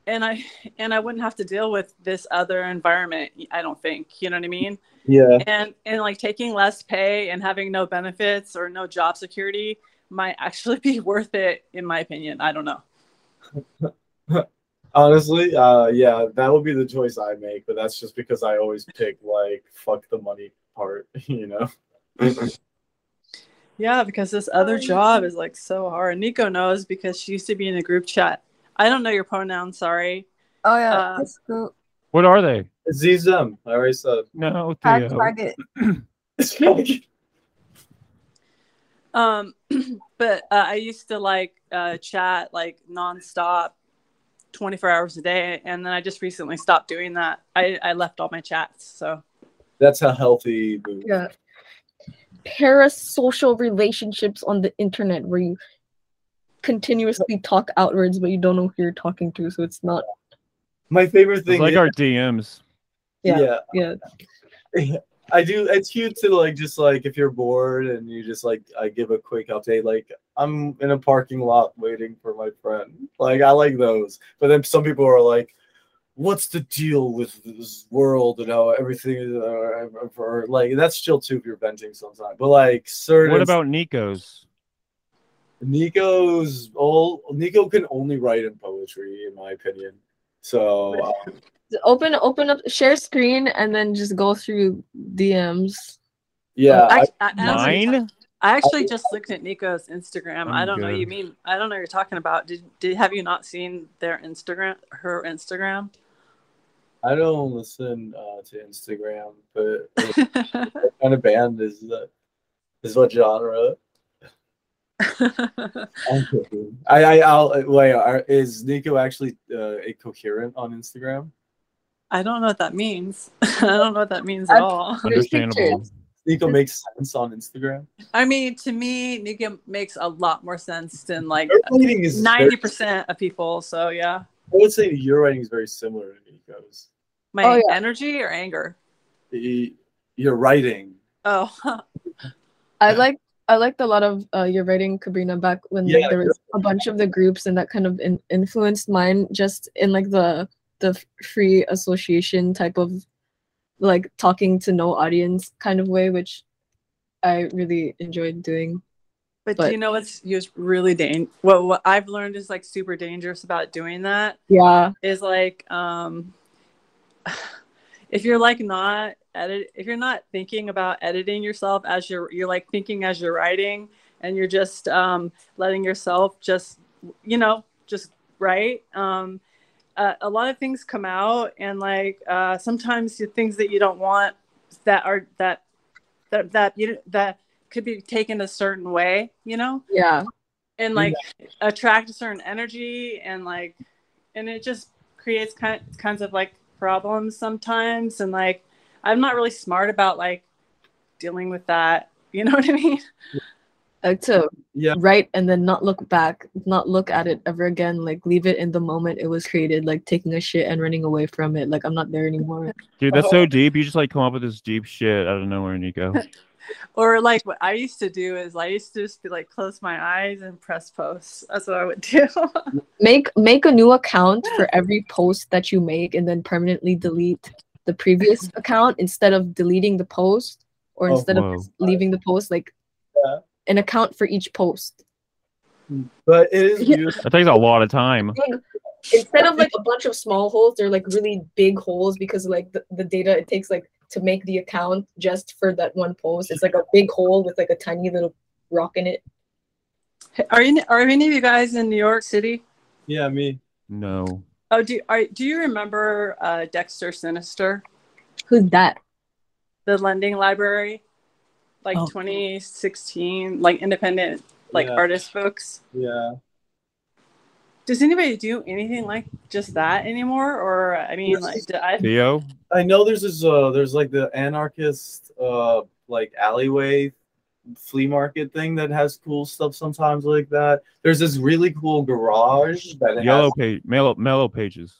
[SPEAKER 14] and I and I wouldn't have to deal with this other environment. I don't think you know what I mean
[SPEAKER 3] Yeah.
[SPEAKER 14] and and like taking less pay and having no benefits or no job security might actually be <laughs> worth it in my opinion i don't know
[SPEAKER 3] Honestly, uh, yeah, that would be the choice I make, but that's just because I always pick like fuck the money part, <laughs> you know.
[SPEAKER 14] yeah because this other job is like so hard nico knows because she used to be in a group chat i don't know your pronouns sorry
[SPEAKER 7] Oh yeah,
[SPEAKER 14] Uh,
[SPEAKER 7] that's cool.
[SPEAKER 1] What are they?
[SPEAKER 3] Z's them. um, I already said.
[SPEAKER 1] No,
[SPEAKER 7] Tag
[SPEAKER 1] Theo.
[SPEAKER 7] target.
[SPEAKER 14] um <clears throat> but uh, i used to like uh chat like nonstop 24 hours a day and then i just recently stopped doing that i i left all my chats so
[SPEAKER 3] That's a healthy move.
[SPEAKER 2] Yeah.
[SPEAKER 6] Parasocial relationships on the internet where you continuously talk outwards, but you don't know who you're talking to, so it's not.
[SPEAKER 3] My favorite
[SPEAKER 1] It's
[SPEAKER 3] thing
[SPEAKER 1] like
[SPEAKER 3] is-
[SPEAKER 1] our DMs.
[SPEAKER 2] Yeah.
[SPEAKER 3] yeah.
[SPEAKER 2] Yeah.
[SPEAKER 3] I do. It's cute to like just like if you're bored and you just like I give a quick update. Like I'm in a parking lot waiting for my friend. Like I like those. But then some people are like, "What's the deal with this world and how everything is?" uh, Or, or- or- like that's chill too if you're venting sometimes. But like certain
[SPEAKER 1] What about Nico's?
[SPEAKER 3] Nico's all Nico can only write in poetry, in my opinion. So um,
[SPEAKER 2] Open open up share screen and then just go through DMs.
[SPEAKER 3] yeah, I-
[SPEAKER 14] Act- I- I don't know what you're talking
[SPEAKER 1] Mine?
[SPEAKER 14] I actually just looked at Nico's Instagram. I
[SPEAKER 1] I'm
[SPEAKER 14] don't know you
[SPEAKER 1] good.
[SPEAKER 14] mean. I don't know what you're talking about. Did, did have you not seen their Instagram her Instagram? <laughs>
[SPEAKER 3] I don't listen uh, to Instagram, but
[SPEAKER 14] <laughs>
[SPEAKER 3] what kind of band is that? Is what genre? I'm joking. I, I I'll wait. Are, is Nico actually uh, incoherent on Instagram?
[SPEAKER 14] I don't know what that means. <laughs> I don't know what that means at
[SPEAKER 2] That's-
[SPEAKER 14] all.
[SPEAKER 2] There's
[SPEAKER 1] Understandable.
[SPEAKER 2] pictures.
[SPEAKER 3] Nico makes sense on Instagram.
[SPEAKER 14] I mean, to me, Nico makes a lot more sense than like
[SPEAKER 3] Your writing is very,
[SPEAKER 14] ninety percent of people. So yeah,
[SPEAKER 3] I would say your writing is very similar to Nico's.
[SPEAKER 14] my
[SPEAKER 2] Oh, yeah.
[SPEAKER 14] energy or anger.
[SPEAKER 3] Y- Your writing,
[SPEAKER 14] Oh, <laughs>
[SPEAKER 2] I like I liked a lot of uh, your writing, Kabrina, back when
[SPEAKER 3] Yeah,
[SPEAKER 2] there was a bunch of the groups, and that kind of in- influenced mine. Just in like the the f- free association type of like talking to no audience kind of way, which I really enjoyed doing.
[SPEAKER 14] but,
[SPEAKER 2] But-
[SPEAKER 14] do you know what's just really dang? What what I've learned is like super dangerous about doing that
[SPEAKER 2] Yeah,
[SPEAKER 14] is like um if you're like not edit if you're not thinking about editing yourself as you're you're like thinking as you're writing and you're just um letting yourself just you know just write um uh, a lot of things come out and like uh sometimes the things that you don't want that are that that that you that could be taken a certain way you know
[SPEAKER 2] yeah.
[SPEAKER 14] and like attract a certain energy and like and it just creates kind kinds of like problems sometimes and like i'm not really smart about like dealing with that you know <laughs> what i mean
[SPEAKER 2] Like to
[SPEAKER 3] Yeah.
[SPEAKER 2] write and then not look back, not look at it ever again. Like leave it in the moment it was created. Like taking a shit and running away from it. Like I'm not there anymore.
[SPEAKER 1] Dude, that's so deep. You just like come up with this deep shit out of nowhere, Nico.
[SPEAKER 14] Or like what I used to do is I used to just be like close my eyes and press post. That's what I would do. <laughs>
[SPEAKER 2] Make make a new account for every post that you make and then permanently delete the <laughs> previous account instead of deleting the post or
[SPEAKER 14] Oh,
[SPEAKER 2] instead of
[SPEAKER 14] whoa.
[SPEAKER 2] just leaving the post like
[SPEAKER 3] Yeah.
[SPEAKER 2] an account for each post.
[SPEAKER 3] But it is beautiful.
[SPEAKER 1] That takes a lot of time.
[SPEAKER 2] Like, instead of like a bunch of small holes, they're like really big holes because like the, the data it takes like to make the account just for that one post. It's like a big hole with like a tiny little rock in it.
[SPEAKER 14] Are you are any of you guys in New York City?
[SPEAKER 3] Yeah, me.
[SPEAKER 1] No.
[SPEAKER 14] Oh, do are, do you remember uh, Dexter Sinister,
[SPEAKER 2] Who's that?
[SPEAKER 14] the lending library, like
[SPEAKER 3] Oh.
[SPEAKER 14] 2016, like independent like
[SPEAKER 3] Yeah.
[SPEAKER 14] artist books?
[SPEAKER 3] Yeah.
[SPEAKER 14] Does anybody do anything like just that anymore? Or I mean, like, do I,
[SPEAKER 1] Theo?
[SPEAKER 3] I know there's this uh there's like the anarchist uh like alleyway flea market thing that has cool stuff sometimes like that. There's this really cool garage that it
[SPEAKER 1] Yellow
[SPEAKER 3] has
[SPEAKER 1] page, mellow, mellow pages.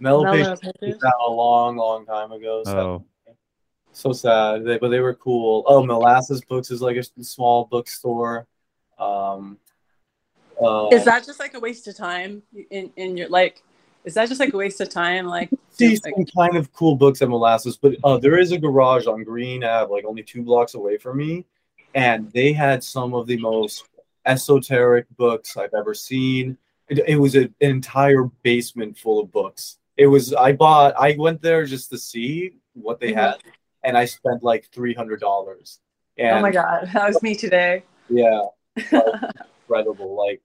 [SPEAKER 3] Mellow
[SPEAKER 14] Mellow
[SPEAKER 3] Pages
[SPEAKER 14] Pages?
[SPEAKER 3] was out a long, long time ago. So,
[SPEAKER 1] Oh,
[SPEAKER 3] so sad. They, but they were cool. Oh, Molasses Books is like a s- small bookstore. Um uh,
[SPEAKER 14] is that just like a waste of time in in your like? Is that just like a waste of time? Like,
[SPEAKER 3] see some kind of cool books at Molasses, but uh, there is a garage on Green Ave, like only two blocks away from me, and they had some of the most esoteric books I've ever seen. It, it was a- an entire basement full of books. It was I bought. I went there just to see what
[SPEAKER 14] Mm-hmm.
[SPEAKER 3] they had, and I spent like three hundred dollars.
[SPEAKER 14] oh my god, that was me today.
[SPEAKER 3] Yeah, like, incredible. Like,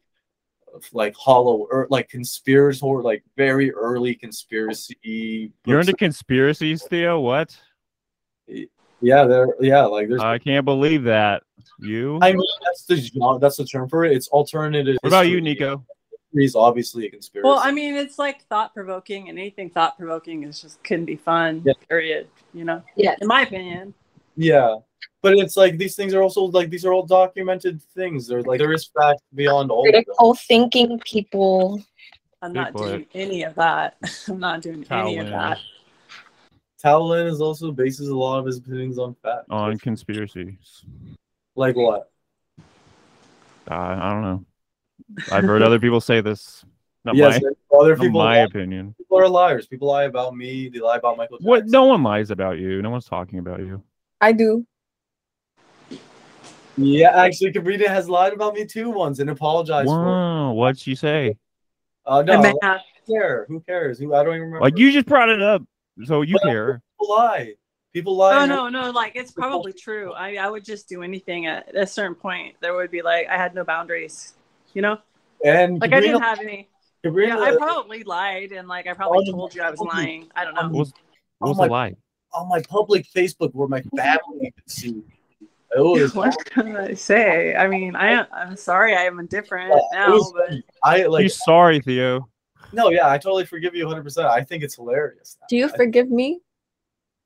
[SPEAKER 3] like hollow or like conspirator, like very early conspiracy.
[SPEAKER 1] you're
[SPEAKER 3] books.
[SPEAKER 1] into conspiracies, Theo? What?
[SPEAKER 3] Yeah, there. Yeah, like there's.
[SPEAKER 1] I can't believe that. You?
[SPEAKER 3] I mean, that's the genre- that's the term for it. It's alternative.
[SPEAKER 1] What about you,
[SPEAKER 3] history.
[SPEAKER 1] Nico?
[SPEAKER 3] History is obviously a conspiracy.
[SPEAKER 14] Well, I mean, it's like thought provoking, and anything thought provoking is just can be fun.
[SPEAKER 3] Yeah.
[SPEAKER 14] Period. You know,
[SPEAKER 2] Yeah.
[SPEAKER 14] in my opinion.
[SPEAKER 3] yeah, but it's like these things are also like these are all documented things. They're like there is fact beyond all of them.
[SPEAKER 6] critical thinking people.
[SPEAKER 14] I'm
[SPEAKER 1] Good
[SPEAKER 14] not
[SPEAKER 1] for
[SPEAKER 14] doing any of that. <laughs> I'm not doing any of
[SPEAKER 1] Talent.
[SPEAKER 14] that.
[SPEAKER 3] Talon is also bases a lot of his opinions on fact.
[SPEAKER 1] On conspiracies.
[SPEAKER 3] Like what?
[SPEAKER 1] Uh, I don't know. I've heard other people say this. Not
[SPEAKER 3] yes,
[SPEAKER 1] my,
[SPEAKER 3] other
[SPEAKER 1] not
[SPEAKER 3] people.
[SPEAKER 1] my
[SPEAKER 3] lie.
[SPEAKER 1] opinion.
[SPEAKER 3] People are liars. People lie about me. They lie about Michael.
[SPEAKER 1] What?
[SPEAKER 3] Jackson.
[SPEAKER 1] No one lies about you. No one's talking about you.
[SPEAKER 2] I do.
[SPEAKER 3] Yeah, actually, Cabrita has lied about me too once and apologized for. It.
[SPEAKER 1] Wow, what'd she say?
[SPEAKER 3] Uh,
[SPEAKER 14] I
[SPEAKER 3] no,
[SPEAKER 14] may
[SPEAKER 3] who
[SPEAKER 14] have-
[SPEAKER 3] care? Who cares? Who I don't even remember.
[SPEAKER 1] Like you just brought it up, so you
[SPEAKER 3] Well,
[SPEAKER 1] care.
[SPEAKER 3] people lie. People lie.
[SPEAKER 14] Oh
[SPEAKER 3] and-
[SPEAKER 14] no, no, like it's probably true. I, I would just do anything at a certain point. There would be like I had no boundaries, you know.
[SPEAKER 3] And
[SPEAKER 14] Like I
[SPEAKER 3] Sabrina-
[SPEAKER 14] didn't have any.
[SPEAKER 3] Sabrina-
[SPEAKER 14] Yeah, I probably lied, and like I probably told you I was lying. I don't
[SPEAKER 3] on,
[SPEAKER 14] know.
[SPEAKER 1] What was, what was
[SPEAKER 3] my,
[SPEAKER 1] the lie?
[SPEAKER 3] on my public Facebook where my family could see.
[SPEAKER 14] <laughs>
[SPEAKER 3] It was,
[SPEAKER 14] What can I say? I mean, I I'm sorry. I am indifferent
[SPEAKER 3] <laughs> it
[SPEAKER 14] now,
[SPEAKER 3] was-
[SPEAKER 14] but
[SPEAKER 3] I like
[SPEAKER 1] He's sorry, Theo.
[SPEAKER 3] no, yeah, I totally forgive you 100. percent I think it's hilarious.
[SPEAKER 2] Do you
[SPEAKER 3] I-
[SPEAKER 2] forgive me?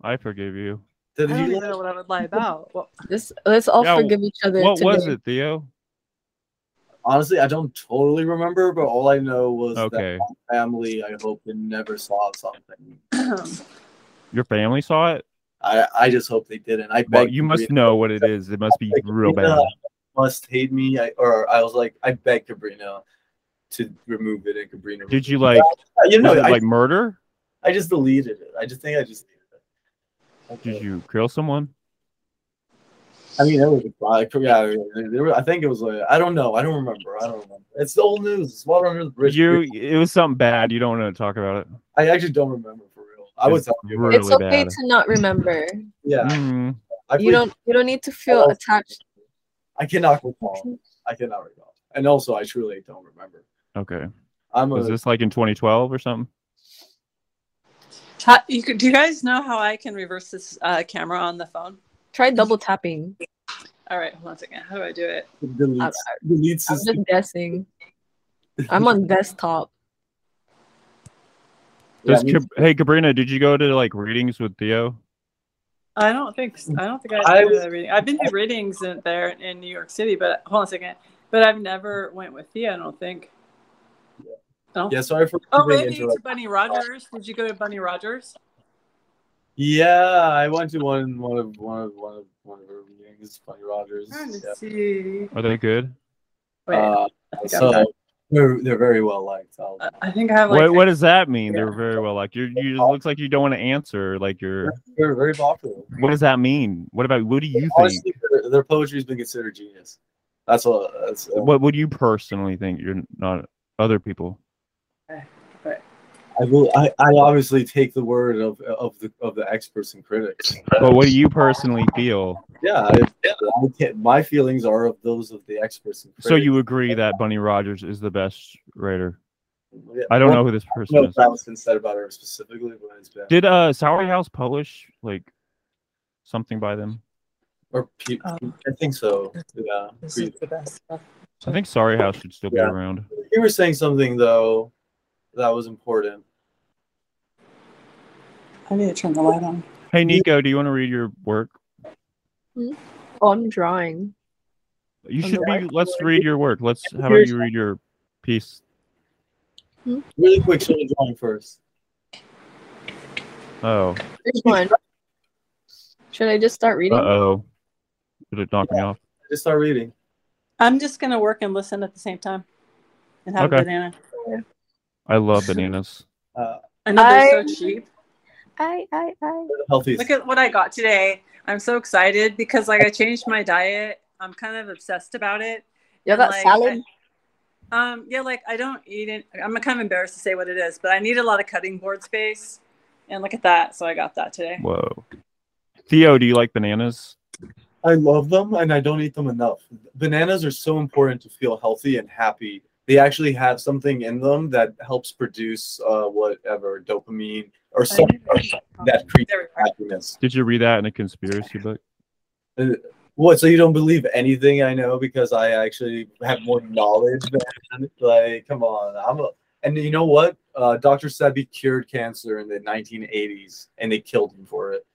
[SPEAKER 1] I forgive you.
[SPEAKER 3] Did
[SPEAKER 14] I don't
[SPEAKER 3] you
[SPEAKER 14] even know what I
[SPEAKER 3] <laughs>
[SPEAKER 14] would lie about. Well, <clears throat>
[SPEAKER 2] Let's let's all
[SPEAKER 1] Yeah,
[SPEAKER 2] forgive each other.
[SPEAKER 1] What was
[SPEAKER 2] today.
[SPEAKER 1] it, Theo?
[SPEAKER 3] honestly? I don't totally remember, but all I know was
[SPEAKER 1] Okay,
[SPEAKER 3] that my family. I hope they never saw something.
[SPEAKER 1] your family saw it.
[SPEAKER 3] I I just hope they didn't. I
[SPEAKER 1] Well,
[SPEAKER 3] beg
[SPEAKER 1] you must
[SPEAKER 3] Sabrina-
[SPEAKER 1] know what it is. It must be
[SPEAKER 3] Like,
[SPEAKER 1] real
[SPEAKER 3] Sabrina
[SPEAKER 1] bad.
[SPEAKER 3] Must hate me. I or I was like, I beg Cabrina to remove it, and Cabrina.
[SPEAKER 1] Did you like?
[SPEAKER 3] you know?
[SPEAKER 1] was it
[SPEAKER 3] I,
[SPEAKER 1] like murder?
[SPEAKER 3] I just deleted it. I just think I just deleted it. Okay.
[SPEAKER 1] Did you kill someone?
[SPEAKER 3] I mean, it was a product. Yeah, I, mean, there- there were- I think it was. Like, I don't know. I don't remember. I don't remember. It's old news. It's water under the bridge.
[SPEAKER 1] You. It was something bad. You don't want to talk about it.
[SPEAKER 3] I actually don't remember for real. I would
[SPEAKER 1] It's
[SPEAKER 3] tell you.
[SPEAKER 1] really
[SPEAKER 3] About it.
[SPEAKER 2] It's okay
[SPEAKER 1] bad.
[SPEAKER 2] to
[SPEAKER 1] <laughs>
[SPEAKER 2] not remember.
[SPEAKER 3] Yeah,
[SPEAKER 1] Mm,
[SPEAKER 3] I
[SPEAKER 2] You
[SPEAKER 3] plead-
[SPEAKER 2] don't you don't need to feel
[SPEAKER 1] Oh.
[SPEAKER 3] Well-
[SPEAKER 2] attached.
[SPEAKER 3] I cannot recall. I cannot recall. And also, I truly don't remember.
[SPEAKER 1] okay.
[SPEAKER 3] I'm a.
[SPEAKER 1] Was this like in 2012 or something?
[SPEAKER 14] how, you could, do you guys know how I can reverse this uh, camera on the phone?
[SPEAKER 2] Try double tapping.
[SPEAKER 14] All right, hold on a second. How do I do it?
[SPEAKER 3] deletes,
[SPEAKER 2] I- I-
[SPEAKER 3] deletes
[SPEAKER 2] I'm
[SPEAKER 3] his-
[SPEAKER 2] just guessing. I'm on desktop.
[SPEAKER 3] Yeah,
[SPEAKER 1] Does
[SPEAKER 3] I mean,
[SPEAKER 1] Cab- hey Cabrina, did you go to like readings with Theo?
[SPEAKER 14] I don't think s- I don't think
[SPEAKER 3] I
[SPEAKER 14] I, I
[SPEAKER 3] was-
[SPEAKER 14] the reading. I've been to readings in, there in New York City, but hold on a second. But I've never went with Thea. I don't think. No.
[SPEAKER 3] yeah, sorry for
[SPEAKER 14] Oh,
[SPEAKER 3] being
[SPEAKER 14] maybe to
[SPEAKER 3] interrupted.
[SPEAKER 14] Bunny Rogers. Did you go to Bunny Rogers?
[SPEAKER 3] Yeah, I went to one, one of, one of, one of, one of her meetings. things by Rogers.
[SPEAKER 14] Trying to
[SPEAKER 3] Yeah.
[SPEAKER 14] see.
[SPEAKER 1] Are they good?
[SPEAKER 14] Wait,
[SPEAKER 3] Uh,
[SPEAKER 14] I think I'm-
[SPEAKER 3] so they're, they're very well liked. I'll-
[SPEAKER 14] Uh, I think I have like
[SPEAKER 1] what What does that mean? They're
[SPEAKER 14] Yeah.
[SPEAKER 1] very well like you. You just looks like you don't want to answer. Like you're.
[SPEAKER 3] They're very popular.
[SPEAKER 1] What does that mean? What about? What do you think?
[SPEAKER 3] Honestly, their, their poetry's been considered genius. That's what. That's, uh,
[SPEAKER 1] What would you personally think? You're not other people.
[SPEAKER 3] I will. I, I obviously take the word of of the of the experts and critics.
[SPEAKER 1] But what do you personally feel?
[SPEAKER 3] Yeah, I, I can't- my feelings are of those of the experts and critics.
[SPEAKER 1] So you agree that Bunny Rogers is the best writer?
[SPEAKER 3] Yeah,
[SPEAKER 1] I don't
[SPEAKER 3] well,
[SPEAKER 1] know who this
[SPEAKER 3] I don't
[SPEAKER 1] person
[SPEAKER 3] know
[SPEAKER 1] is.
[SPEAKER 3] if that was been said about her specifically, but it's been
[SPEAKER 1] Did uh Sour House publish like something by them?
[SPEAKER 3] or pe-
[SPEAKER 14] Um,
[SPEAKER 3] I think so. Yeah.
[SPEAKER 14] this is the best stuff.
[SPEAKER 1] I think Sorry House should still be
[SPEAKER 3] Yeah.
[SPEAKER 1] around.
[SPEAKER 3] You were saying something though that was important.
[SPEAKER 14] I need to turn the light on.
[SPEAKER 1] Hey Nico, do you want to read your work?
[SPEAKER 7] Oh, I'm drawing.
[SPEAKER 1] You
[SPEAKER 7] On
[SPEAKER 1] should
[SPEAKER 7] the
[SPEAKER 1] be.
[SPEAKER 7] whiteboard.
[SPEAKER 1] Let's read your work. Let's. How about
[SPEAKER 3] Here's-
[SPEAKER 1] you read your piece?
[SPEAKER 3] Really quick, show the drawing first.
[SPEAKER 1] Oh,
[SPEAKER 7] This one. Should I just start
[SPEAKER 1] uh
[SPEAKER 7] reading?
[SPEAKER 1] oh. Did it knock me off?
[SPEAKER 3] Just start reading.
[SPEAKER 14] I'm just gonna work and listen at the same time, and have
[SPEAKER 1] Okay.
[SPEAKER 14] a banana.
[SPEAKER 1] I
[SPEAKER 7] <laughs>
[SPEAKER 1] love bananas.
[SPEAKER 3] Uh,
[SPEAKER 14] I know they're
[SPEAKER 7] I-
[SPEAKER 14] so cheap.
[SPEAKER 7] I, I, I.
[SPEAKER 3] healthy.
[SPEAKER 14] Look at what I got today. I'm so excited because like I changed my diet. I'm kind of obsessed about it.
[SPEAKER 7] Yeah,
[SPEAKER 14] And,
[SPEAKER 7] that
[SPEAKER 14] like,
[SPEAKER 7] salad.
[SPEAKER 14] I- um, yeah, like I don't eat it. I'm kind of embarrassed to say what it is, but I need a lot of cutting board space. And look at that. So I got that today.
[SPEAKER 1] Whoa. Theo, do you like bananas?
[SPEAKER 3] I love them and I don't eat them enough. Bananas are so important to feel healthy and happy. They actually have something in them that helps produce uh, whatever dopamine or something that creates
[SPEAKER 14] There we are.
[SPEAKER 3] happiness.
[SPEAKER 1] Did you read that in a conspiracy book?
[SPEAKER 3] What? So you don't believe anything I know because I actually have more knowledge than like come on. I'm a, and you know what? Uh, Dr. Sebi cured cancer in the 1980s and they killed him for it.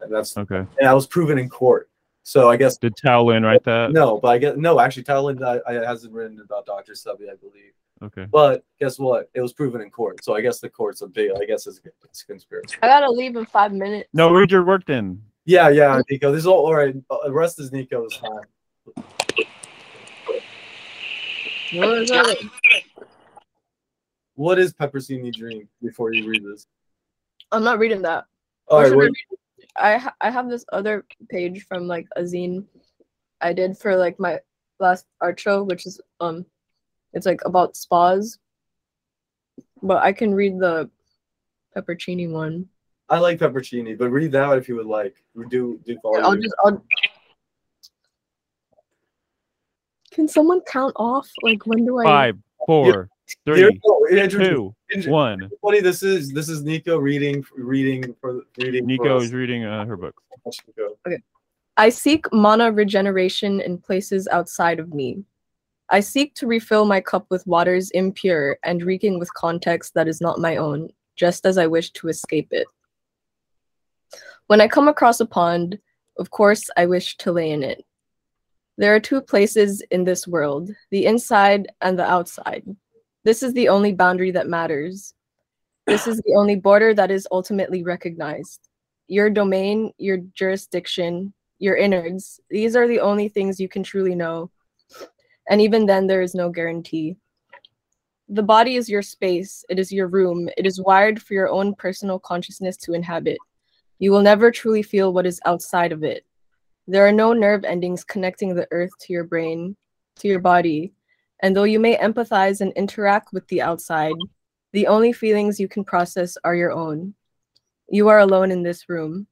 [SPEAKER 3] And that's
[SPEAKER 1] Okay.
[SPEAKER 3] and that was proven in court. So I guess
[SPEAKER 1] Did Talon write that?
[SPEAKER 3] no, but I guess no. Actually, Thailand I, I hasn't written about Doctor Stubby, I believe.
[SPEAKER 1] Okay.
[SPEAKER 3] But guess what? It was proven in court, so I guess the court's a big. I guess it's, it's a conspiracy.
[SPEAKER 7] I gotta leave in five minutes.
[SPEAKER 1] No, read your work then.
[SPEAKER 3] Yeah, yeah, Nico. This is all all right. uh, The rest is Nico's time.
[SPEAKER 7] What was it?
[SPEAKER 3] What is Peppercini Dream? Before you read this,
[SPEAKER 6] I'm not reading that.
[SPEAKER 3] all
[SPEAKER 6] Or
[SPEAKER 3] right.
[SPEAKER 6] should I
[SPEAKER 3] What,
[SPEAKER 6] read it? I ha- I have this other page from like a zine I did for like my last art show, which is um, it's like about spas. But I can read the peppercini one.
[SPEAKER 3] I like Peppercini, but read that if you would like. Do do follow.
[SPEAKER 6] I'll
[SPEAKER 3] you.
[SPEAKER 6] just I'll. Can someone count off? Like when do I?
[SPEAKER 1] Five, four,
[SPEAKER 3] Here-
[SPEAKER 1] three,
[SPEAKER 3] oh, it introduced-
[SPEAKER 1] two,
[SPEAKER 3] intro-
[SPEAKER 1] one.
[SPEAKER 3] Funny, this is this is Nico reading reading for reading.
[SPEAKER 1] Nico
[SPEAKER 3] for
[SPEAKER 1] is reading uh, her book.
[SPEAKER 3] us. Nico.
[SPEAKER 6] I seek mana regeneration in places outside of me. I seek to refill my cup with waters impure and reeking with context that is not my own, just as I wish to escape it. When I come across a pond, of course, I wish to lay in it. There are two places in this world the inside and the outside. This is the only boundary that matters. This is the only border that is ultimately recognized. Your domain, your jurisdiction, your innards, these are the only things you can truly know. And even then, there is no guarantee. The body is your space, it is your room, it is wired for your own personal consciousness to inhabit. You will never truly feel what is outside of it. There are no nerve endings connecting the earth to your brain, to your body. And though you may empathize and interact with the outside, the only feelings you can process are your own. You are alone in this room.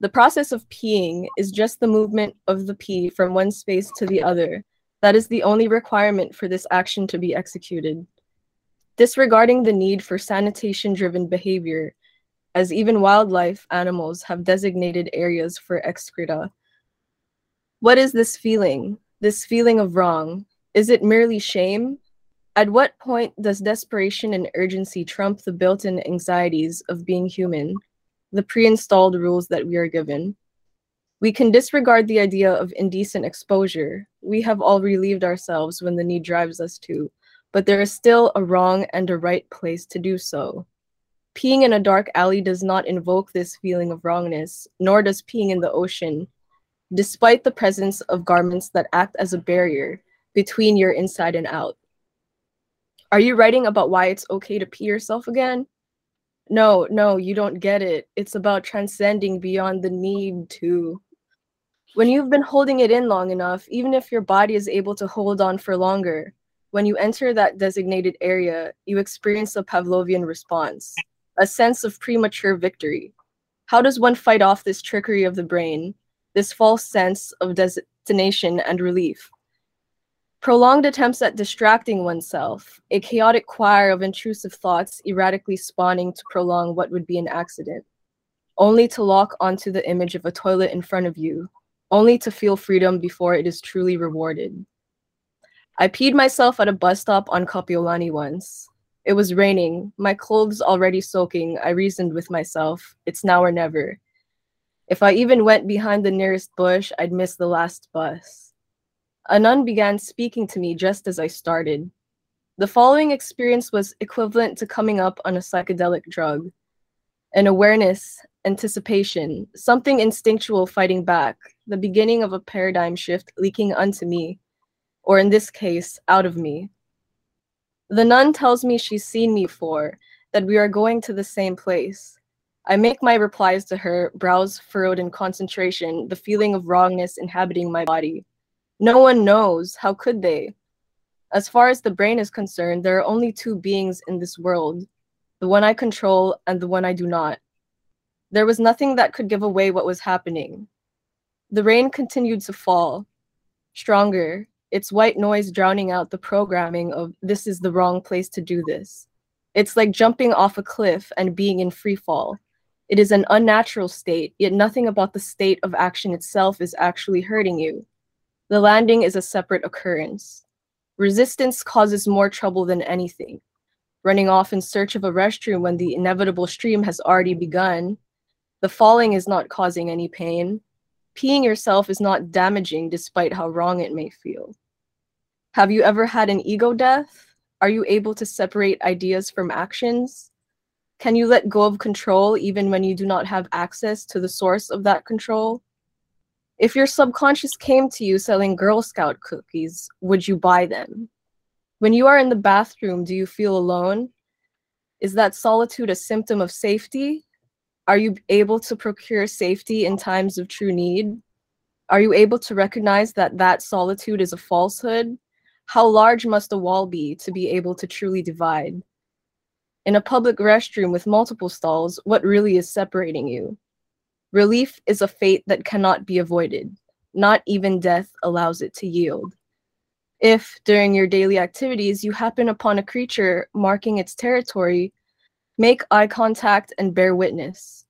[SPEAKER 6] The process of peeing is just the movement of the pee from one space to the other. That is the only requirement for this action to be executed. Disregarding the need for sanitation driven behavior, as even wildlife animals have designated areas for excreta. What is this feeling? This feeling of wrong? Is it merely shame? At what point does desperation and urgency trump the built in anxieties of being human? the pre installed rules that we are given. We can disregard the idea of indecent exposure. We have all relieved ourselves when the need drives us to, but there is still a wrong and a right place to do so. Peeing in a dark alley does not invoke this feeling of wrongness, nor does peeing in the ocean, despite the presence of garments that act as a barrier between your inside and out. Are you writing about why it's okay to pee yourself again? No, no, you don't get it. It's about transcending beyond the need to. When you've been holding it in long enough, even if your body is able to hold on for longer, when you enter that designated area, you experience a Pavlovian response, a sense of premature victory. How does one fight off this trickery of the brain, this false sense of destination and relief? Prolonged attempts at distracting oneself, a chaotic choir of intrusive thoughts erratically spawning to prolong what would be an accident, only to lock onto the image of a toilet in front of you, only to feel freedom before it is truly rewarded. I peed myself at a bus stop on Kapiolani once. It was raining, my clothes already soaking. I reasoned with myself, it's now or never. If I even went behind the nearest bush, I'd miss the last bus. A nun began speaking to me just as I started. The following experience was equivalent to coming up on a psychedelic drug an awareness, anticipation, something instinctual fighting back, the beginning of a paradigm shift leaking unto me or in this case, out of me. The nun tells me she's seen me before, that we are going to the same place. I make my replies to her, brows furrowed in concentration, the feeling of wrongness inhabiting my body. No one knows, how could they? As far as the brain is concerned, there are only two beings in this world the one I control and the one I do not. There was nothing that could give away what was happening. The rain continued to fall, stronger, it's white noise drowning out the programming of this is the wrong place to do this. It's like jumping off a cliff and being in free fall. It is an unnatural state, yet nothing about the state of action itself is actually hurting you. The landing is a separate occurrence. Resistance causes more trouble than anything. Running off in search of a restroom when the inevitable stream has already begun. The falling is not causing any pain. Peeing yourself is not damaging despite how wrong it may feel. Have you ever had an ego death? Are you able to separate ideas from actions? Can you let go of control even when you do not have access to the source of that control? If your subconscious came to you selling Girl Scout cookies, would you buy them? When you are in the bathroom, do you feel alone? Is that solitude a symptom of safety? Are you able to procure safety in times of true need? Are you able to recognize that that solitude is a falsehood? How large must a wall be to be able to truly divide? In a public restroom with multiple stalls, what really is separating you? Relief is a fate that cannot be avoided. Not even death allows it to yield. If, during your daily activities, you happen upon a creature marking its territory, make eye contact and bear witness.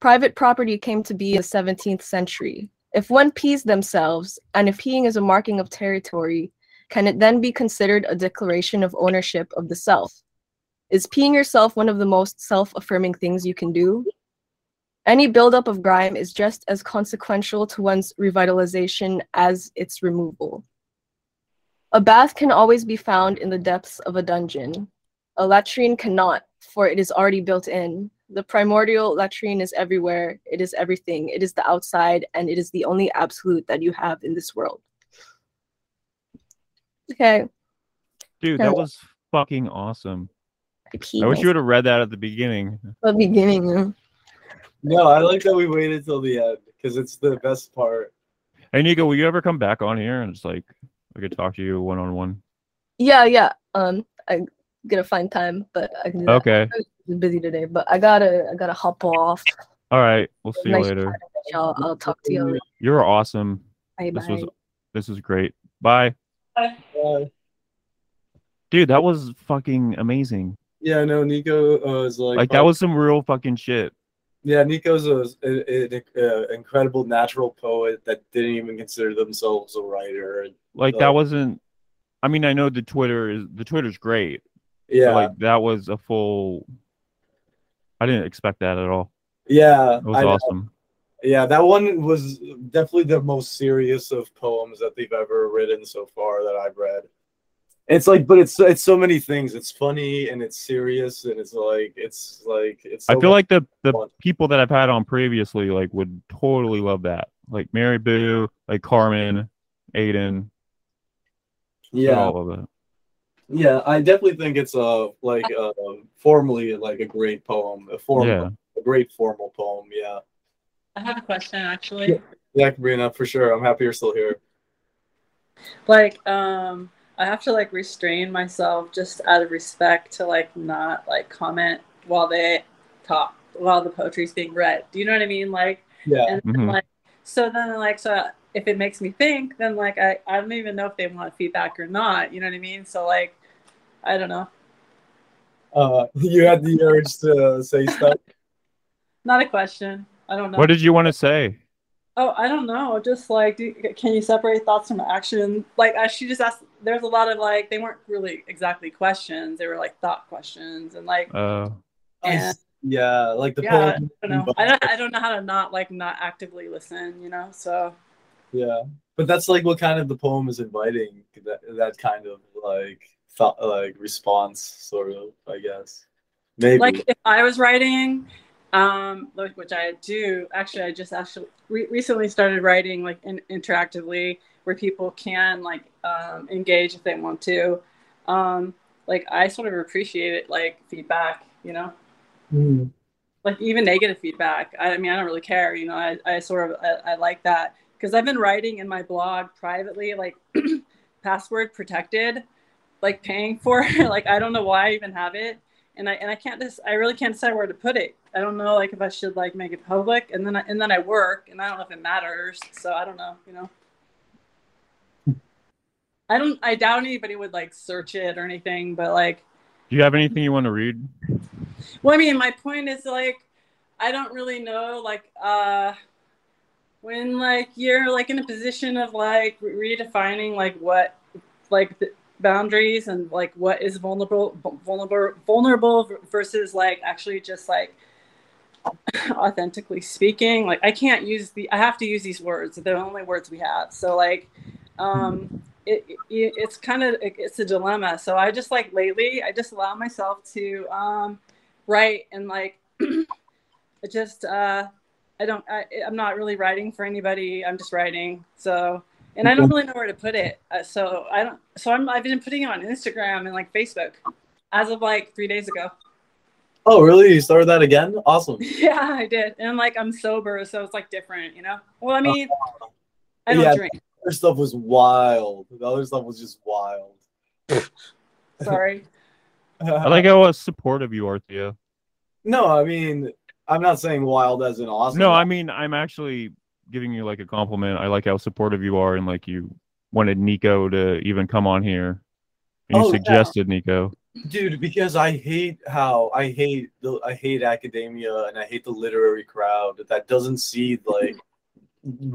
[SPEAKER 6] Private property came to be in the 17th century. If one pees themselves, and if peeing is a marking of territory, can it then be considered a declaration of ownership of the self? Is peeing yourself one of the most self affirming things you can do? Any buildup of grime is just as consequential to one's revitalization as its removal. A bath can always be found in the depths of a dungeon, a latrine cannot, for it is already built in. The primordial latrine is everywhere, it is everything, it is the outside, and it is the only absolute that you have in this world. Okay.
[SPEAKER 1] Dude,
[SPEAKER 6] Yeah.
[SPEAKER 1] that was fucking awesome.
[SPEAKER 6] I peed
[SPEAKER 1] I wish you
[SPEAKER 6] myself
[SPEAKER 1] would have read that at the beginning.
[SPEAKER 6] at the beginning. yeah.
[SPEAKER 3] No, I like that we waited till the end because it's the best part.
[SPEAKER 1] Hey Nico, will you ever come back on here and just like I could talk to you one on one?
[SPEAKER 6] Yeah, yeah. Um, I'm gonna find time, but I can do that.
[SPEAKER 1] Okay.
[SPEAKER 6] I'm busy today, but I gotta, I gotta hop off.
[SPEAKER 1] All right. We'll see you
[SPEAKER 6] Nice
[SPEAKER 1] later.
[SPEAKER 6] I'll, I'll talk to you later.
[SPEAKER 1] You're awesome.
[SPEAKER 6] Bye,
[SPEAKER 1] This
[SPEAKER 6] bye.
[SPEAKER 1] was this was great. Bye.
[SPEAKER 3] Uh,
[SPEAKER 1] Dude, that was fucking amazing.
[SPEAKER 3] yeah, no, Nico uh, is like,
[SPEAKER 1] Like that was some real fucking shit.
[SPEAKER 3] Yeah, Nico's a, an uh, incredible natural poet that didn't even consider themselves a writer.
[SPEAKER 1] Like
[SPEAKER 3] Uh,
[SPEAKER 1] that wasn't I mean, I know the Twitter is the Twitter's great. but,
[SPEAKER 3] Yeah,
[SPEAKER 1] like that was a full I didn't expect that at all.
[SPEAKER 3] yeah,
[SPEAKER 1] It was
[SPEAKER 3] I know.
[SPEAKER 1] awesome.
[SPEAKER 3] yeah. That one was definitely the most serious of poems that they've ever written so far that I've read. It's like, but it's it's so many things. It's funny and it's serious and it's like it's like it's.
[SPEAKER 1] I
[SPEAKER 3] so
[SPEAKER 1] feel
[SPEAKER 3] much
[SPEAKER 1] like the the
[SPEAKER 3] fun.
[SPEAKER 1] people that I've had on previously like would totally love that. Like Mary Boo, like Carmen, Aiden, yeah,
[SPEAKER 3] yeah,
[SPEAKER 1] all of it.
[SPEAKER 3] yeah. I definitely think it's a like uh formally like a great poem, a formal,
[SPEAKER 1] Yeah.
[SPEAKER 3] a great formal poem. Yeah,
[SPEAKER 14] I have a question actually.
[SPEAKER 3] yeah, Sabrina, for sure. I'm happy you're still here.
[SPEAKER 14] Like, um, I have to like restrain myself just out of respect to like not like comment while they talk while the poetry's being read. Do you know what I mean? Like,
[SPEAKER 3] Yeah,
[SPEAKER 14] and then,
[SPEAKER 1] Mhm.
[SPEAKER 14] like so then like so if it makes me think, then like I I don't even know if they want feedback or not. You know what I mean? So like, I don't know.
[SPEAKER 3] uh, <laughs> you had the urge to say stuff.
[SPEAKER 14] Not a question. I don't know.
[SPEAKER 1] What did you want to say?
[SPEAKER 14] Oh, I don't know. Just like, do, can you separate thoughts from action? Like, I, she just asked. There's a lot of like, they weren't really exactly questions. They were like thought questions, and like,
[SPEAKER 1] Uh,
[SPEAKER 14] Yeah.
[SPEAKER 3] yeah, like the
[SPEAKER 14] Yeah,
[SPEAKER 3] poem.
[SPEAKER 14] I don't know. I don't, I don't know how to not like not actively listen. You know, so
[SPEAKER 3] Yeah, but that's like what kind of the poem is inviting that that kind of like thought, like response, sort of. I guess maybe.
[SPEAKER 14] like if I was writing, um, like, which I do actually, I just actually re- recently started writing like in- interactively where people can like um, engage if they want to. Um, like I sort of appreciate it, like feedback. You know.
[SPEAKER 3] Mm.
[SPEAKER 14] like even negative feedback. I, I mean, I don't really care. You know, I, I sort of I, I like that because I've been writing in my blog privately, like <clears throat> password protected, like paying for. it. <laughs> like I don't know why I even have it, and I and I can't just I really can't decide where to put it. I don't know like if I should like make it public, and then I, and then I work, and I don't know if it matters. So I don't know. You know. I don't. I doubt anybody would like search it or anything, but like
[SPEAKER 1] do you have anything you want to read?
[SPEAKER 14] well, I mean, my point is like, I don't really know, like, uh, when like you're like in a position of like re- redefining like what like the boundaries and like what is vulnerable vulnerable vulnerable versus like actually just like <laughs> authentically speaking like i can't use the i have to use these words they're the only words we have so like um it, it it's kind of it's a dilemma so i just like lately i just allow myself to um write and like <clears throat> it just uh i don't I, i'm not really writing for anybody i'm just writing so and i don't really know where to put it uh, so i don't so i'm i've been putting it on instagram and like facebook as of like three days ago
[SPEAKER 3] oh, really? You started that again? Awesome.
[SPEAKER 14] <laughs> yeah i did and like i'm sober so it's like different you know well i mean i don't
[SPEAKER 3] Yeah.
[SPEAKER 14] drink
[SPEAKER 3] Other stuff was wild. The other stuff was just wild.
[SPEAKER 14] sorry
[SPEAKER 1] I like how uh, supportive you are, Thea.
[SPEAKER 3] <laughs> no, I mean, I'm not saying wild as in awesome.
[SPEAKER 1] No, I mean I'm actually giving you like a compliment. I like how supportive you are, and like you wanted Nico to even come on here, and you
[SPEAKER 3] Oh, yeah.
[SPEAKER 1] suggested Nico.
[SPEAKER 3] dude because i hate how i hate the i hate academia and i hate the literary crowd that doesn't see like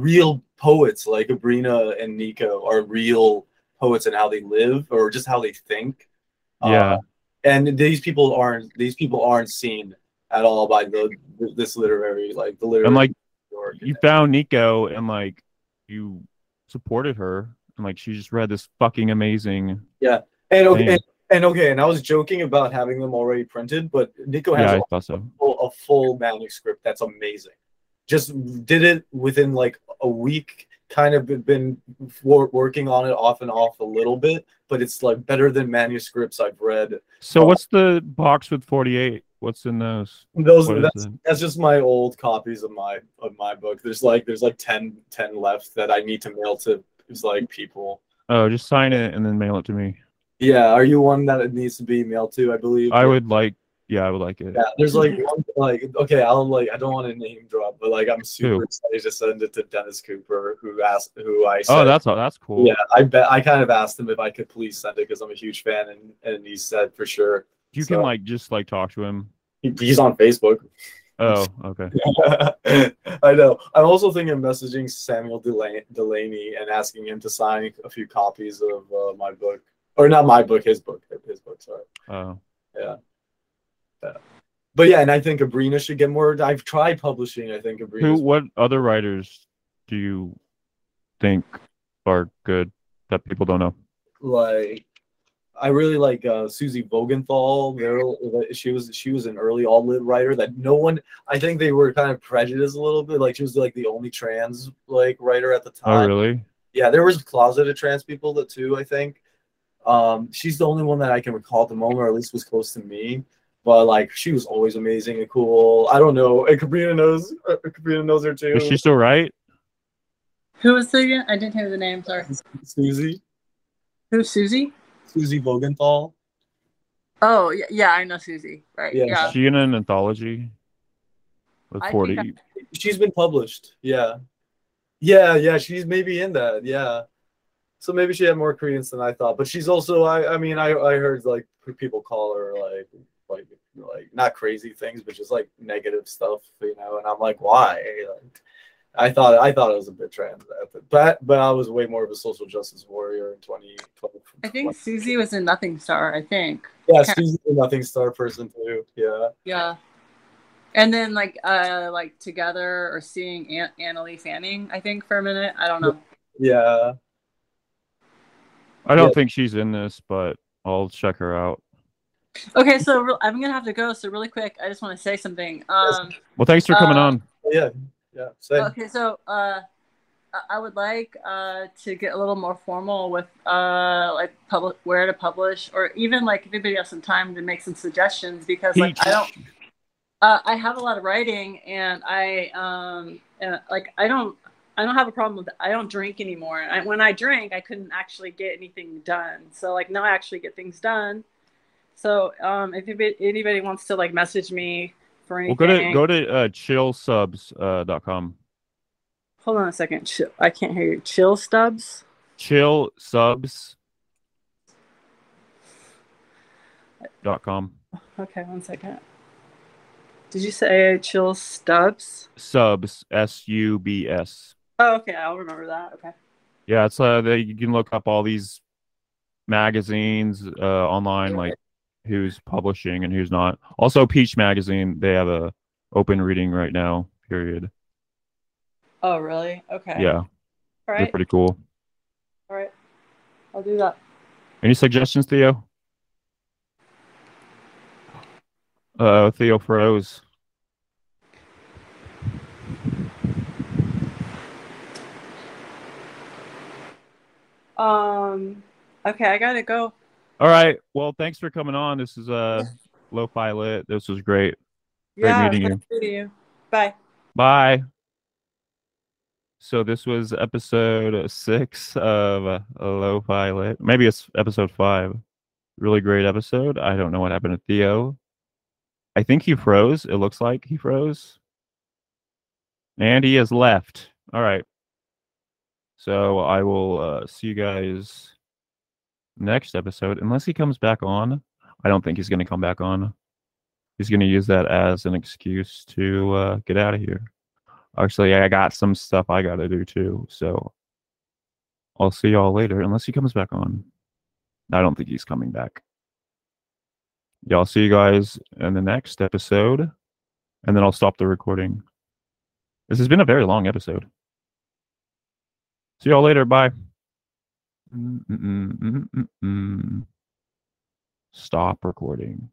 [SPEAKER 3] real poets like abrina and nico are real poets and how they live or just how they think Uh,
[SPEAKER 1] Yeah.
[SPEAKER 3] and these people aren't these people aren't seen at all by the this literary like the literary
[SPEAKER 1] And like
[SPEAKER 3] work.
[SPEAKER 1] you found Nico, and like you supported her, and like she just read this fucking amazing.
[SPEAKER 3] and okay
[SPEAKER 1] Damn.
[SPEAKER 3] and, and okay and i was joking about having them already printed but nico has
[SPEAKER 1] Yeah,
[SPEAKER 3] a
[SPEAKER 1] I thought so.
[SPEAKER 3] full- a full manuscript that's amazing. Just did it within like a week. Kind of been- been wor- working on it off and off a little bit, but it's like better than manuscripts I've read.
[SPEAKER 1] So what's the box with 48? What's in those?
[SPEAKER 3] Those
[SPEAKER 1] What is
[SPEAKER 3] that's,
[SPEAKER 1] it?
[SPEAKER 3] that's just my old copies of my of my book. There's like there's like 10, 10 left that I need to mail to is like people.
[SPEAKER 1] Oh, just sign it and then mail it to me.
[SPEAKER 3] Yeah, are you one that it needs to be mailed to? I believe.
[SPEAKER 1] I would like. Yeah, I would like it.
[SPEAKER 3] Yeah, there's like one, like okay, I'll like I don't want to name drop, but like I'm super
[SPEAKER 1] Who?
[SPEAKER 3] excited to send it to Dennis Cooper, who asked who I
[SPEAKER 1] Oh,
[SPEAKER 3] said-
[SPEAKER 1] that's that's cool.
[SPEAKER 3] yeah, I bet I kind of asked him if I could please send it because I'm a huge fan, and and he said for sure.
[SPEAKER 1] You
[SPEAKER 3] So-
[SPEAKER 1] can like just like talk to him.
[SPEAKER 3] He- He's on Facebook. <laughs>
[SPEAKER 1] Oh, okay.
[SPEAKER 3] I know. I'm also thinking of messaging Samuel Delaney, Delaney and asking him to sign a few copies of uh, my book, or not my book, his book, his book. Sorry.
[SPEAKER 1] Oh.
[SPEAKER 3] But yeah, and I think Abrina should get more. I've tried publishing. I think
[SPEAKER 1] Who?
[SPEAKER 3] Abrina.
[SPEAKER 1] What other writers do you think are good that people don't know?
[SPEAKER 3] like I really like uh, Susie Vogenthal. There, she was she was an early all lit writer that no one. I think they were kind of prejudiced a little bit. Like she was like the only trans like writer at the time.
[SPEAKER 1] Oh, really?
[SPEAKER 3] Yeah, there was closeted trans people that too. I think um, she's the only one that I can recall at the moment, or at least was close to me. But like, she was always amazing and cool. I don't know. And Katrina knows. uh, Katrina knows her too.
[SPEAKER 1] Is she still right?
[SPEAKER 14] <laughs> Who was the again? I didn't hear the name. Sorry.
[SPEAKER 3] Susie.
[SPEAKER 14] Who's Susie?
[SPEAKER 3] Susie Vogenthal.
[SPEAKER 14] Oh yeah, yeah, I know Susie. Right.
[SPEAKER 3] Yeah.
[SPEAKER 14] Yeah.
[SPEAKER 1] Is she in an anthology with
[SPEAKER 14] I think
[SPEAKER 1] forty?
[SPEAKER 14] I-
[SPEAKER 3] She's been published. Yeah. Yeah, yeah. She's maybe in that. Yeah. So maybe she had more credence than I thought. But she's also I I mean I I heard like people call her like like like not crazy things, but just like negative stuff, you know, and I'm like, why? Like, I thought I thought it was a bit trans at the- but but I was way more of a social justice warrior in 2012.
[SPEAKER 14] I think Susie was in Nothing Star. I think.
[SPEAKER 3] Yeah, she's a nothing star person too. Yeah.
[SPEAKER 14] Yeah. And then like uh like together or seeing An- Annalee Fanning, I think for a minute. I don't know.
[SPEAKER 3] Yeah.
[SPEAKER 1] I don't
[SPEAKER 3] Yeah.
[SPEAKER 1] think she's in this, but I'll check her out.
[SPEAKER 14] Okay, so re- I'm gonna have to go. So really quick, I just want to say something. Um,
[SPEAKER 1] Well, thanks for coming
[SPEAKER 14] Uh,
[SPEAKER 1] on.
[SPEAKER 3] Yeah. Yeah. Same.
[SPEAKER 14] okay, so uh, I- I would like uh, to get a little more formal with uh, like public where to publish, or even like if anybody has some time to make some suggestions because like I don't. Uh, I have a lot of writing, and I um, and, like I don't I don't have a problem with I don't drink anymore. I, when I drank, I couldn't actually get anything done. So like now I actually get things done. So um, if anybody, anybody wants to like message me for
[SPEAKER 1] Well,
[SPEAKER 14] anything,
[SPEAKER 1] go to go to uh, chillsubs.com. Uh, dot com.
[SPEAKER 14] hold on a second. Chill, I can't hear you. Chill stubs.
[SPEAKER 1] chillsubs.com.
[SPEAKER 14] Okay, one second. Did you say chill stubs?
[SPEAKER 1] Subs S U B S.
[SPEAKER 14] Oh, okay. I'll remember that. Okay.
[SPEAKER 1] Yeah, it's uh, they, you can look up all these magazines uh, online, like who's publishing and who's not. Also, Peach Magazine, they have a open reading right now. Period.
[SPEAKER 14] Oh, really? Okay.
[SPEAKER 1] Yeah,
[SPEAKER 14] All
[SPEAKER 1] they're
[SPEAKER 14] right.
[SPEAKER 1] pretty cool.
[SPEAKER 14] All right. I'll do that.
[SPEAKER 1] Any suggestions, Theo? Uh, Theo froze.
[SPEAKER 14] Um. Okay, I gotta go.
[SPEAKER 1] All right. Well, thanks for coming on. This is uh, Lo-Fi Lit. This was great. Great
[SPEAKER 14] yeah.
[SPEAKER 1] meeting
[SPEAKER 14] nice meeting you. Bye.
[SPEAKER 1] Bye. So this was episode six of uh, Low Pilot. Maybe it's episode five. Really great episode. I don't know what happened to Theo. I think he froze. It looks like he froze. And he has left. All right. So I will uh, see you guys next episode, unless he comes back on. I don't think he's going to come back on. He's going to use that as an excuse to uh, get out of here. Actually, I got some stuff I got to do too. So I'll see y'all later, unless he comes back on. I don't think he's coming back. Y'all see you guys in the next episode, and then I'll stop the recording. This has been a very long episode. See y'all later. Bye. Mm, mm, mm, mm, mm, mm. Stop recording.